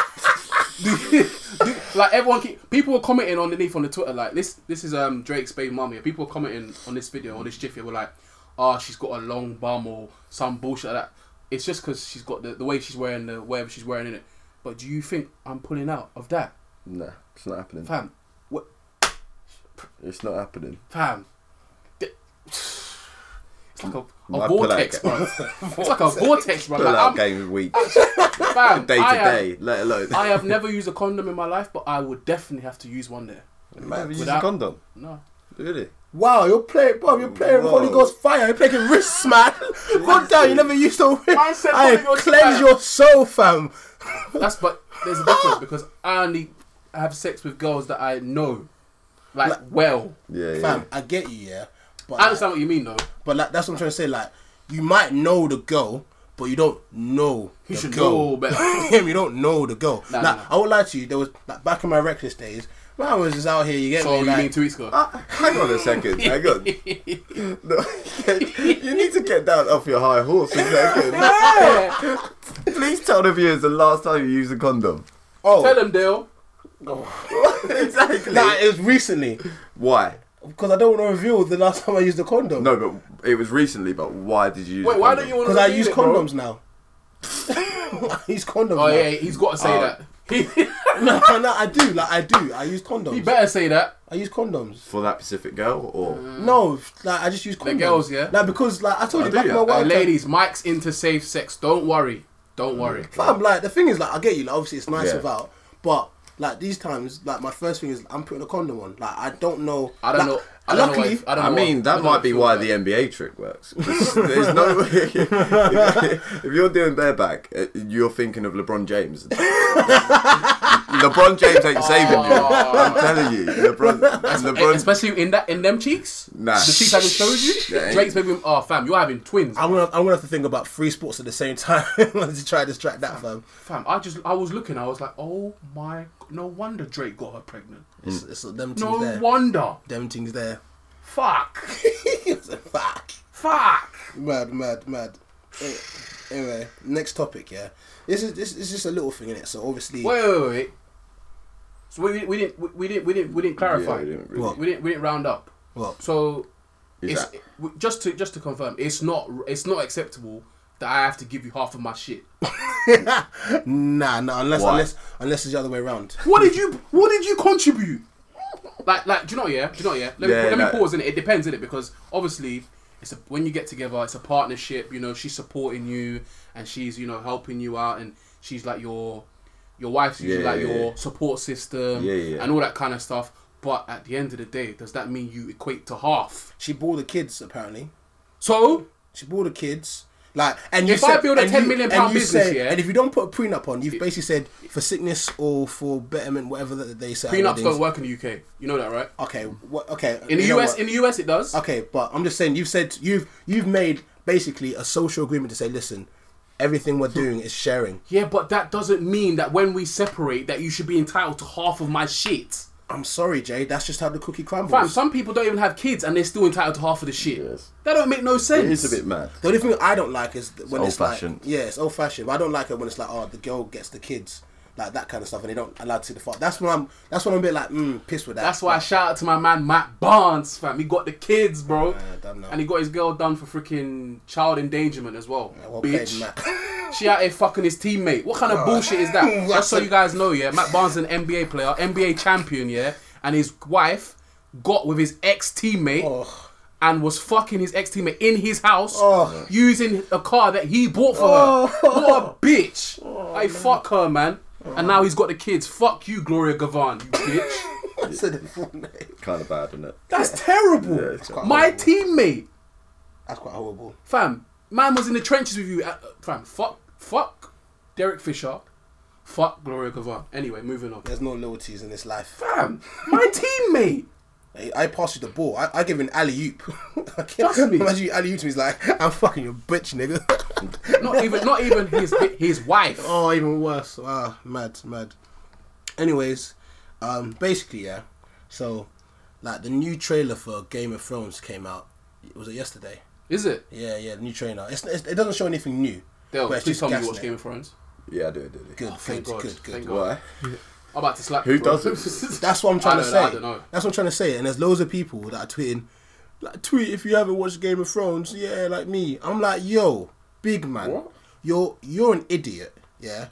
[SPEAKER 4] like everyone keep, people were commenting underneath on the Twitter like this this is um Drake's baby mummy and people were commenting on this video on this jiffy were like oh she's got a long bum or some bullshit like that it's just because she's got the, the way she's wearing the whatever she's wearing in it but do you think I'm pulling out of that
[SPEAKER 6] Nah, it's not happening.
[SPEAKER 4] fam what
[SPEAKER 6] It's not happening.
[SPEAKER 4] fam Th- it's like a, a
[SPEAKER 6] I'd pull
[SPEAKER 4] vortex
[SPEAKER 6] out
[SPEAKER 4] bro it's like a vortex bro
[SPEAKER 6] Pull out
[SPEAKER 4] like, I'm,
[SPEAKER 6] game of week,
[SPEAKER 4] fam
[SPEAKER 6] day
[SPEAKER 4] I
[SPEAKER 6] to
[SPEAKER 4] am-
[SPEAKER 6] day, let alone.
[SPEAKER 4] I have never used a condom in my life but I would definitely have to use one there
[SPEAKER 6] Never used
[SPEAKER 4] without-
[SPEAKER 6] a condom.
[SPEAKER 4] no
[SPEAKER 6] Really?
[SPEAKER 1] Wow, you're playing, bro.
[SPEAKER 4] Oh,
[SPEAKER 1] You're playing
[SPEAKER 6] Whoa.
[SPEAKER 1] Holy Ghost fire. You're playing wrists, man. God damn, you never used to.
[SPEAKER 4] Man said
[SPEAKER 1] I
[SPEAKER 4] Holy Ghost
[SPEAKER 1] cleanse
[SPEAKER 4] fire.
[SPEAKER 1] your soul, fam.
[SPEAKER 4] That's but there's a difference because I only have sex with girls that I know, like, well.
[SPEAKER 6] Yeah, yeah.
[SPEAKER 1] Fam, I get you, yeah. But
[SPEAKER 4] I understand what you mean though.
[SPEAKER 1] But like that's what I'm trying to say. Like you might know the girl, but you don't know
[SPEAKER 4] You
[SPEAKER 1] the
[SPEAKER 4] should
[SPEAKER 1] girl.
[SPEAKER 4] know better.
[SPEAKER 1] you don't know the girl.
[SPEAKER 4] Nah,
[SPEAKER 1] like
[SPEAKER 4] nah, nah.
[SPEAKER 1] I won't lie to you. There was like back in my reckless days. Man, I was just out here. You get
[SPEAKER 4] So
[SPEAKER 1] me?
[SPEAKER 4] Oh, you
[SPEAKER 1] like,
[SPEAKER 4] mean two weeks ago?
[SPEAKER 6] Ah, Hang on a second. Hang on. No, you need to get down off your high horse a second.
[SPEAKER 4] Yeah.
[SPEAKER 6] Please tell the viewers the last time you used a condom.
[SPEAKER 1] oh,
[SPEAKER 4] Tell them, Dale.
[SPEAKER 6] exactly.
[SPEAKER 1] nah, it was recently.
[SPEAKER 6] Why?
[SPEAKER 1] because I don't want to reveal the last time I used a condom.
[SPEAKER 3] No, but it was recently. But why did you? Use
[SPEAKER 4] Wait,
[SPEAKER 3] a
[SPEAKER 4] why
[SPEAKER 3] condom?
[SPEAKER 4] don't you want to?
[SPEAKER 1] because I use
[SPEAKER 4] it, bro?
[SPEAKER 1] condoms now. I use condoms. now.
[SPEAKER 4] Oh yeah, he's got to say that. He,
[SPEAKER 1] no, no, I do. Like I do. I use condoms.
[SPEAKER 4] he better say that.
[SPEAKER 1] I use condoms.
[SPEAKER 3] for that Pacific girl or?
[SPEAKER 4] Mm,
[SPEAKER 1] No, like I just use condoms.
[SPEAKER 4] girls, yeah?
[SPEAKER 1] Like because like I told you
[SPEAKER 3] do
[SPEAKER 1] back
[SPEAKER 3] you?
[SPEAKER 1] in my
[SPEAKER 4] Uh,
[SPEAKER 1] work.
[SPEAKER 4] ladies, Mike's into safe sex. Don't worry. Don't worry.
[SPEAKER 1] Fam, like the thing is, like I get you. Like obviously it's nice
[SPEAKER 3] Yeah.
[SPEAKER 1] without, but like these times, like my first thing is I'm putting a condom on. Like I don't know.
[SPEAKER 4] I don't
[SPEAKER 1] like,
[SPEAKER 4] know. I don't
[SPEAKER 1] luckily,
[SPEAKER 4] know. If, I don't
[SPEAKER 3] I
[SPEAKER 4] know
[SPEAKER 3] mean,
[SPEAKER 4] what-
[SPEAKER 3] that
[SPEAKER 4] don't
[SPEAKER 3] might be
[SPEAKER 4] feel
[SPEAKER 3] why
[SPEAKER 4] like-
[SPEAKER 3] the NBA trick works. There's no way. if you're doing bareback, uh, you're thinking of LeBron James. LeBron James ain't saving you.
[SPEAKER 4] Oh.
[SPEAKER 3] I'm telling you, LeBron. LeBron.
[SPEAKER 4] Especially in that in them cheeks,
[SPEAKER 3] Nah.
[SPEAKER 4] the cheeks I just showed you.
[SPEAKER 3] Yeah, ain't-
[SPEAKER 4] Drake's baby, oh fam, you're having twins,
[SPEAKER 1] I'm gonna, I'm gonna have to think about three sports at the same time to try to distract that fam.
[SPEAKER 4] fam. I just I was looking, I was like, oh my, no wonder Drake got her pregnant.
[SPEAKER 1] It's, it's them things
[SPEAKER 4] No
[SPEAKER 1] there.
[SPEAKER 4] wonder.
[SPEAKER 1] Them things there.
[SPEAKER 4] Fuck,
[SPEAKER 1] Fuck.
[SPEAKER 4] fuck.
[SPEAKER 1] Mad, mad, mad. Anyway, Anyway, next topic. Yeah, this is this is just a little thing in it. So obviously,
[SPEAKER 4] Wait, wait, wait. So we, we didn't we, we didn't we didn't we didn't clarify.
[SPEAKER 3] Yeah, we didn't really-
[SPEAKER 1] What?
[SPEAKER 4] we didn't we didn't round up.
[SPEAKER 1] well,
[SPEAKER 4] So
[SPEAKER 3] Is
[SPEAKER 4] it's,
[SPEAKER 3] that-
[SPEAKER 4] w just to just to confirm, it's not it's not acceptable that I have to give you half of my shit.
[SPEAKER 1] nah, nah. Unless
[SPEAKER 3] Why?
[SPEAKER 1] unless unless it's the other way around.
[SPEAKER 4] What did you What did you contribute? Like, like, do you know? Yeah, do you know? Yeah. Let me,
[SPEAKER 3] Yeah,
[SPEAKER 4] let me
[SPEAKER 3] no.
[SPEAKER 4] pause in it. It depends in it because obviously, it's a, when you get together, it's a partnership. You know, she's supporting you and she's you know helping you out, and she's like your your wife's usually
[SPEAKER 3] Yeah,
[SPEAKER 4] like
[SPEAKER 3] yeah,
[SPEAKER 4] your
[SPEAKER 3] yeah.
[SPEAKER 4] support system
[SPEAKER 3] Yeah, yeah.
[SPEAKER 4] and all that kind of stuff. But at the end of the day, does that mean you equate to half?
[SPEAKER 1] She bore the kids apparently.
[SPEAKER 4] So
[SPEAKER 1] She bore the kids. Like, and you
[SPEAKER 4] If
[SPEAKER 1] said,
[SPEAKER 4] I build a
[SPEAKER 1] and
[SPEAKER 4] 10
[SPEAKER 1] you-
[SPEAKER 4] million
[SPEAKER 1] and
[SPEAKER 4] pound
[SPEAKER 1] you
[SPEAKER 4] business,
[SPEAKER 1] said-
[SPEAKER 4] yeah?
[SPEAKER 1] and if you don't put a prenup on, you've basically said for sickness or for betterment, whatever that they say. at
[SPEAKER 4] prenups
[SPEAKER 1] weddings.
[SPEAKER 4] don't work in the UK. You know that, right?
[SPEAKER 1] Okay, what? Okay,
[SPEAKER 4] In the
[SPEAKER 1] Uh, you know
[SPEAKER 4] US,
[SPEAKER 1] what?
[SPEAKER 4] in the US, it does.
[SPEAKER 1] okay, but I'm just saying you've said you've you've made basically a social agreement to say, listen, everything we're
[SPEAKER 4] Hmm.
[SPEAKER 1] doing is sharing.
[SPEAKER 4] Yeah, but that doesn't mean that when we separate, that you should be entitled to half of my shit.
[SPEAKER 1] I'm sorry, Jay. That's just how the cookie crumbles.
[SPEAKER 4] Fam, some people don't even have kids and they're still entitled to half of the shit.
[SPEAKER 3] Yes.
[SPEAKER 4] That don't make no sense.
[SPEAKER 3] It is a bit mad.
[SPEAKER 1] the only thing I don't like is th- when it's,
[SPEAKER 3] old-fashioned.
[SPEAKER 1] like, yeah, it's old fashioned. But I don't like it when it's like, oh, the girl gets the kids, like that kind of stuff, and they don't allow to see the fuck. That's when I'm. That's when I'm a bit like, mm, pissed with that.
[SPEAKER 4] That's why I shout out to my man Matt Barnes, fam. He got the kids, bro.
[SPEAKER 1] done now.
[SPEAKER 4] and he got his girl done for freaking child endangerment as well.
[SPEAKER 1] Well played,
[SPEAKER 4] bitch.
[SPEAKER 1] Matt.
[SPEAKER 4] She out here fucking his teammate. What
[SPEAKER 3] Oh.
[SPEAKER 4] kind of bullshit is that? Just so you guys know, yeah, Matt Barnes is an NBA player, NBA champion, yeah, and his wife got with his ex teammate
[SPEAKER 3] Oh.
[SPEAKER 1] Oh,
[SPEAKER 4] and was fucking his ex teammate in his house using a car that he bought for her. What a bitch! hey, fuck her, man. And now he's got the kids. Fuck you, Gloria Gavan, you bitch.
[SPEAKER 1] Said it full name.
[SPEAKER 3] Kind of bad, isn't it?
[SPEAKER 4] That's terrible.
[SPEAKER 3] Yeah, it's quite
[SPEAKER 4] My teammate,
[SPEAKER 1] That's quite horrible.
[SPEAKER 4] fam, man was in the trenches with you, uh, uh, fam. Fuck, fuck, Derek Fisher, fuck Gloria Gavan. Anyway, moving on.
[SPEAKER 1] There's no loyalties in this life.
[SPEAKER 4] Fam, my teammate.
[SPEAKER 1] I, I pass you the ball. I, I give an alley oop.
[SPEAKER 4] Trust me.
[SPEAKER 1] Imagine you alley oop to me. He's like, I'm fucking your bitch, nigga.
[SPEAKER 4] Not even, not even his his wife.
[SPEAKER 1] oh, even worse. Wow, mad, mad. Anyways, um, basically, yeah. So, like, the new trailer for Game of Thrones came out. Was it yesterday?
[SPEAKER 4] Is it?
[SPEAKER 1] Yeah, yeah, the new trailer. It's, it's, it doesn't show anything new.
[SPEAKER 4] Dale,
[SPEAKER 1] but it's just
[SPEAKER 4] please tell me you
[SPEAKER 1] gas
[SPEAKER 4] watch
[SPEAKER 1] in
[SPEAKER 4] Game
[SPEAKER 1] it.
[SPEAKER 4] of Thrones.
[SPEAKER 3] Yeah, I do. I do. I do.
[SPEAKER 1] Good,
[SPEAKER 4] Thank
[SPEAKER 1] good,
[SPEAKER 4] God.
[SPEAKER 1] good, good.
[SPEAKER 4] Thank God.
[SPEAKER 3] Why?
[SPEAKER 4] I'm about to slap.
[SPEAKER 3] Who
[SPEAKER 4] bro.
[SPEAKER 3] doesn't?
[SPEAKER 1] That's what I'm
[SPEAKER 4] I
[SPEAKER 1] trying to
[SPEAKER 4] don't
[SPEAKER 1] say.
[SPEAKER 4] know, I don't know.
[SPEAKER 1] That's what I'm trying to say. And there's loads of people that are tweeting, like, tweet if you haven't watched Game of Thrones. Yeah, like me. I'm like, yo, big man,
[SPEAKER 4] What?
[SPEAKER 1] you're you're an idiot. Yeah.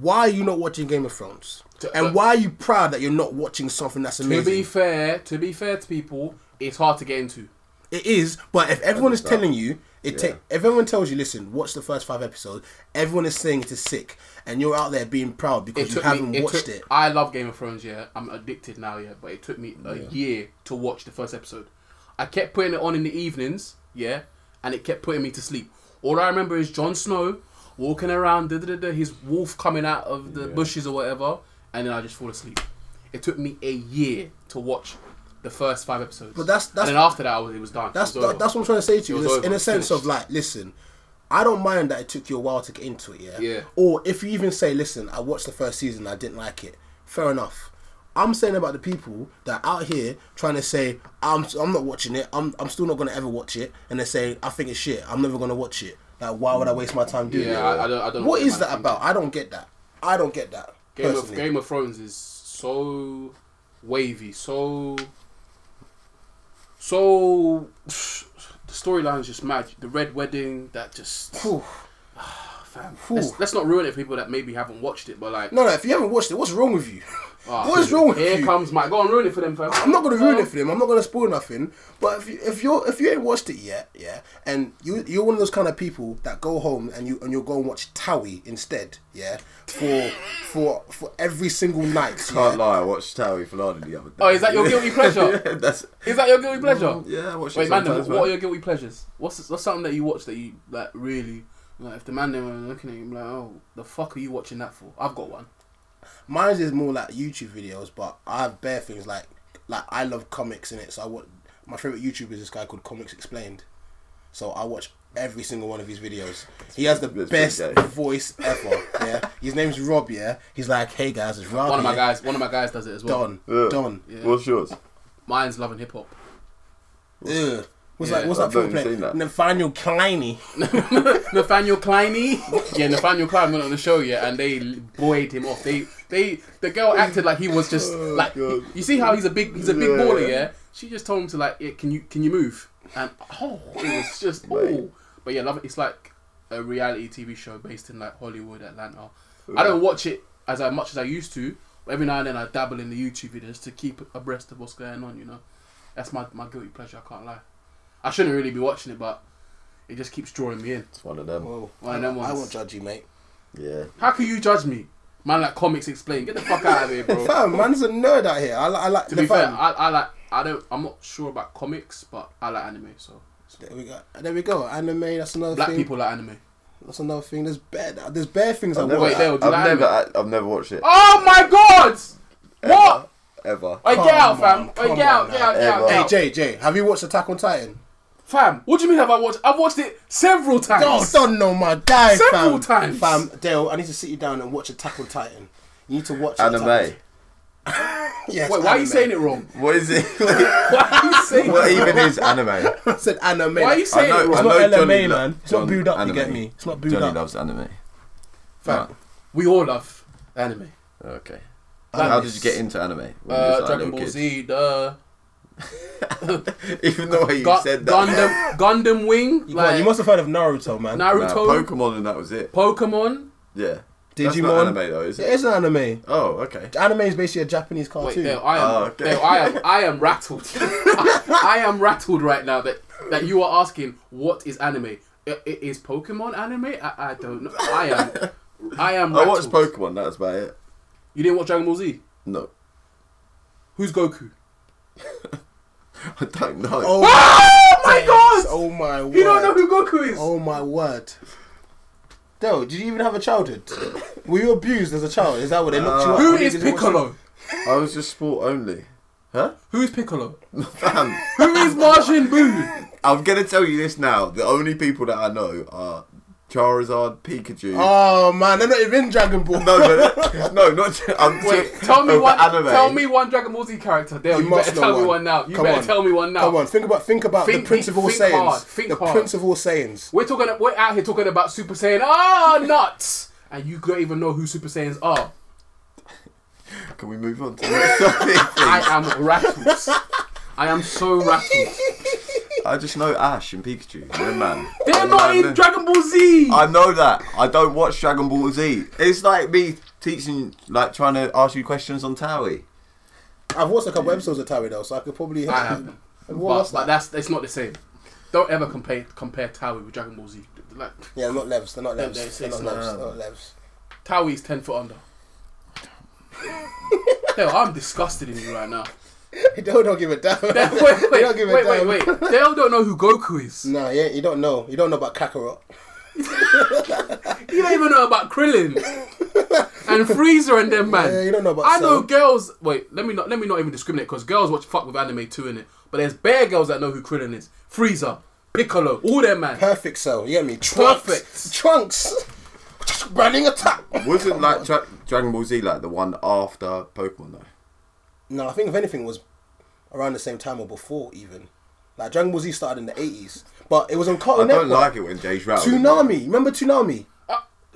[SPEAKER 1] Why are you not watching Game of Thrones?
[SPEAKER 4] To-
[SPEAKER 1] And
[SPEAKER 4] uh,
[SPEAKER 1] why are you proud that you're not watching something that's
[SPEAKER 4] To be
[SPEAKER 1] amazing?
[SPEAKER 4] fair, to be fair to people, it's hard to get into.
[SPEAKER 1] It is, but if everyone is telling you, it take if everyone tells you, listen, watch the first five episodes. Everyone is saying it is sick, and you're out there being proud because you
[SPEAKER 4] me-
[SPEAKER 1] haven't watched
[SPEAKER 4] took-
[SPEAKER 1] it.
[SPEAKER 4] I love Game of Thrones, yeah. I'm addicted now, yeah. But it took me a year to watch the first episode. I kept putting it on in the evenings, yeah, and it kept putting me to sleep. All I remember is Jon Snow walking around, da, da, da, da, his wolf coming out of the bushes or whatever, and then I just fall asleep. It took me a year to watch the first five episodes. But
[SPEAKER 1] that's- that's-
[SPEAKER 4] and then after that, I was, it was done.
[SPEAKER 1] That's
[SPEAKER 4] It was over.
[SPEAKER 1] that's what I'm trying to say to you.
[SPEAKER 4] It
[SPEAKER 1] In
[SPEAKER 4] was
[SPEAKER 1] a,
[SPEAKER 4] over,
[SPEAKER 1] in a
[SPEAKER 4] it's
[SPEAKER 1] sense of
[SPEAKER 4] finished.
[SPEAKER 1] like, listen, I don't mind that it took you a while to get into it, yeah.
[SPEAKER 4] Yeah.
[SPEAKER 1] Or if you even say, listen, I watched the first season, I didn't like it. Fair enough. I'm saying about the people that are out here trying to say I'm I'm not watching it. I'm I'm still not gonna ever watch it, and they say I think it's shit. I'm never gonna watch it. Like, why would I waste my time doing
[SPEAKER 4] yeah,
[SPEAKER 1] it?
[SPEAKER 4] I, I don't. I don't know
[SPEAKER 1] what
[SPEAKER 4] they
[SPEAKER 1] is
[SPEAKER 4] might
[SPEAKER 1] that
[SPEAKER 4] think.
[SPEAKER 1] about? I don't get that. I don't get that.
[SPEAKER 4] Game of,
[SPEAKER 1] personally.
[SPEAKER 4] Game of Thrones is so wavy, so So the storyline's just mad. The red wedding that just. Fam. Let's, let's not ruin it for people that maybe haven't watched it, but like,
[SPEAKER 1] No, no. If you haven't watched it, what's wrong with you?
[SPEAKER 4] ah,
[SPEAKER 1] what is wrong with
[SPEAKER 4] here
[SPEAKER 1] you?
[SPEAKER 4] comes Mike. Go on, ruin it for them, fam.
[SPEAKER 1] I'm not gonna ruin it for them. I'm not gonna spoil nothing. But if you, if you if you ain't watched it yet, yeah, and you you're one of those kind of people that go home and you and you'll go and watch Towie instead, yeah, for for for every single night.
[SPEAKER 3] Can't
[SPEAKER 1] yeah.
[SPEAKER 3] lie, I watched Towie Filani the other day.
[SPEAKER 4] Oh, is that your guilty pleasure?
[SPEAKER 3] yeah, that's,
[SPEAKER 4] Is that your guilty
[SPEAKER 1] Mm,
[SPEAKER 4] pleasure?
[SPEAKER 3] yeah, I watched
[SPEAKER 4] Wait,
[SPEAKER 3] it
[SPEAKER 4] man,
[SPEAKER 3] sometimes,
[SPEAKER 4] what are your guilty pleasures? What's what's something that you watch that you like really like? If the man there were looking at you, I'm like, oh, the fuck are you watching that for? I've got one.
[SPEAKER 1] Mine is more like YouTube videos, but I have bare things like like I love comics in it. So I watch my favorite YouTuber is this guy called Comics Explained. So I watch every single one of his videos. He has the
[SPEAKER 3] That's
[SPEAKER 1] best
[SPEAKER 3] pretty gay.
[SPEAKER 1] voice ever. Yeah, his name's Rob. Yeah, he's like, hey guys, it's Rob.
[SPEAKER 4] One of my
[SPEAKER 1] yeah.
[SPEAKER 4] guys, one of my guys does it as well.
[SPEAKER 1] Don,
[SPEAKER 3] Yeah.
[SPEAKER 1] Don.
[SPEAKER 4] Yeah.
[SPEAKER 3] What's yours?
[SPEAKER 4] Mine's loving hip hop.
[SPEAKER 1] Ugh. What's
[SPEAKER 4] Yeah,
[SPEAKER 1] that? What's that
[SPEAKER 3] I've
[SPEAKER 1] film
[SPEAKER 3] not
[SPEAKER 1] play?
[SPEAKER 3] seen that.
[SPEAKER 1] Nathaniel Kleiny.
[SPEAKER 4] Nathaniel Kleiny. yeah, Nathaniel Klein went on the show, yeah, and they l- buoyed him off. They, they, the girl acted like he was just like,
[SPEAKER 3] Oh, God.
[SPEAKER 4] you see how he's a big, he's a big
[SPEAKER 3] Yeah.
[SPEAKER 4] baller, yeah. She just told him to like, yeah, can you, can you move? And oh, it was just oh.
[SPEAKER 3] Mate.
[SPEAKER 4] But yeah, love it. It's like a reality TV show based in like Hollywood, Atlanta. I don't watch it as I- much as I used to. But every now and then I dabble in the YouTube videos to keep abreast of what's going on. You know, that's my my guilty pleasure. I can't lie. I shouldn't really be watching it, but it just keeps drawing me in.
[SPEAKER 3] It's one of them.
[SPEAKER 4] One
[SPEAKER 1] I,
[SPEAKER 4] of them
[SPEAKER 1] I
[SPEAKER 4] ones.
[SPEAKER 1] won't judge you, mate.
[SPEAKER 3] yeah.
[SPEAKER 4] How can you judge me? Man, like comics explain. Get the fuck out of here, bro.
[SPEAKER 1] Fam, man's a nerd out here. I, li- I like.
[SPEAKER 4] to be fair,
[SPEAKER 1] Nathaniel-
[SPEAKER 4] I, I like. I don't. I'm not sure about comics, but I like anime. So
[SPEAKER 1] there we go. There we go. Anime. That's another
[SPEAKER 4] black
[SPEAKER 1] thing.
[SPEAKER 4] people like anime.
[SPEAKER 1] That's another thing. There's bare. There's bare things I
[SPEAKER 3] I've never,
[SPEAKER 1] watch.
[SPEAKER 4] Dale,
[SPEAKER 3] I've,
[SPEAKER 4] do you like
[SPEAKER 3] never,
[SPEAKER 4] it?
[SPEAKER 3] I, have never watched it.
[SPEAKER 4] Oh my god! What?
[SPEAKER 3] Ever.
[SPEAKER 4] Hey, get
[SPEAKER 1] Come
[SPEAKER 4] out, fam.
[SPEAKER 1] on,
[SPEAKER 4] Hey,
[SPEAKER 1] come
[SPEAKER 4] get out,
[SPEAKER 1] on
[SPEAKER 4] get
[SPEAKER 1] now.
[SPEAKER 4] out, get out,
[SPEAKER 3] Ever.
[SPEAKER 4] get
[SPEAKER 1] Hey
[SPEAKER 4] out.
[SPEAKER 1] Jay, Jay, have you watched Attack on Titan?
[SPEAKER 4] Fam, what do you mean have I watched? I've watched it several times.
[SPEAKER 1] No, don't know my guy,
[SPEAKER 4] Several
[SPEAKER 1] fam.
[SPEAKER 4] times.
[SPEAKER 1] fam. Dale, I need to sit you down and watch Attack on Titan. You need to watch
[SPEAKER 3] Anime.
[SPEAKER 1] Yes,
[SPEAKER 4] Wait, why are you
[SPEAKER 1] anime.
[SPEAKER 4] saying it wrong?
[SPEAKER 3] What is it?
[SPEAKER 4] Why are you saying?
[SPEAKER 3] what
[SPEAKER 4] it wrong?
[SPEAKER 3] even is anime?
[SPEAKER 1] I said anime.
[SPEAKER 4] Why are you saying
[SPEAKER 3] I know-
[SPEAKER 4] it wrong?
[SPEAKER 3] I
[SPEAKER 1] It's not
[SPEAKER 3] know
[SPEAKER 1] LMA,
[SPEAKER 3] Johnny lo-
[SPEAKER 1] man. It's not
[SPEAKER 3] John-
[SPEAKER 1] build up, you
[SPEAKER 3] anime.
[SPEAKER 1] get me? It's not build
[SPEAKER 3] Johnny
[SPEAKER 1] up.
[SPEAKER 3] loves anime.
[SPEAKER 1] Fam.
[SPEAKER 4] We all love anime.
[SPEAKER 3] Okay.
[SPEAKER 1] Anime.
[SPEAKER 3] How did you get into anime? when you was,
[SPEAKER 4] Uh,
[SPEAKER 3] like,
[SPEAKER 4] Dragon
[SPEAKER 3] little
[SPEAKER 4] Ball
[SPEAKER 3] kid?
[SPEAKER 4] Z, duh.
[SPEAKER 3] Even the way you
[SPEAKER 4] Gu-
[SPEAKER 3] said that.
[SPEAKER 4] Gundam, Gundam Wing.
[SPEAKER 1] You,
[SPEAKER 4] like,
[SPEAKER 1] you must have heard of Naruto, man.
[SPEAKER 3] Nah,
[SPEAKER 4] Naruto,
[SPEAKER 3] Pokemon and that was it.
[SPEAKER 4] Pokemon.
[SPEAKER 3] Yeah. That's
[SPEAKER 1] Digimon.
[SPEAKER 3] not anime though, is
[SPEAKER 1] It
[SPEAKER 3] it?
[SPEAKER 1] is an anime.
[SPEAKER 3] Oh, okay.
[SPEAKER 1] Anime is basically a Japanese
[SPEAKER 4] Wait,
[SPEAKER 1] cartoon.
[SPEAKER 4] Dale, I am,
[SPEAKER 3] Oh, okay.
[SPEAKER 4] Dale, I am, I am rattled. I, I am rattled right now that that you are asking what is anime. I- i- Is Pokemon anime? I, I don't know. I am, I am.
[SPEAKER 3] I
[SPEAKER 4] Rattled.
[SPEAKER 3] watched Pokemon. That was about it.
[SPEAKER 4] You didn't watch Dragon Ball Z.
[SPEAKER 3] No,
[SPEAKER 4] Who's Goku?
[SPEAKER 3] I don't know.
[SPEAKER 1] Oh,
[SPEAKER 4] Oh my god!
[SPEAKER 1] oh my word.
[SPEAKER 4] you don't know who Goku is.
[SPEAKER 1] Oh my word. Dale, did you even have a childhood? Were you abused as a child? Is that what they looked you up?
[SPEAKER 4] Uh, who
[SPEAKER 1] When you
[SPEAKER 4] is
[SPEAKER 1] didn't watch-
[SPEAKER 4] Piccolo?
[SPEAKER 3] I was just sport only. Huh?
[SPEAKER 4] Who is Piccolo?
[SPEAKER 3] Fam,
[SPEAKER 4] Who is Majin Buu?
[SPEAKER 3] I'm gonna tell you this now. The only people that I know are Charizard, Pikachu.
[SPEAKER 1] Oh man, they're not even in Dragon Ball.
[SPEAKER 3] No, no, no, not. I'm
[SPEAKER 4] Wait,
[SPEAKER 3] t-
[SPEAKER 4] tell me
[SPEAKER 3] over
[SPEAKER 4] one.
[SPEAKER 3] Anime.
[SPEAKER 4] Tell me one Dragon Ball Z character. Dale, you,
[SPEAKER 1] must
[SPEAKER 4] better
[SPEAKER 1] know
[SPEAKER 4] tell me
[SPEAKER 1] one.
[SPEAKER 4] one now. You
[SPEAKER 1] Come
[SPEAKER 4] better
[SPEAKER 1] on.
[SPEAKER 4] tell me one now.
[SPEAKER 1] Come on, think about think about
[SPEAKER 4] Think-
[SPEAKER 1] the principal
[SPEAKER 4] think
[SPEAKER 1] sayings.
[SPEAKER 4] hard, think
[SPEAKER 1] the
[SPEAKER 4] hard.
[SPEAKER 1] principal sayings.
[SPEAKER 4] We're talking. We're out here talking about Super Saiyan. Ah, nuts! And you don't even know who Super Saiyans are.
[SPEAKER 3] Can we move on to the next topic?
[SPEAKER 4] I
[SPEAKER 3] please?
[SPEAKER 4] am rattled. I am so rattled.
[SPEAKER 3] I just know Ash and Pikachu. They're man.
[SPEAKER 4] They're not in Dragon Ball Z.
[SPEAKER 3] I know that. I don't watch Dragon Ball Z. It's like me teaching, like trying to ask you questions on Towie.
[SPEAKER 1] I've watched a couple episodes of Towie though, so I could probably.
[SPEAKER 4] I haven't.
[SPEAKER 1] And what
[SPEAKER 4] But,
[SPEAKER 1] else
[SPEAKER 4] but
[SPEAKER 1] like-
[SPEAKER 4] that's it's not the same. Don't ever compare compare Taui with Dragon Ball Z. Like
[SPEAKER 1] Yeah, not Levs. They're not
[SPEAKER 4] No,
[SPEAKER 1] Levs.
[SPEAKER 4] no, it's-
[SPEAKER 1] They're not
[SPEAKER 4] it's
[SPEAKER 1] Levs.
[SPEAKER 4] not.
[SPEAKER 1] They're not Levs.
[SPEAKER 4] Taui is ten foot under. Dale, I'm disgusted in you right now.
[SPEAKER 1] They don't, don't give a damn. wait,
[SPEAKER 4] Dale, wait,
[SPEAKER 1] they
[SPEAKER 4] wait,
[SPEAKER 1] don't give a
[SPEAKER 4] wait,
[SPEAKER 1] damn.
[SPEAKER 4] wait, wait. Dale don't know who Goku is.
[SPEAKER 1] No, yeah, you don't know. You don't know about Kakarot.
[SPEAKER 4] You don't even know about Krillin and Freezer and them man.
[SPEAKER 1] Yeah, you don't know about
[SPEAKER 4] I know
[SPEAKER 1] Cell.
[SPEAKER 4] girls. Wait, let me not let me not even discriminate because girls watch fuck with anime too in it. But there's bare girls that know who Krillin is, Freezer, Piccolo, all them man.
[SPEAKER 1] Perfect cell. You get me? Trunks.
[SPEAKER 4] Perfect.
[SPEAKER 1] Trunks. Running attack.
[SPEAKER 3] Wasn't like Dra- Dragon Ball Z like the one after Pokemon though?
[SPEAKER 1] No, I think if anything it was around the same time or before even. Like Dragon Ball Z started in the eighties, but it was on
[SPEAKER 3] I
[SPEAKER 1] Cartoon
[SPEAKER 3] don't
[SPEAKER 1] Network.
[SPEAKER 3] like it when Jay's rattled.
[SPEAKER 1] Tsunami. Remember Tsunami?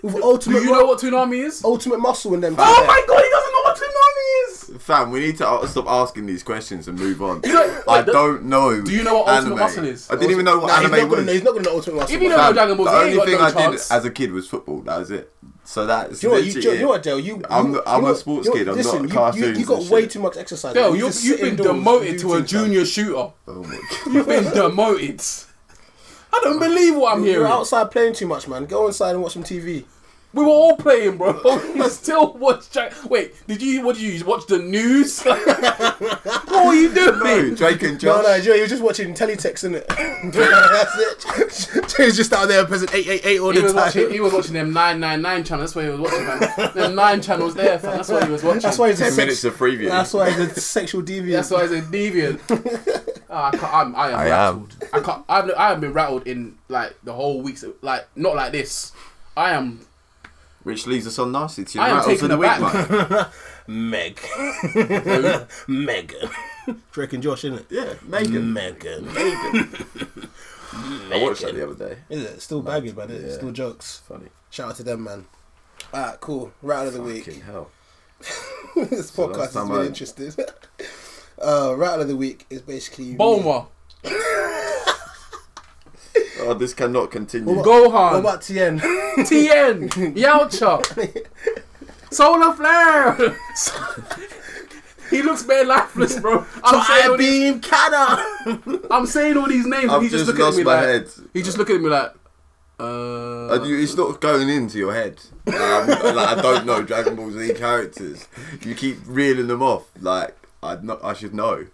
[SPEAKER 1] With
[SPEAKER 4] Uh, Do
[SPEAKER 1] Ultimate.
[SPEAKER 4] you know what Toonami is?
[SPEAKER 1] Oh, Ultimate Muscle and them.
[SPEAKER 4] Oh my god, he doesn't know what Toonami is.
[SPEAKER 3] fam, we need to a- stop asking these questions and move on.
[SPEAKER 4] You know-
[SPEAKER 3] I don't know. Do
[SPEAKER 4] you know what Ultimate
[SPEAKER 3] anime.
[SPEAKER 4] Muscle is?
[SPEAKER 3] I didn't even know what
[SPEAKER 1] Nah, he's
[SPEAKER 3] anime
[SPEAKER 1] not
[SPEAKER 3] was.
[SPEAKER 1] gonna. He's not gonna know Ultimate Muscle.
[SPEAKER 4] If you don't
[SPEAKER 1] man.
[SPEAKER 4] know
[SPEAKER 3] Fam,
[SPEAKER 4] Dragon Ball
[SPEAKER 3] the
[SPEAKER 4] Z, you
[SPEAKER 3] only
[SPEAKER 4] ain't got
[SPEAKER 3] thing
[SPEAKER 4] no
[SPEAKER 3] I
[SPEAKER 4] chance.
[SPEAKER 3] did as a kid was football. That was it. So that's
[SPEAKER 1] you know what, you,
[SPEAKER 3] literally
[SPEAKER 1] Joe, you
[SPEAKER 3] it.
[SPEAKER 1] know what, Joe? You,
[SPEAKER 3] I'm-
[SPEAKER 1] you,
[SPEAKER 3] I'm
[SPEAKER 1] you
[SPEAKER 3] a
[SPEAKER 1] lot-
[SPEAKER 3] sports
[SPEAKER 1] you
[SPEAKER 3] kid,
[SPEAKER 1] lot-
[SPEAKER 3] I'm not
[SPEAKER 1] listen,
[SPEAKER 3] a
[SPEAKER 1] you-
[SPEAKER 3] cartoons
[SPEAKER 1] You, you
[SPEAKER 3] and
[SPEAKER 1] got
[SPEAKER 3] shit.
[SPEAKER 1] way too much exercise.
[SPEAKER 4] Yo,
[SPEAKER 1] You
[SPEAKER 4] you've,
[SPEAKER 1] just
[SPEAKER 4] you've
[SPEAKER 1] sit
[SPEAKER 4] been
[SPEAKER 1] indoors and
[SPEAKER 4] demoted
[SPEAKER 1] do
[SPEAKER 4] to a
[SPEAKER 1] things, man.
[SPEAKER 4] junior shooter.
[SPEAKER 3] Oh my god.
[SPEAKER 4] You've been demoted. I don't believe what I'm
[SPEAKER 1] You're
[SPEAKER 4] hearing.
[SPEAKER 1] outside playing too much, man. Go inside and watch some TV.
[SPEAKER 4] We were all playing, bro. You still watch. Jack- Wait, did you? What did you use? watch? The news? what were you doing?
[SPEAKER 3] No, Drake and
[SPEAKER 1] No,
[SPEAKER 3] Josh.
[SPEAKER 1] no, Joe, you're just watching teletext, innit? That's it.
[SPEAKER 5] He's just out there present eight eight eight all
[SPEAKER 4] He
[SPEAKER 5] the
[SPEAKER 4] was, watching,
[SPEAKER 5] time.
[SPEAKER 4] he was watching them 999 channels. That's what he was watching, man. them nine channels there, fam. That's what he was watching.
[SPEAKER 1] That's why he's a
[SPEAKER 3] Ten
[SPEAKER 1] sex-
[SPEAKER 3] minutes of preview.
[SPEAKER 1] That's why he's a sexual deviant.
[SPEAKER 4] That's why he's a deviant. Ah, I, can't, I'm, I am
[SPEAKER 3] I am.
[SPEAKER 4] rattled. I can't. I've, I haven't been rattled in like the whole weeks. Like not like this. I am.
[SPEAKER 3] Which leads us on nicely to your
[SPEAKER 4] I am
[SPEAKER 3] rattles of the
[SPEAKER 4] taken
[SPEAKER 3] week,
[SPEAKER 4] aback.
[SPEAKER 3] man.
[SPEAKER 1] Meg. Megan. Drake and Josh, innit?
[SPEAKER 3] Yeah, Megan.
[SPEAKER 1] Megan.
[SPEAKER 4] Mm.
[SPEAKER 3] I watched that the other day.
[SPEAKER 1] Is it? Still bagging, man. It's still jokes.
[SPEAKER 3] Funny.
[SPEAKER 1] Shout out to them, man. Alright, cool. Rattle of the
[SPEAKER 3] Fucking
[SPEAKER 1] week.
[SPEAKER 3] hell.
[SPEAKER 1] this podcast has
[SPEAKER 3] last time
[SPEAKER 1] been
[SPEAKER 3] I-
[SPEAKER 1] interesting. uh, rattle of the week is basically.
[SPEAKER 4] Bulma,
[SPEAKER 3] Oh, this cannot continue.
[SPEAKER 1] What
[SPEAKER 4] Gohan,
[SPEAKER 1] about Tien?
[SPEAKER 4] TN, Yamcha, Solar Flare. he looks bare lifeless, bro. I'm saying, all these,
[SPEAKER 1] Beam Canna!
[SPEAKER 4] I'm saying all these names,
[SPEAKER 3] I've
[SPEAKER 4] and he's just,
[SPEAKER 3] just
[SPEAKER 4] looking at
[SPEAKER 3] lost
[SPEAKER 4] me
[SPEAKER 3] my
[SPEAKER 4] like
[SPEAKER 3] head.
[SPEAKER 4] he's just looking at me like. Uh,
[SPEAKER 3] And you, it's not going into your head. Like, I'm- like, I don't know Dragon Ball Z characters. You keep reeling them off. Like I not, I should know.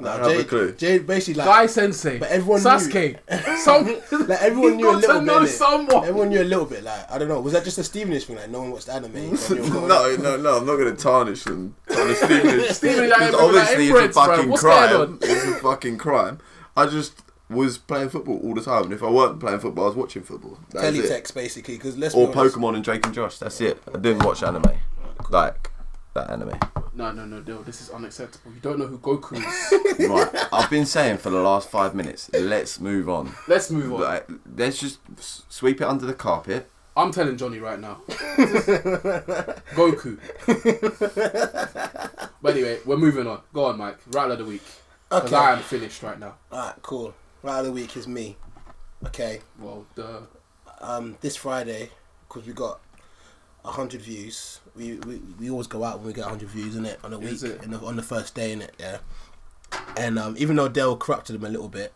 [SPEAKER 3] I have a clue.
[SPEAKER 1] Jade basically like.
[SPEAKER 4] Guy Sensei,
[SPEAKER 1] But everyone knew.
[SPEAKER 4] Sasuke, some
[SPEAKER 1] Like everyone
[SPEAKER 4] You've
[SPEAKER 1] knew a
[SPEAKER 4] got to
[SPEAKER 1] little bit.
[SPEAKER 4] know
[SPEAKER 1] innit?
[SPEAKER 4] someone.
[SPEAKER 1] Everyone knew a little bit. Like I don't know. Was that just a Stevenish thing? Like no one watched anime. and you're going-
[SPEAKER 3] no, no, no. I'm not going to tarnish them. Tarnish Stevenage.
[SPEAKER 4] Stevenage, like,
[SPEAKER 3] Because
[SPEAKER 4] like,
[SPEAKER 3] obviously
[SPEAKER 4] inbreds,
[SPEAKER 3] it's a
[SPEAKER 4] bro.
[SPEAKER 3] fucking
[SPEAKER 4] What's going
[SPEAKER 3] crime.
[SPEAKER 4] on?
[SPEAKER 3] It's a fucking crime. I just was playing football all the time, and if I weren't playing football, I was watching football. That's it.
[SPEAKER 1] Teletext basically. Because let's
[SPEAKER 3] or
[SPEAKER 1] be honest,
[SPEAKER 3] Pokemon and Drake and Josh. That's it. I didn't watch anime, like that anime.
[SPEAKER 4] No, no, no, Dil, this is unacceptable. You don't know who Goku is.
[SPEAKER 3] Right, I've been saying for the last five minutes. Let's move on.
[SPEAKER 4] Let's move on.
[SPEAKER 3] Like, let's just s- sweep it under the carpet.
[SPEAKER 4] I'm telling Johnny right now. Goku. but anyway, we're moving on. Go on, Mike. Rattle of the week. Because
[SPEAKER 1] Okay.
[SPEAKER 4] I am finished right now.
[SPEAKER 1] Alright, cool. Right of the week is me. Okay.
[SPEAKER 4] Well, duh.
[SPEAKER 1] Um, this Friday, because we got hundred views. We, we we always go out when we get hundred views in it on a week
[SPEAKER 4] Is it?
[SPEAKER 1] in the, on the first day in it. Yeah. And um, even though Dell corrupted him a little bit,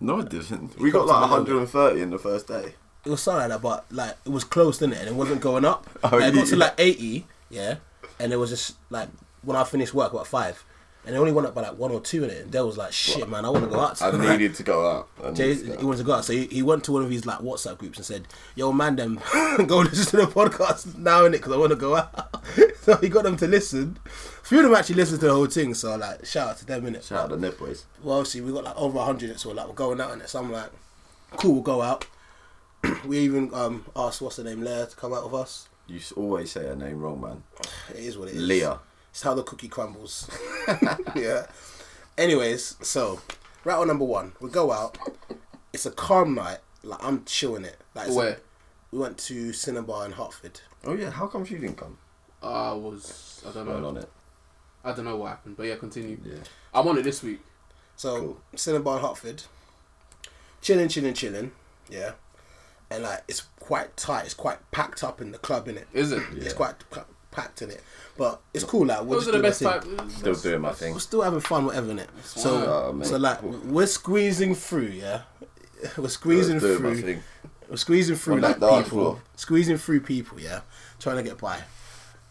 [SPEAKER 3] No, I didn't. We got like 130 in the first day.
[SPEAKER 1] it was something like that, but like it was close, didn't it? And it wasn't going up.
[SPEAKER 3] Oh,
[SPEAKER 1] like, it got
[SPEAKER 3] yeah.
[SPEAKER 1] to like eighty, yeah. And it was just like when I finished work about five, and it only went up by like one or two in it. And Dale was like, "Shit, man, I want to go out."
[SPEAKER 3] I
[SPEAKER 1] tonight."
[SPEAKER 3] needed to go out. I
[SPEAKER 1] Jay,
[SPEAKER 3] needed to go
[SPEAKER 1] he
[SPEAKER 3] out.
[SPEAKER 1] wanted to go out, so he, he went to one of his like WhatsApp groups and said, "Yo, man, them go listen to the podcast now in it because I want to go out." so he got them to listen. Few of them actually listened to the whole thing, so like shout out to them in it.
[SPEAKER 3] Shout out to Ned Boys.
[SPEAKER 1] Well, obviously we got like over hundred, so like we're going out in it. So I'm like, cool, we'll go out. we even um asked what's the name Leah to come out with us.
[SPEAKER 3] You s- always say her name wrong, man.
[SPEAKER 1] It is what it is.
[SPEAKER 3] Leah.
[SPEAKER 1] It's how the cookie crumbles. yeah. Anyways, so rattle number one. We go out. It's a calm night. Like I'm chilling it. Like it's a-
[SPEAKER 4] Where?
[SPEAKER 1] we went to Cinnabar in Hartford.
[SPEAKER 3] Oh yeah, how come she didn't come?
[SPEAKER 4] I was. I don't
[SPEAKER 3] Right on
[SPEAKER 4] know.
[SPEAKER 3] it.
[SPEAKER 4] I don't know what happened. But yeah, continue.
[SPEAKER 3] Yeah.
[SPEAKER 4] I'm on it this week.
[SPEAKER 1] So
[SPEAKER 3] Cool.
[SPEAKER 1] Cinnabar in Hartford. Chilling, chilling, chilling. Yeah. And like it's quite tight. It's quite packed up in the club in it.
[SPEAKER 4] Is it? Yeah.
[SPEAKER 1] It's quite pa- packed in it. But it's cool. Like we're
[SPEAKER 4] Those
[SPEAKER 1] just
[SPEAKER 4] are the
[SPEAKER 1] doing our
[SPEAKER 4] best
[SPEAKER 1] thing.
[SPEAKER 4] type.
[SPEAKER 3] Still doing my thing.
[SPEAKER 1] We're still having fun, whatever, innit?
[SPEAKER 3] Oh,
[SPEAKER 1] So,
[SPEAKER 3] mate.
[SPEAKER 1] so like, we're squeezing through, yeah? We're squeezing
[SPEAKER 3] Doing my
[SPEAKER 1] through.
[SPEAKER 3] thing.
[SPEAKER 1] We're squeezing through,
[SPEAKER 3] On
[SPEAKER 1] like,
[SPEAKER 3] that dance
[SPEAKER 1] people.
[SPEAKER 3] floor.
[SPEAKER 1] Squeezing through people, yeah? Trying to get by.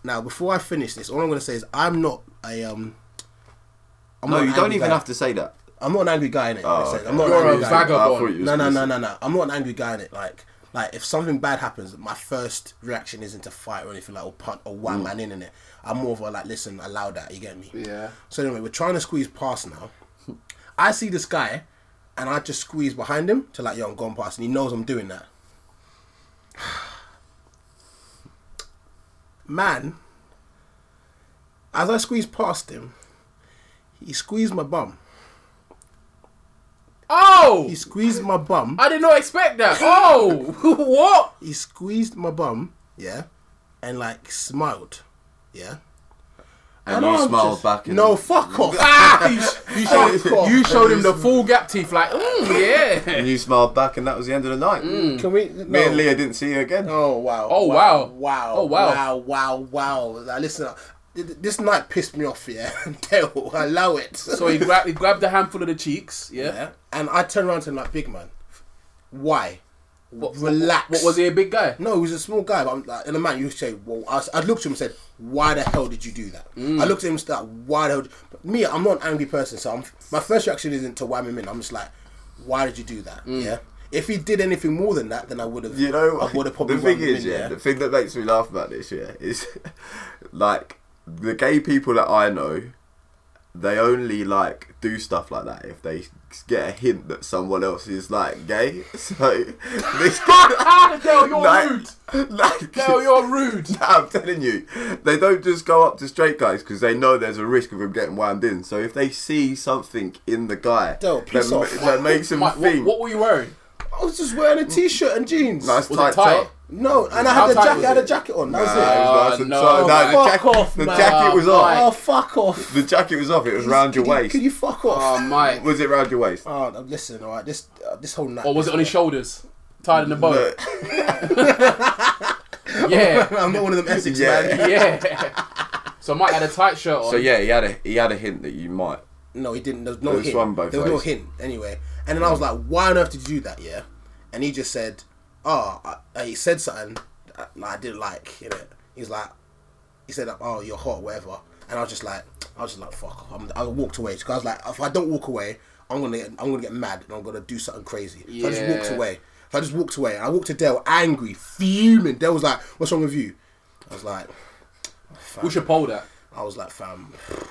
[SPEAKER 1] Now, before I finish this, all I'm going to say is I'm not a, um... I'm
[SPEAKER 3] No,
[SPEAKER 1] not an
[SPEAKER 3] you don't
[SPEAKER 1] angry
[SPEAKER 3] even
[SPEAKER 1] guy.
[SPEAKER 3] have to say that.
[SPEAKER 1] I'm not an angry guy in it.
[SPEAKER 3] Oh, okay.
[SPEAKER 1] I'm not an
[SPEAKER 4] You're a
[SPEAKER 1] angry guy.
[SPEAKER 4] vagabond.
[SPEAKER 3] I thought you was
[SPEAKER 1] No, no, no,
[SPEAKER 3] gonna
[SPEAKER 1] no, no. I'm not an angry guy in it. Like, like if something bad happens, my first reaction isn't to fight or anything like or punt or wham man in in it. I'm more of a like, listen, allow that. You get me?
[SPEAKER 4] Yeah.
[SPEAKER 1] So anyway, we're trying to squeeze past now. I see this guy, and I just squeeze behind him to like, yo, I'm going past, and he knows I'm doing that. Man, as I squeeze past him, he squeezed my bum.
[SPEAKER 4] Oh!
[SPEAKER 1] He squeezed my bum.
[SPEAKER 4] I did not expect that. Oh! what?
[SPEAKER 1] He squeezed my bum, yeah, and like smiled, yeah. And
[SPEAKER 3] And, you
[SPEAKER 1] I'm
[SPEAKER 3] smiled
[SPEAKER 1] just-
[SPEAKER 3] back. And
[SPEAKER 1] No, fuck off.
[SPEAKER 4] Ah, you, sh- you showed, you showed him the full gap teeth, like, mm, yeah.
[SPEAKER 3] And you smiled back, and that was the end of the night.
[SPEAKER 1] Can we?
[SPEAKER 3] Me and
[SPEAKER 1] no.
[SPEAKER 3] Leah didn't see you again.
[SPEAKER 1] Oh wow!
[SPEAKER 4] Oh, wow.
[SPEAKER 1] Wow!
[SPEAKER 4] Oh, wow.
[SPEAKER 1] Wow! Wow! Wow! Like, listen, uh, th- th- this night pissed me off. Yeah, Dale, allow it.
[SPEAKER 4] So he grabbed, he grabbed a handful of the cheeks. Yeah.
[SPEAKER 1] yeah, and I turned around to him like, "Big man, why?
[SPEAKER 4] What-
[SPEAKER 1] Relax."
[SPEAKER 4] What was he a big guy?
[SPEAKER 1] No, he was a small guy, but I'm like, and a man, you say, well, I, I looked at him and said, why the hell did you do that?
[SPEAKER 3] Mm.
[SPEAKER 1] I looked at him and said, why the hell? did- But me, I'm not an angry person, so I'm, my first reaction isn't to wham him in. I'm just like, why did you do that? Yeah. If he did anything more than that, then I would have.
[SPEAKER 3] Mm. You know,
[SPEAKER 1] I would have probably.
[SPEAKER 3] the thing
[SPEAKER 1] whammed him
[SPEAKER 3] is,
[SPEAKER 1] in,
[SPEAKER 3] yeah, the thing that makes me laugh about this, yeah, is like the gay people that I know, they only like do stuff like that if they get a hint that someone else is like gay. So this
[SPEAKER 4] Ah, Dale, you're rude.
[SPEAKER 3] like, like
[SPEAKER 4] Dale, you're rude.
[SPEAKER 3] I'm telling you, they don't just go up to straight guys because they know there's a risk of them getting whammed in. So if they see something in the guy
[SPEAKER 1] Dale,
[SPEAKER 3] that,
[SPEAKER 1] piss
[SPEAKER 3] ma-
[SPEAKER 1] off.
[SPEAKER 3] that makes them
[SPEAKER 4] Mike, what,
[SPEAKER 3] think,
[SPEAKER 4] what were you wearing?
[SPEAKER 1] I was just wearing a t-shirt and jeans.
[SPEAKER 3] nice
[SPEAKER 4] Was it
[SPEAKER 3] tight
[SPEAKER 4] tight?
[SPEAKER 3] top.
[SPEAKER 1] No, and I
[SPEAKER 4] How
[SPEAKER 1] had a
[SPEAKER 4] tight
[SPEAKER 1] jacket.
[SPEAKER 4] was
[SPEAKER 1] I had
[SPEAKER 4] it?
[SPEAKER 1] a jacket on. That was it.
[SPEAKER 3] Nah, it was nice
[SPEAKER 4] Oh,
[SPEAKER 3] and
[SPEAKER 4] no.
[SPEAKER 3] tight. the
[SPEAKER 1] Fuck
[SPEAKER 3] jacket,
[SPEAKER 1] off,
[SPEAKER 3] the
[SPEAKER 1] man.
[SPEAKER 3] jacket was
[SPEAKER 4] Oh,
[SPEAKER 3] off.
[SPEAKER 1] Oh fuck off!
[SPEAKER 3] The jacket was off. It was round your
[SPEAKER 1] Could you-
[SPEAKER 3] waist.
[SPEAKER 1] Could you fuck off?
[SPEAKER 4] Oh, Mike.
[SPEAKER 3] Was it round your waist?
[SPEAKER 1] Oh, no, listen, all right. This uh, this whole night.
[SPEAKER 4] Or was it on his shoulders? Tied in a bow?
[SPEAKER 3] Look,
[SPEAKER 4] Yeah.
[SPEAKER 1] I'm not one of them Essex
[SPEAKER 3] Yeah.
[SPEAKER 1] man.
[SPEAKER 4] Yeah. So Mike had a tight shirt on.
[SPEAKER 3] so yeah, he had a he had a hint that you might.
[SPEAKER 1] No, he didn't. There was no
[SPEAKER 3] There was
[SPEAKER 1] hint.
[SPEAKER 3] one both
[SPEAKER 1] there was no
[SPEAKER 3] ways.
[SPEAKER 1] hint anyway. And then I was like, "Why on earth did you do that?" Yeah, and he just said, "Oh, I, I- he said something that I didn't like." You know, he's like, he said, "Oh, you're hot, whatever." And I was just like, I was just like, "Fuck!" off." I'm, I walked away because I was like, "If I don't walk away, I'm gonna get, I'm gonna get mad and I'm gonna do something crazy." So I just walked
[SPEAKER 4] Yeah.
[SPEAKER 1] away. So I just walked away. I walked to Dale, angry, fuming. Dale was like, "What's wrong with you?" I was like,
[SPEAKER 4] We should poll that.
[SPEAKER 1] I was like, fam,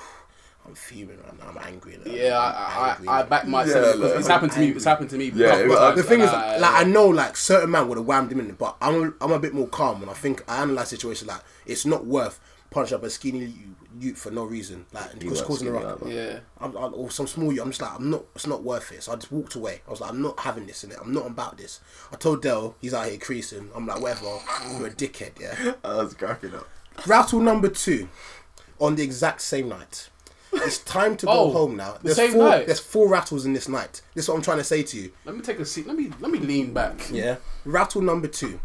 [SPEAKER 1] I'm fuming right now. I'm angry. Like,
[SPEAKER 4] Yeah, I,
[SPEAKER 1] I'm
[SPEAKER 4] I, I, I
[SPEAKER 1] angry.
[SPEAKER 4] back myself.
[SPEAKER 3] Yeah,
[SPEAKER 4] 'cause
[SPEAKER 3] look.
[SPEAKER 4] it's happened to me. It's happened to me.
[SPEAKER 3] Yeah,
[SPEAKER 4] multiple
[SPEAKER 3] it was-
[SPEAKER 4] times.
[SPEAKER 1] uh, The thing is,
[SPEAKER 4] Nah,
[SPEAKER 1] like, I know, like, certain man would have whammed him in, but I'm, I'm a bit more calm when I think I analyze situations. Like, it's not worth punching up a skinny you- youth for no reason, like, because
[SPEAKER 3] weren't
[SPEAKER 1] causing a
[SPEAKER 3] skinny
[SPEAKER 1] ruckus.
[SPEAKER 3] either.
[SPEAKER 4] yeah.
[SPEAKER 1] I'm, I'm, or some small you. I'm just like, I'm not. It's not worth it. So I just walked away. I was like, I'm not having this in it. I'm not about this. I told Dell he's out here creasing. I'm like, whatever. You're a dickhead, yeah.
[SPEAKER 3] I was cracking up.
[SPEAKER 1] Rattle number two on the exact same night. It's time to go
[SPEAKER 4] Oh,
[SPEAKER 1] home now.
[SPEAKER 4] the
[SPEAKER 1] There's
[SPEAKER 4] same
[SPEAKER 1] four,
[SPEAKER 4] night?
[SPEAKER 1] There's four rattles in this night. This is what I'm trying to say to you.
[SPEAKER 4] Let me take a seat. Let me let me lean back.
[SPEAKER 1] Yeah. Rattle number two.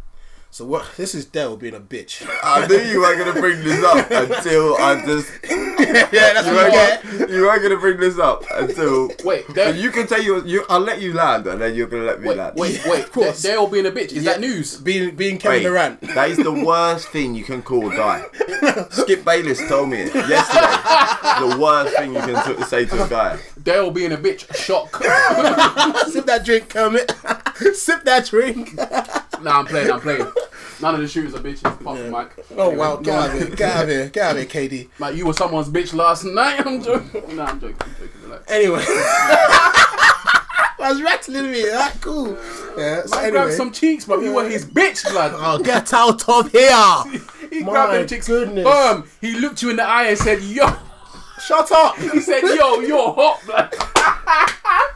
[SPEAKER 1] So what? This is Dell being a bitch.
[SPEAKER 3] I knew you weren't gonna bring this up until I just.
[SPEAKER 1] yeah, that's
[SPEAKER 3] You
[SPEAKER 1] what I get.
[SPEAKER 3] weren't, gonna, you weren't gonna bring this up until.
[SPEAKER 4] Wait, there-
[SPEAKER 3] And you can tell you, you. I'll let you land, and then you're gonna let me
[SPEAKER 4] Wait,
[SPEAKER 3] land.
[SPEAKER 4] wait,
[SPEAKER 1] Yeah,
[SPEAKER 4] wait.
[SPEAKER 1] of course.
[SPEAKER 4] They're all being a bitch. Is
[SPEAKER 1] Yeah.
[SPEAKER 4] that news?
[SPEAKER 1] Being being
[SPEAKER 3] Wait,
[SPEAKER 1] Kevin Durant.
[SPEAKER 3] that is the worst thing you can call a guy. Skip Bayless told me it yesterday. the worst thing you can t- say to a guy.
[SPEAKER 4] Dale being a bitch. Shock.
[SPEAKER 1] Sip that drink, Kermit. Sip that drink.
[SPEAKER 4] nah, I'm playing. I'm playing. None of the shooters are bitches. Apart from Mike.
[SPEAKER 1] Oh
[SPEAKER 4] Anyway,
[SPEAKER 1] wow!
[SPEAKER 4] go
[SPEAKER 1] Get
[SPEAKER 4] on.
[SPEAKER 1] out of here! Get out of here! Get out of here, KD.
[SPEAKER 4] Like you were someone's bitch last night. I'm joking. Nah, I'm joking. I'm joking. Relax.
[SPEAKER 1] Anyway, I was rattling me. That cool. Yeah. So
[SPEAKER 4] I
[SPEAKER 1] anyway,
[SPEAKER 4] grabbed some cheeks, but you were his bitch, blood.
[SPEAKER 1] oh, get out of here!
[SPEAKER 4] He
[SPEAKER 1] my
[SPEAKER 4] grabbed them cheeks.
[SPEAKER 1] goodness.
[SPEAKER 4] Boom. He looked you in the eye and said, "Yo."
[SPEAKER 1] Shut up!
[SPEAKER 4] He said, "Yo, you're hot." Blood.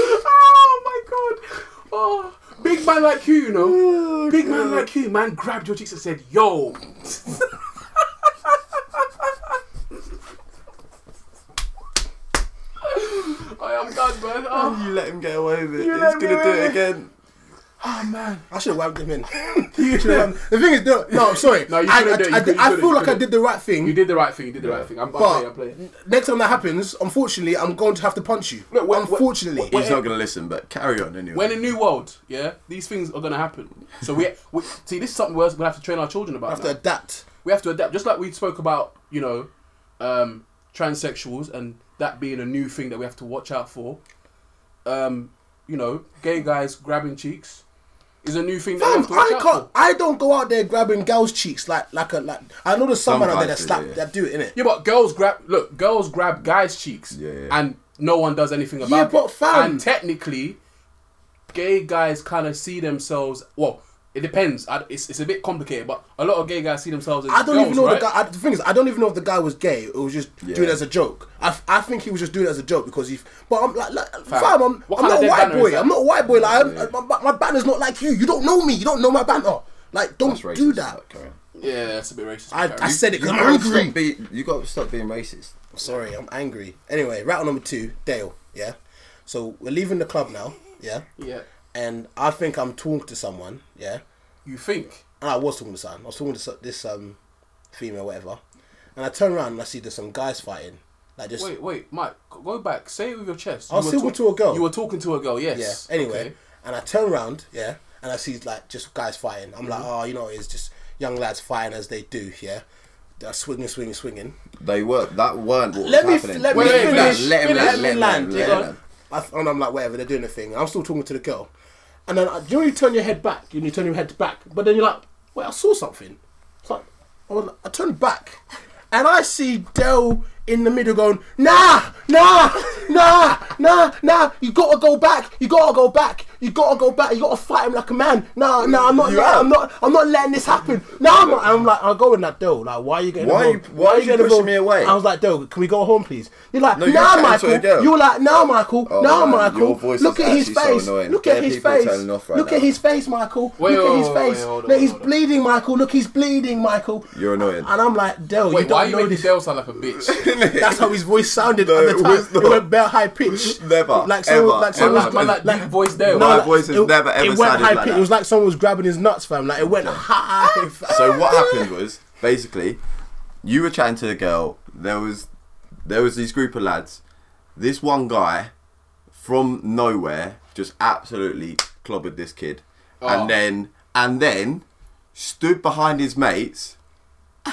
[SPEAKER 4] oh my god. Oh, big man like you, you
[SPEAKER 1] Oh,
[SPEAKER 4] know. Big man like you, man grabbed your cheeks and said, "Yo." I am done, man. Oh,
[SPEAKER 3] You let him get away with it.
[SPEAKER 4] let
[SPEAKER 3] He's
[SPEAKER 4] me
[SPEAKER 3] gonna do
[SPEAKER 4] away.
[SPEAKER 3] it again.
[SPEAKER 4] oh, man.
[SPEAKER 1] I should have whammed him in. You should have whammed. The thing is, no, no, I'm sorry.
[SPEAKER 4] No, you
[SPEAKER 1] I,
[SPEAKER 4] couldn't do it,
[SPEAKER 1] I,
[SPEAKER 4] you couldn't,
[SPEAKER 1] I,
[SPEAKER 4] you
[SPEAKER 1] I feel
[SPEAKER 4] couldn't,
[SPEAKER 1] like I
[SPEAKER 4] you
[SPEAKER 1] did the right
[SPEAKER 4] You
[SPEAKER 1] thing.
[SPEAKER 4] did the right thing. You did the right thing. I'm, I'm playing. I'm playing.
[SPEAKER 1] Next time that happens, unfortunately, I'm going to have to punch you.
[SPEAKER 4] Look, when-
[SPEAKER 1] unfortunately.
[SPEAKER 4] when-
[SPEAKER 3] He's not gonna listen, but carry on anyway.
[SPEAKER 4] When in new world, yeah, these things are gonna happen. So we, we see this is something we're gonna have to train our children about.
[SPEAKER 1] I have
[SPEAKER 4] now.
[SPEAKER 1] to adapt.
[SPEAKER 4] we have to adapt. Just like we spoke about, you know, um, transsexuals and that being a new thing that we have to watch out for. Um, you know, gay guys grabbing cheeks is a new thing that we
[SPEAKER 1] Fam,
[SPEAKER 4] have to watch
[SPEAKER 1] I
[SPEAKER 4] out
[SPEAKER 1] can't.
[SPEAKER 4] for.
[SPEAKER 1] I don't go out there grabbing girls' cheeks like like a like. I know there's some
[SPEAKER 3] Some
[SPEAKER 1] man out there that
[SPEAKER 3] guys do,
[SPEAKER 1] slap
[SPEAKER 3] yeah.
[SPEAKER 1] that do it innit?
[SPEAKER 4] Yeah, but girls grab look, girls grab guys' cheeks,
[SPEAKER 3] Yeah, yeah.
[SPEAKER 4] and no one does anything about
[SPEAKER 1] Yeah,
[SPEAKER 4] it.
[SPEAKER 1] but fam-
[SPEAKER 4] and technically, gay guys kind of see themselves. Well, it depends. I, it's, it's a bit complicated, but a lot of gay guys see themselves as
[SPEAKER 1] I don't
[SPEAKER 4] girls,
[SPEAKER 1] even know
[SPEAKER 4] right?
[SPEAKER 1] the guy. I, the thing is, I don't even know if the guy was gay. It was just doing it as a joke. I, I think he was just doing it as a joke because he. But I'm like, like fam, I'm,
[SPEAKER 4] What
[SPEAKER 1] I'm not
[SPEAKER 4] kind of
[SPEAKER 1] a
[SPEAKER 4] dead
[SPEAKER 1] white
[SPEAKER 4] banner is
[SPEAKER 1] boy.
[SPEAKER 4] that?
[SPEAKER 1] I'm not a white boy. Like I'm, my, my banner's not like you. You don't know me. You don't know my banner. Like, don't
[SPEAKER 6] That's
[SPEAKER 1] do
[SPEAKER 6] racist,
[SPEAKER 1] that.
[SPEAKER 6] but carry on.
[SPEAKER 4] Yeah, that's a bit racist.
[SPEAKER 1] I, I said it
[SPEAKER 3] You
[SPEAKER 1] because I'm
[SPEAKER 3] gotta
[SPEAKER 1] angry.
[SPEAKER 3] stop be- you got to stop being racist.
[SPEAKER 1] Sorry, I'm angry. Anyway, rattle number two, Dale. Yeah. So we're leaving the club now. Yeah.
[SPEAKER 4] yeah.
[SPEAKER 1] And I think I'm talking to someone. Yeah.
[SPEAKER 4] You think?
[SPEAKER 1] And I was talking to someone. I was talking to so- this um female, whatever. And I turn around and I see there's some guys fighting. Like just
[SPEAKER 4] Wait, wait, Mike, g- go back. Say it with your chest.
[SPEAKER 1] I was
[SPEAKER 4] were
[SPEAKER 1] talking to a girl.
[SPEAKER 4] You were talking to a girl,
[SPEAKER 1] yeah.
[SPEAKER 4] yes.
[SPEAKER 1] Anyway,
[SPEAKER 4] Okay.
[SPEAKER 1] and I turn around. Yeah. And I see like just guys fighting. I'm
[SPEAKER 4] Mm-hmm.
[SPEAKER 1] like, oh, you know, it's just young lads fighting as they do. Yeah. They're swinging, swinging, swinging.
[SPEAKER 3] They were that weren't what
[SPEAKER 1] Let me
[SPEAKER 3] was
[SPEAKER 1] f-
[SPEAKER 3] happening.
[SPEAKER 1] let me
[SPEAKER 3] Let him
[SPEAKER 4] finish,
[SPEAKER 3] land, Let him land.
[SPEAKER 4] finish, let
[SPEAKER 3] Let him
[SPEAKER 4] me
[SPEAKER 3] land.
[SPEAKER 4] land,
[SPEAKER 3] Let
[SPEAKER 4] yeah.
[SPEAKER 3] him land.
[SPEAKER 1] I th- and I'm like, whatever, they're doing their thing. And I'm still talking to the girl. And then uh, you know, you turn your head back, you, know, you turn your head back, but then you're like, wait, I saw something. It's like, I, was, I turned back, and I see Dell in the middle going, nah, nah, nah, nah, nah. You gotta go back. You gotta go back. You gotta go back. You gotta fight him like a man. Nah, nah, I'm not.
[SPEAKER 3] out.
[SPEAKER 1] I'm not. I'm not letting this happen. Nah, I'm not. And I'm like, I'll go with that Dell. Like, why are you getting?
[SPEAKER 3] Why are you-
[SPEAKER 1] involved?
[SPEAKER 3] why are you
[SPEAKER 1] getting
[SPEAKER 3] pushing
[SPEAKER 1] involved?
[SPEAKER 3] me away?
[SPEAKER 1] I was like, Dell, can we go home, please? You're like,
[SPEAKER 3] No, you were
[SPEAKER 1] nah,
[SPEAKER 3] chatting to a
[SPEAKER 1] Michael.
[SPEAKER 3] girl.
[SPEAKER 1] You were like, nah, Michael.
[SPEAKER 3] Oh,
[SPEAKER 1] nah,
[SPEAKER 3] man, your
[SPEAKER 1] Michael.
[SPEAKER 3] voice
[SPEAKER 1] Look
[SPEAKER 3] is
[SPEAKER 1] at his
[SPEAKER 3] actually so
[SPEAKER 1] face.
[SPEAKER 3] annoying.
[SPEAKER 1] Look at
[SPEAKER 3] There are
[SPEAKER 1] his
[SPEAKER 3] people
[SPEAKER 1] face.
[SPEAKER 3] turning off right
[SPEAKER 1] Look at
[SPEAKER 3] now.
[SPEAKER 1] his face, Michael.
[SPEAKER 4] Wait,
[SPEAKER 1] Look at his
[SPEAKER 4] wait, wait,
[SPEAKER 1] face.
[SPEAKER 4] hold on,
[SPEAKER 1] Look, he's
[SPEAKER 4] hold on.
[SPEAKER 1] bleeding, Michael. Look, he's bleeding, Michael.
[SPEAKER 3] You're annoying.
[SPEAKER 1] And I'm like, Dell, you
[SPEAKER 4] Wait, why
[SPEAKER 1] don't
[SPEAKER 4] you
[SPEAKER 1] know
[SPEAKER 4] making
[SPEAKER 1] this.
[SPEAKER 4] Dale sound like a bitch?
[SPEAKER 1] That's how his voice sounded
[SPEAKER 3] No,
[SPEAKER 1] at
[SPEAKER 3] it
[SPEAKER 1] the time.
[SPEAKER 3] was
[SPEAKER 1] It,
[SPEAKER 3] not.
[SPEAKER 1] went bare high pitch.
[SPEAKER 3] Never,
[SPEAKER 1] Like someone,
[SPEAKER 3] ever,
[SPEAKER 1] like
[SPEAKER 3] ever.
[SPEAKER 1] someone
[SPEAKER 4] like, man, like,
[SPEAKER 1] like,
[SPEAKER 4] deep voice Dale.
[SPEAKER 1] no,
[SPEAKER 3] My
[SPEAKER 1] like,
[SPEAKER 3] voice has
[SPEAKER 1] it,
[SPEAKER 3] never, ever
[SPEAKER 1] it went
[SPEAKER 3] sounded
[SPEAKER 1] high
[SPEAKER 3] like
[SPEAKER 1] pitch.
[SPEAKER 3] that.
[SPEAKER 1] It was like someone was grabbing his nuts, fam. Like it went high.
[SPEAKER 3] So what happened was basically you were chatting to a girl. There was there was these group of lads. This one guy from nowhere just absolutely clobbered this kid,
[SPEAKER 4] Oh.
[SPEAKER 3] and then and then stood behind his mates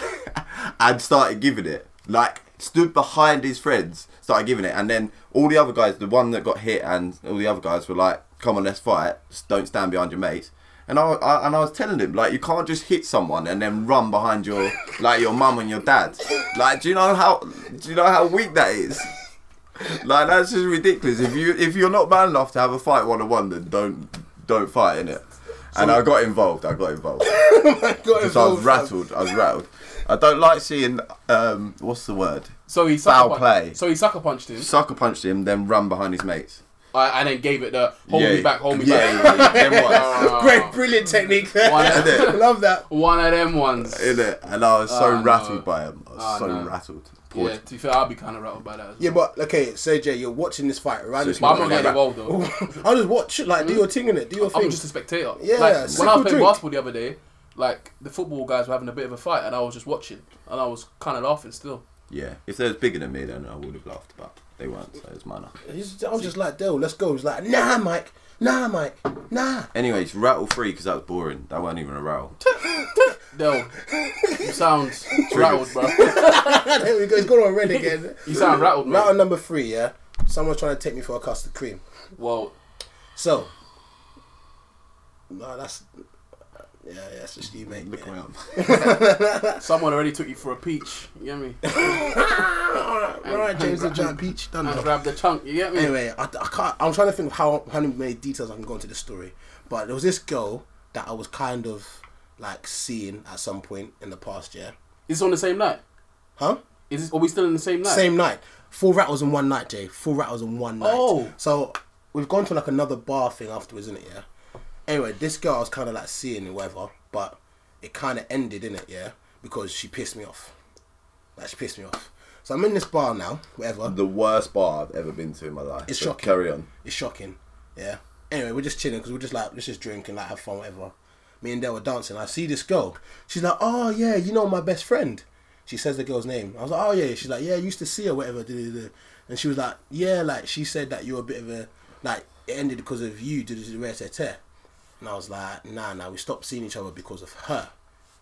[SPEAKER 3] and started giving it. Like stood behind his friends, started giving it, and then all the other guys, the one that got hit, and all the other guys were like, "Come on, let's fight! Just Don't stand behind your mates." And I, I and I was telling him like, you can't just hit someone and then run behind your like your mum and your dad. Like, do you know how do you know how weak that is? Like that's just ridiculous. If you if you're not man enough to have a fight one on one, then don't don't fight in it. And I got involved. I got involved. Because I was rattled. I was rattled. I don't like seeing um what's the word?
[SPEAKER 4] So he
[SPEAKER 3] Foul
[SPEAKER 4] sucker pun-
[SPEAKER 3] play.
[SPEAKER 4] So he sucker punched him,
[SPEAKER 3] Sucker punched him, then run behind his mates.
[SPEAKER 4] uh, and then gave it the hold me back, hold me
[SPEAKER 3] yeah,
[SPEAKER 4] back.
[SPEAKER 3] Yeah, yeah, yeah. Them ones.
[SPEAKER 4] Ah,
[SPEAKER 1] Great, brilliant technique.
[SPEAKER 4] One of
[SPEAKER 3] Innit?
[SPEAKER 4] them,
[SPEAKER 1] Love that.
[SPEAKER 4] one of them ones.
[SPEAKER 3] Innit? And I was so
[SPEAKER 4] Ah,
[SPEAKER 3] rattled
[SPEAKER 4] no.
[SPEAKER 3] by him. I was
[SPEAKER 4] Ah,
[SPEAKER 3] so
[SPEAKER 4] no.
[SPEAKER 3] rattled. Poor
[SPEAKER 4] Yeah, to be fair, I'll be kind of rattled by that. As well.
[SPEAKER 1] Yeah, but okay, so Jay, you're watching this fight, right?
[SPEAKER 3] it's
[SPEAKER 4] but I'm not
[SPEAKER 3] Okay,
[SPEAKER 4] getting
[SPEAKER 3] right.
[SPEAKER 4] involved though.
[SPEAKER 1] I'll just watch it, like do your thing in it, do your
[SPEAKER 4] I'm
[SPEAKER 1] thing.
[SPEAKER 4] just a spectator.
[SPEAKER 1] Yeah,
[SPEAKER 4] like,
[SPEAKER 1] sip
[SPEAKER 4] when I
[SPEAKER 1] your
[SPEAKER 4] was playing
[SPEAKER 1] drink.
[SPEAKER 4] basketball the other day, like the football guys were having a bit of a fight, and I was just watching, and I was kind of laughing still.
[SPEAKER 3] Yeah. If they was bigger than me, then I would have laughed, but they weren't, so it was minor.
[SPEAKER 1] He's- I was just like, Dale, let's go. He's like, Nah, Mike, nah, Mike, nah.
[SPEAKER 3] Anyways, rattle free because that was boring. That wasn't even a rattle.
[SPEAKER 4] Dell, you sound rattled, bro.
[SPEAKER 1] there we go. He's gone on red again.
[SPEAKER 4] You sound rattled,
[SPEAKER 1] Round
[SPEAKER 4] mate.
[SPEAKER 1] number three, yeah. Someone's trying to take me for a custard cream.
[SPEAKER 4] Well,
[SPEAKER 1] So, no, that's yeah, yeah, that's just you, mate.
[SPEAKER 3] Look me up.
[SPEAKER 4] someone already took you for a peach. You get me?
[SPEAKER 1] All right, James and John Peach, done.
[SPEAKER 4] And
[SPEAKER 1] now.
[SPEAKER 4] grab the chunk. You get me?
[SPEAKER 1] Anyway, I, I can't. I'm trying to think of how how many details I can go into this story. But there was this girl that I was kind of like seeing at some point in the past year,
[SPEAKER 4] Is this on the same night?
[SPEAKER 1] huh?
[SPEAKER 4] Is this, are we still in the same night?
[SPEAKER 1] Same night. Four rattles in one night, Jay. Four rattles in one night.
[SPEAKER 4] Oh.
[SPEAKER 1] So we've gone to like another bar thing afterwards, isn't it? Yeah. Anyway, this girl I was kind of like seeing and whatever, but it kind of ended, in it? Yeah. Because she pissed me off. Like she pissed me off. So I'm in this bar now, whatever.
[SPEAKER 3] The worst bar I've ever been to in my life.
[SPEAKER 1] It's
[SPEAKER 3] So
[SPEAKER 1] shocking.
[SPEAKER 3] Carry on.
[SPEAKER 1] It's shocking. Yeah. Anyway, we're just chilling because we're just like, let's just drink and like have fun, whatever. Me and Dale were dancing. I see this girl. She's like, oh yeah, you know my best friend. She says the girl's name. I was like, oh yeah. She's like, yeah, I used to see her, whatever. duh, duh, duh." And she was like, yeah, like she said that you're a bit of a like it ended because of you. duh, duh, duh, duh, duh, duh." And I was like, nah, nah. We stopped seeing each other because of her.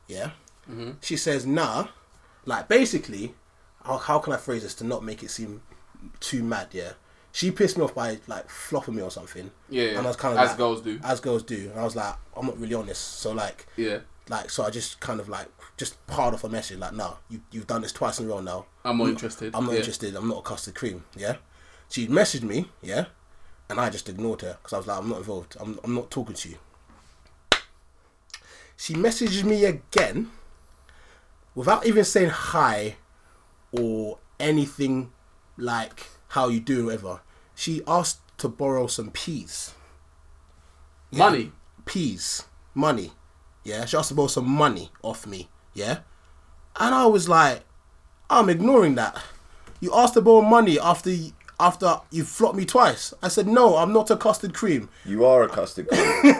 [SPEAKER 1] Yeah.
[SPEAKER 4] Mm-hmm.
[SPEAKER 1] She says, nah. Like basically, how, how can I phrase this to not make it seem too mad? Yeah. She pissed me off by like flopping me or something.
[SPEAKER 4] Yeah, yeah.
[SPEAKER 1] And I was kind of
[SPEAKER 4] As girls do.
[SPEAKER 1] As girls do. And I was like, I'm not really on this. So like,
[SPEAKER 4] Yeah.
[SPEAKER 1] like so I just kind of like just hard off a message like, no, you you've done this twice in a row now.
[SPEAKER 4] I'm not interested.
[SPEAKER 1] Mm. I'm not
[SPEAKER 4] Yeah.
[SPEAKER 1] interested. I'm not a custard cream. Yeah. She messaged me. Yeah. And I just ignored her because I was like, I'm not involved. I'm, I'm not talking to you. She messages me again without even saying hi or anything like how you do, whatever. She asked to borrow some peas.
[SPEAKER 4] Money.
[SPEAKER 1] Peas. Money. Yeah. She asked to borrow some money off me. yeah? And I was like, I'm ignoring that. You asked to borrow money after y- after you flopped me twice. I said, no, I'm not a custard cream.
[SPEAKER 6] You are a custard cream.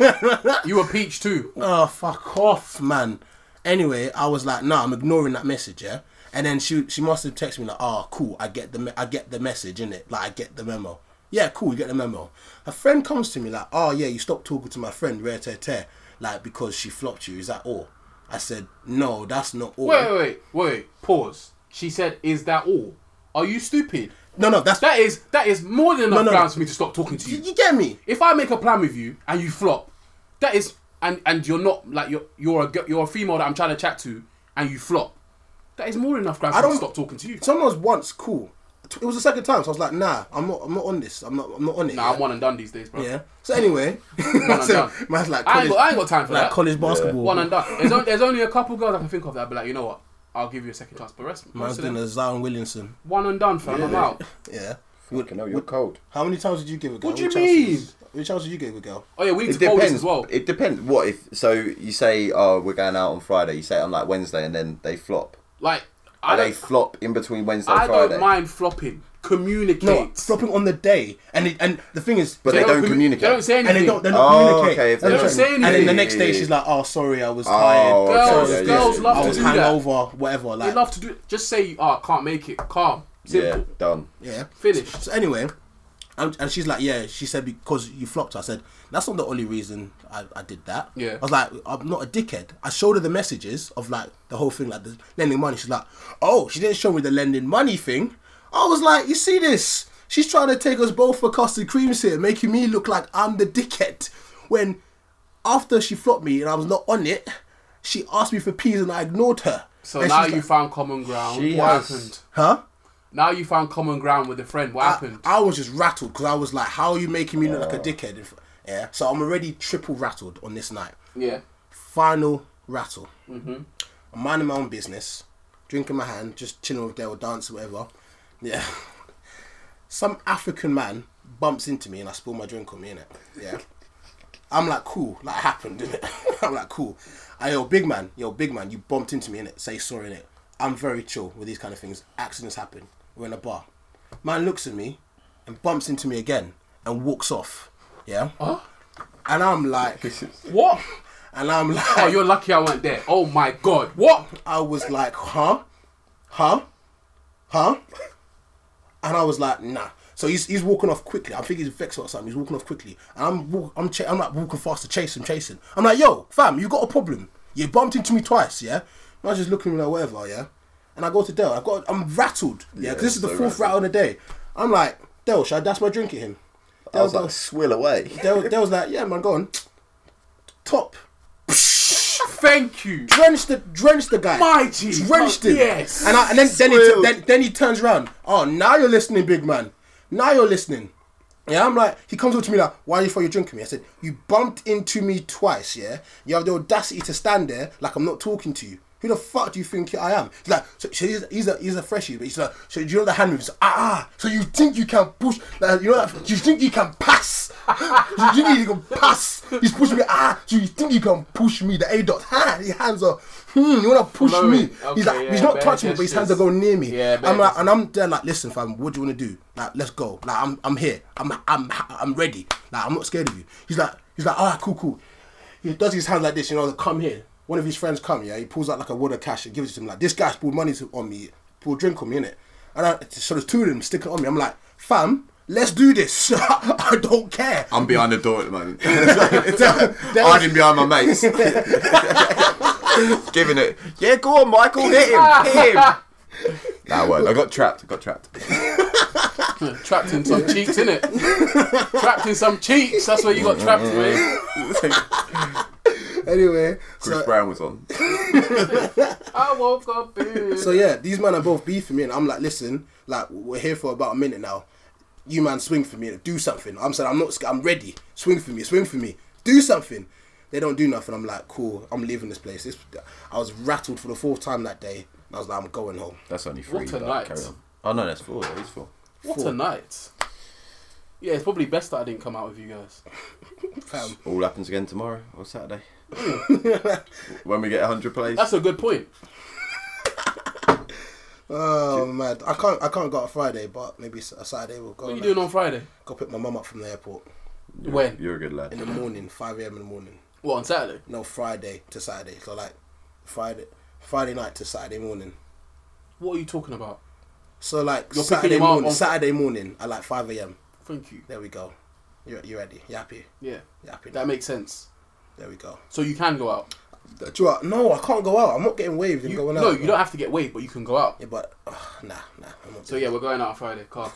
[SPEAKER 4] You were peach too.
[SPEAKER 1] Oh, fuck off, man. Anyway, I was like, nah, I'm ignoring that message, yeah? And then she she must have texted me like, oh, cool, I get the me- I get the message, innit? Like, I get the memo. Yeah, cool, you get the memo. A friend comes to me like, oh, yeah, you stopped talking to my friend, rare tear tear, like, because she flopped you. Is that all? I said, no, that's not all.
[SPEAKER 4] Wait, wait, wait, wait. Pause. She said, "Is that all? Are you stupid?
[SPEAKER 1] No, no, that's...
[SPEAKER 4] That is that is more than enough
[SPEAKER 1] no.
[SPEAKER 4] grounds for me to stop talking to
[SPEAKER 1] you,
[SPEAKER 4] you.
[SPEAKER 1] you get me?
[SPEAKER 4] If I make a plan with you and you flop, that is and and you're not like you're you're a gi- you're a female that I'm trying to chat to and you flop. That is more than enough grounds for me to
[SPEAKER 1] don't-
[SPEAKER 4] stop talking to you.
[SPEAKER 1] Someone was once cool. It was the second time, so I was like, nah, I'm not, I'm not on this. I'm not, I'm not on it.
[SPEAKER 4] Nah, I'm
[SPEAKER 1] yeah?
[SPEAKER 4] one and done these days, bro.
[SPEAKER 1] Yeah. So anyway,
[SPEAKER 4] One and
[SPEAKER 1] so
[SPEAKER 4] done.
[SPEAKER 1] man's like
[SPEAKER 4] I
[SPEAKER 1] college,
[SPEAKER 4] ain't, got, I ain't got time for
[SPEAKER 1] like
[SPEAKER 4] that.
[SPEAKER 1] college basketball.
[SPEAKER 4] One and done. There's, on, there's only a couple girls I can think of that I'd be like, you know what? I'll give you a second chance. But rest,
[SPEAKER 1] Man's
[SPEAKER 4] most of
[SPEAKER 1] doing
[SPEAKER 4] them,
[SPEAKER 1] a uh, Zion Williamson.
[SPEAKER 4] one and done, fam. I'm out.
[SPEAKER 1] Yeah.
[SPEAKER 6] Fucking hell, you're cold.
[SPEAKER 1] How many times did you give a girl?
[SPEAKER 4] What do you
[SPEAKER 1] How many
[SPEAKER 4] mean?
[SPEAKER 1] chances- How many times did you give a girl?
[SPEAKER 4] Oh yeah, we need
[SPEAKER 6] It
[SPEAKER 4] to fold this as
[SPEAKER 6] depends.
[SPEAKER 4] well.
[SPEAKER 6] It depends. What if? So you say, "Oh, we're going out on Friday." You say it on like Wednesday, and then they flop.
[SPEAKER 4] Like I
[SPEAKER 6] And they
[SPEAKER 4] don't,
[SPEAKER 6] flop in between Wednesday and
[SPEAKER 4] I
[SPEAKER 6] Friday.
[SPEAKER 4] don't mind flopping. Communicate.
[SPEAKER 1] No, flopping on the day, and it, and the thing is,
[SPEAKER 6] But they,
[SPEAKER 4] They
[SPEAKER 6] don't
[SPEAKER 4] commu-
[SPEAKER 6] communicate.
[SPEAKER 4] They don't say
[SPEAKER 1] and
[SPEAKER 4] anything.
[SPEAKER 1] they don't, they're not
[SPEAKER 6] Oh,
[SPEAKER 1] communicating.
[SPEAKER 6] okay, if they
[SPEAKER 1] That's
[SPEAKER 6] don't
[SPEAKER 1] what I'm
[SPEAKER 4] say
[SPEAKER 1] saying. and then the
[SPEAKER 4] anything.
[SPEAKER 1] next day, she's like, "Oh, sorry, I was
[SPEAKER 6] Oh,
[SPEAKER 1] tired.
[SPEAKER 4] Girls-
[SPEAKER 6] okay,
[SPEAKER 4] girls love
[SPEAKER 1] I
[SPEAKER 4] to
[SPEAKER 1] was
[SPEAKER 4] do that.
[SPEAKER 1] hangover, whatever."
[SPEAKER 4] they
[SPEAKER 1] Like,
[SPEAKER 4] love to do. Just say, "Ah, can't make it." Calm. Simple.
[SPEAKER 6] Yeah, done.
[SPEAKER 1] yeah.
[SPEAKER 4] Finished.
[SPEAKER 1] So anyway, um, and she's like, yeah, she said because you flopped. I said that's not the only reason I, I did that.
[SPEAKER 4] Yeah.
[SPEAKER 1] I was like, I'm not a dickhead. I showed her the messages of like the whole thing, like the lending money. She's like, oh, she didn't show me the lending money thing. I was like, you see this? She's trying to take us both for custard creams here, making me look like I'm the dickhead. When after she flopped me and I was not on it, she asked me for peas and I ignored her.
[SPEAKER 4] So
[SPEAKER 1] And
[SPEAKER 4] now
[SPEAKER 1] she's
[SPEAKER 4] you
[SPEAKER 1] like,
[SPEAKER 4] found common ground.
[SPEAKER 6] She
[SPEAKER 4] what
[SPEAKER 6] has-
[SPEAKER 4] happened?
[SPEAKER 1] huh?
[SPEAKER 4] Now you found common ground with a friend. What happened?
[SPEAKER 1] I was just rattled because I was like, "How are you making me look like a dickhead?" If- Yeah, so I'm already triple rattled on this night.
[SPEAKER 4] yeah.
[SPEAKER 1] Final rattle. Mm-hmm. I'm minding my own business, drinking my hand, just chilling with girl, dance, whatever. Yeah. Some African man bumps into me and I spill my drink on me, innit? Yeah. I'm like, cool, like happened, innit? I'm like, cool. I, yo, big man, yo, big man, you bumped into me, innit? Say sorry, innit? I'm very chill with these kind of things. Accidents happen. We're in a bar. Man looks at me and bumps into me again and walks off. Yeah?
[SPEAKER 4] Huh?
[SPEAKER 1] And I'm like,
[SPEAKER 4] What?
[SPEAKER 1] and I'm like,
[SPEAKER 4] Oh, you're lucky I weren't there. Oh my god. What?
[SPEAKER 1] I was like, huh? Huh? Huh? And I was like, nah. So he's, he's walking off quickly. I think he's vexed about something. He's walking off quickly. And I'm walk, I'm cha- I'm like walking faster, chasing, chasing. I'm like, yo, fam, you got a problem. You bumped into me twice, yeah? And I was just looking at me like, whatever, yeah? And I go to Dell. I've got, I'm rattled, yeah? 'cause this is the
[SPEAKER 6] so rattled.
[SPEAKER 1] fourth rattle of the day. I'm like, Dell, should I dash my drink at him?
[SPEAKER 6] I was
[SPEAKER 1] Del-
[SPEAKER 6] like, swill away.
[SPEAKER 1] Dell, Dell was like, yeah, man, go on. Top.
[SPEAKER 4] Thank you.
[SPEAKER 1] Drenched the, drenched the guy.
[SPEAKER 4] My G.
[SPEAKER 1] drenched him.
[SPEAKER 4] Yes.
[SPEAKER 1] And, I, and then then he,
[SPEAKER 6] Swilled.
[SPEAKER 1] then, then he turns around. Oh, now you're listening, big man. Now you're listening. Yeah, I'm like, he comes up to me like, why you thought you're drinking me? I said, you bumped into me twice, yeah? You have the audacity to stand there like I'm not talking to you. Who the fuck do you think I am? He's like, so, so he's, he's a he's a freshie, but he's like, so do you know the hand moves? Ah, ah, so you think you can push? Like, you know that? You think you can pass? you think you can pass? He's pushing me. Ah, so you think you can push me? The A dot, ha, his hands are. Hmm, you wanna push me?
[SPEAKER 4] Flowing.
[SPEAKER 1] he's
[SPEAKER 4] Okay,
[SPEAKER 1] like,
[SPEAKER 4] yeah,
[SPEAKER 1] he's not
[SPEAKER 4] bare
[SPEAKER 1] touching me, but his hands are
[SPEAKER 4] gestures.
[SPEAKER 1] going near me.
[SPEAKER 4] Yeah, bare
[SPEAKER 1] I'm like, and I'm there like, listen, fam, what do you want to do? Like, let's go. Like, I'm, I'm here. I'm, I'm, I'm ready. Like, I'm not scared of you. He's like, he's like, all right, cool, cool. He does his hands like this, you know, like, come here. One of his friends come, yeah. He pulls out like a wad of cash and gives it to him. Like, this guy spilled money to, on me, spilled drink on me, innit? And I, so there's two of them sticking on me. I'm like, fam, let's do this. I don't care.
[SPEAKER 6] I'm behind the door at the moment. Hiding behind my mates. Giving it. Yeah, go on, Michael. Hit him. Hit him. nah, word. I got trapped. I got trapped.
[SPEAKER 4] Trapped in some cheeks, innit? trapped in some cheeks. That's where you got trapped, man.
[SPEAKER 1] Anyway,
[SPEAKER 6] Chris
[SPEAKER 1] so,
[SPEAKER 6] Brown was on.
[SPEAKER 4] I woke up in.
[SPEAKER 1] So yeah, these men are both beefing me, and I'm like, listen, like we're here for about a minute now. You man, swing for me, do something. I'm saying I'm not, sc- I'm ready. Swing for me, swing for me, do something. They don't do nothing. I'm like, cool. I'm leaving this place. This, I was rattled for the fourth time that day. I was like, I'm going home.
[SPEAKER 6] That's only three.
[SPEAKER 4] What a
[SPEAKER 6] but
[SPEAKER 4] night.
[SPEAKER 6] Carry on. Oh no, that's four. It's four.
[SPEAKER 4] what a night. Yeah, it's probably best that I didn't come out with you guys.
[SPEAKER 1] Fam.
[SPEAKER 6] All happens again tomorrow or Saturday. when we get 100 plays.
[SPEAKER 4] That's a good point.
[SPEAKER 1] Oh man, I can't. I can't go out Friday, but maybe s- a Saturday we'll go.
[SPEAKER 4] What are you
[SPEAKER 1] like,
[SPEAKER 4] doing on Friday?
[SPEAKER 1] Go pick my mum up from the airport
[SPEAKER 4] When?
[SPEAKER 6] You're a good
[SPEAKER 1] in
[SPEAKER 6] lad.
[SPEAKER 1] the morning, five a.m. in the morning.
[SPEAKER 4] What on Saturday?
[SPEAKER 1] No, Friday to Saturday. So like Friday, Friday night to Saturday morning.
[SPEAKER 4] What are you talking about?
[SPEAKER 1] So like
[SPEAKER 4] You're picking
[SPEAKER 1] Saturday
[SPEAKER 4] him up
[SPEAKER 1] morning.
[SPEAKER 4] on-
[SPEAKER 1] Saturday morning at like five a.m.
[SPEAKER 4] Thank you.
[SPEAKER 1] There we go. You you ready? You happy?
[SPEAKER 4] Yeah,
[SPEAKER 1] You happy? now?
[SPEAKER 4] that makes sense.
[SPEAKER 1] there we go.
[SPEAKER 4] So you can go out.
[SPEAKER 1] Do you know what? No, I can't go out. I'm not getting waved and
[SPEAKER 4] You,
[SPEAKER 1] going out.
[SPEAKER 4] no, you don't have to get weighed, but you can go out.
[SPEAKER 1] Yeah, but ugh, nah, nah. I'm not
[SPEAKER 4] So yeah, we're going out on Friday. Car.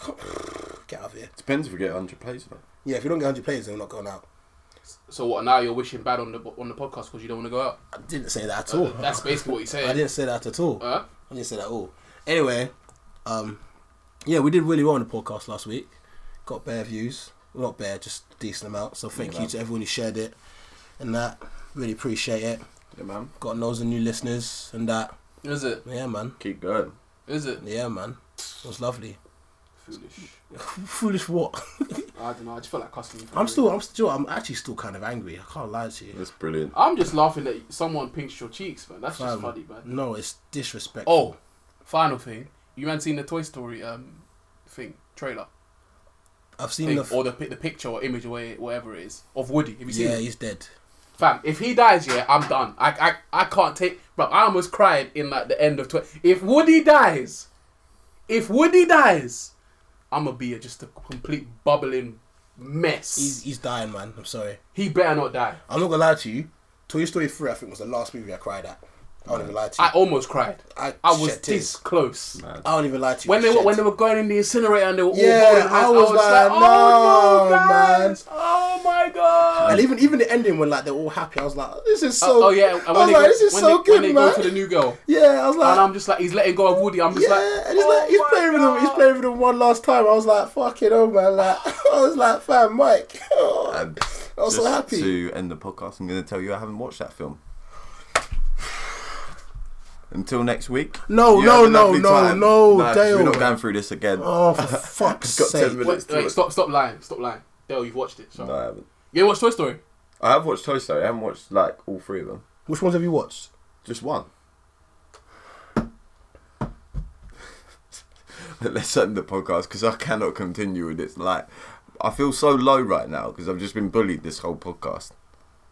[SPEAKER 1] get out of here.
[SPEAKER 6] Depends if we get 100 plays or not.
[SPEAKER 1] Yeah, if you don't get hundred players, then we're not going out.
[SPEAKER 4] So what? Now you're wishing bad on the on the podcast because you don't want to go out.
[SPEAKER 1] I didn't say that at all.
[SPEAKER 4] That's basically what you're saying.
[SPEAKER 1] Oh. Uh, I didn't say that at all.
[SPEAKER 4] Huh?
[SPEAKER 1] I didn't say that at all. Anyway, um, yeah, we did really well on the podcast last week. Got bare views. Well, not bare, just a decent amount. So thank you to everyone who shared it and that. Really appreciate it.
[SPEAKER 6] Yeah, man.
[SPEAKER 1] Got loads of new listeners and that.
[SPEAKER 4] Is it?
[SPEAKER 1] Yeah, man.
[SPEAKER 6] Keep going.
[SPEAKER 4] Is it?
[SPEAKER 1] Yeah, man. It was lovely.
[SPEAKER 4] Foolish.
[SPEAKER 1] Foolish what?
[SPEAKER 4] I don't know. I just felt like cussing. you for no
[SPEAKER 1] I'm still,
[SPEAKER 4] reason.
[SPEAKER 1] I'm still, I'm actually still kind of angry. I can't lie to you.
[SPEAKER 6] That's brilliant.
[SPEAKER 4] I'm just laughing that someone pinched your cheeks, man. That's just
[SPEAKER 1] Fam,
[SPEAKER 4] funny, man.
[SPEAKER 1] No, it's disrespectful.
[SPEAKER 4] Oh, final thing. You haven't seen the Toy Story um thing trailer
[SPEAKER 1] I've seen
[SPEAKER 4] thing,
[SPEAKER 1] the. F-
[SPEAKER 4] or the pi- the picture or image or wha- whatever it is of Woody. Have you seen
[SPEAKER 1] yeah,
[SPEAKER 4] it?
[SPEAKER 1] he's dead.
[SPEAKER 4] Fam, if he dies, yeah, I'm done. I I, I can't take. Bro, I almost cried in like the end of Toy. If Woody dies, if Woody dies, I'm gonna be a, just a complete bubbling mess.
[SPEAKER 1] He's, e- he's dying, man. I'm sorry.
[SPEAKER 4] he better not die.
[SPEAKER 1] I'm not gonna lie to you. Toy Story 3, I think, was the last movie I cried at. I don't even lie to you.
[SPEAKER 4] I almost cried.
[SPEAKER 1] I
[SPEAKER 4] I was
[SPEAKER 1] shed tears.
[SPEAKER 4] this close.
[SPEAKER 1] I don't even lie to you.
[SPEAKER 4] when
[SPEAKER 1] I
[SPEAKER 4] they were,
[SPEAKER 1] shed
[SPEAKER 4] when they were going in the incinerator and they were all
[SPEAKER 1] Yeah,
[SPEAKER 4] holding hands,
[SPEAKER 1] I was like,
[SPEAKER 4] oh
[SPEAKER 1] no,
[SPEAKER 4] guys, oh my god.
[SPEAKER 1] And even even the ending when like they're all happy, I was like, this is so.
[SPEAKER 4] oh oh, yeah, and
[SPEAKER 1] I was like,
[SPEAKER 4] go-
[SPEAKER 1] this is
[SPEAKER 4] when
[SPEAKER 1] so
[SPEAKER 4] they,
[SPEAKER 1] good,
[SPEAKER 4] when they
[SPEAKER 1] man.
[SPEAKER 4] go to the new girl,
[SPEAKER 1] yeah, I was like,
[SPEAKER 4] and I'm just like, he's letting go of Woody. I'm just
[SPEAKER 1] yeah,
[SPEAKER 4] like,
[SPEAKER 1] and he's
[SPEAKER 4] oh
[SPEAKER 1] like, he's
[SPEAKER 4] my
[SPEAKER 1] playing with him, he's
[SPEAKER 4] God.
[SPEAKER 1] playing with him one last time. I was like, fuck it, oh man, like I was like, fam, Mike, oh,
[SPEAKER 6] And
[SPEAKER 1] I was so
[SPEAKER 6] just
[SPEAKER 1] happy.
[SPEAKER 6] To end the podcast, I'm going to tell you I haven't watched that film. Until next week.
[SPEAKER 1] No,
[SPEAKER 6] you
[SPEAKER 1] no,
[SPEAKER 6] have a
[SPEAKER 1] no,
[SPEAKER 6] lovely
[SPEAKER 1] no,
[SPEAKER 6] time.
[SPEAKER 1] no,
[SPEAKER 6] Nah, 'cause We're
[SPEAKER 1] Dale.
[SPEAKER 6] not going through this again.
[SPEAKER 1] oh for fuck's
[SPEAKER 6] Got
[SPEAKER 1] sake.
[SPEAKER 6] 10
[SPEAKER 4] Wait,
[SPEAKER 6] minutes to
[SPEAKER 4] wait,
[SPEAKER 6] it.
[SPEAKER 4] stop, stop lying, stop lying. Dale, you've watched it.
[SPEAKER 6] No, I
[SPEAKER 4] So.
[SPEAKER 6] haven't.
[SPEAKER 4] You watched Toy Story?
[SPEAKER 6] I have watched Toy Story. I haven't watched like all three of them.
[SPEAKER 1] Which ones have you watched?
[SPEAKER 6] Just one. Let's end the podcast because I cannot continue with this. Like, I feel so low right now because I've just been bullied this whole podcast.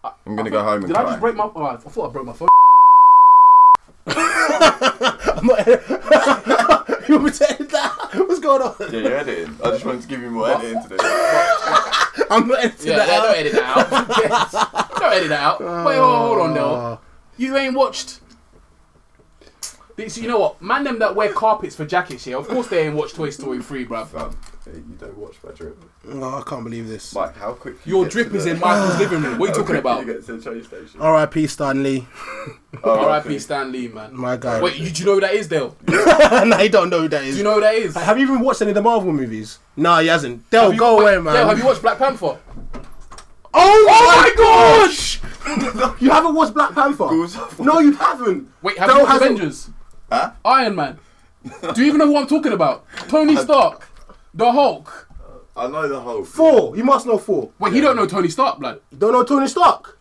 [SPEAKER 6] I'm gonna go home and
[SPEAKER 4] Did
[SPEAKER 6] cry.
[SPEAKER 4] I just break my? Oh, I thought I broke my phone.
[SPEAKER 1] you pretended that. What's going on?
[SPEAKER 6] Yeah, you're editing. I just wanted to give you more editing today.
[SPEAKER 1] I'm not editing
[SPEAKER 4] Yeah,
[SPEAKER 1] that.
[SPEAKER 4] yeah,
[SPEAKER 1] out.
[SPEAKER 4] don't edit that out. don't edit that out.
[SPEAKER 1] Ah.
[SPEAKER 4] Wait, hold, hold on, Dale. You ain't watched. So you know what? Man, them that wear carpets for jackets here, of course they ain't watched Toy Story 3, bruv.
[SPEAKER 6] eh, you don't watch my drip.
[SPEAKER 1] Oh, I can't believe this.
[SPEAKER 6] Mike, how quick? you
[SPEAKER 4] Your
[SPEAKER 6] get
[SPEAKER 4] drip
[SPEAKER 6] to
[SPEAKER 4] is
[SPEAKER 6] the-
[SPEAKER 4] in Michael's living room. What are you
[SPEAKER 6] how
[SPEAKER 4] talking
[SPEAKER 6] quick
[SPEAKER 4] about? Oh,
[SPEAKER 6] You get to the train station. Oh,
[SPEAKER 1] R.I.P. Stan Lee,
[SPEAKER 4] R.I.P. Stan Lee, man.
[SPEAKER 1] my guy.
[SPEAKER 4] Wait, you, do you know who that is, Dale? Do
[SPEAKER 1] no, you don't know who that is.
[SPEAKER 4] you know who that is? Have
[SPEAKER 1] Have you even watched any of the Marvel movies? No, he hasn't. Del,
[SPEAKER 4] you-
[SPEAKER 1] go
[SPEAKER 4] wait,
[SPEAKER 1] away, man.
[SPEAKER 4] Dale, have you watched Black Panther?
[SPEAKER 1] oh, my gosh! you haven't watched Black Panther? No, you haven't.
[SPEAKER 4] Wait, have
[SPEAKER 1] Del
[SPEAKER 4] you watched
[SPEAKER 1] hasn't-
[SPEAKER 4] Avengers? Huh? Iron Man. Do you even know who I'm talking about? Tony Stark. The Hulk.
[SPEAKER 6] I know the whole.
[SPEAKER 1] Four. You must know four.
[SPEAKER 4] Wait, he don't know Tony Stark, blood.
[SPEAKER 1] Don't know Tony Stark.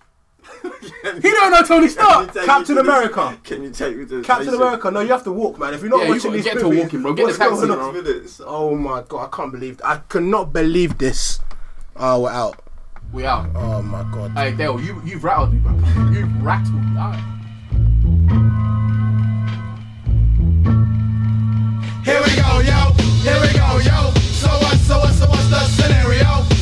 [SPEAKER 4] He don't know Tony Stark.
[SPEAKER 6] Take me
[SPEAKER 1] Captain
[SPEAKER 6] to the-
[SPEAKER 1] America.
[SPEAKER 6] Can you take me to the
[SPEAKER 1] Captain
[SPEAKER 6] station?
[SPEAKER 1] America. No, you have to walk, man. If you're not
[SPEAKER 4] Yeah, you
[SPEAKER 1] watching
[SPEAKER 4] gotta
[SPEAKER 1] these
[SPEAKER 4] get to
[SPEAKER 1] movies,
[SPEAKER 4] walking, bro. Get the
[SPEAKER 1] what's going
[SPEAKER 4] taxi,
[SPEAKER 1] on?
[SPEAKER 4] bro.
[SPEAKER 6] Minutes.
[SPEAKER 1] Oh my god, I can't believe. I cannot believe this. Oh, we're out.
[SPEAKER 4] We out.
[SPEAKER 1] Oh my god.
[SPEAKER 4] Hey Dale, you you've rattled me, bro. You've rattled me. All right.
[SPEAKER 2] Here we go, yo. Here we go, yo. So what, so what, so what's the scenario?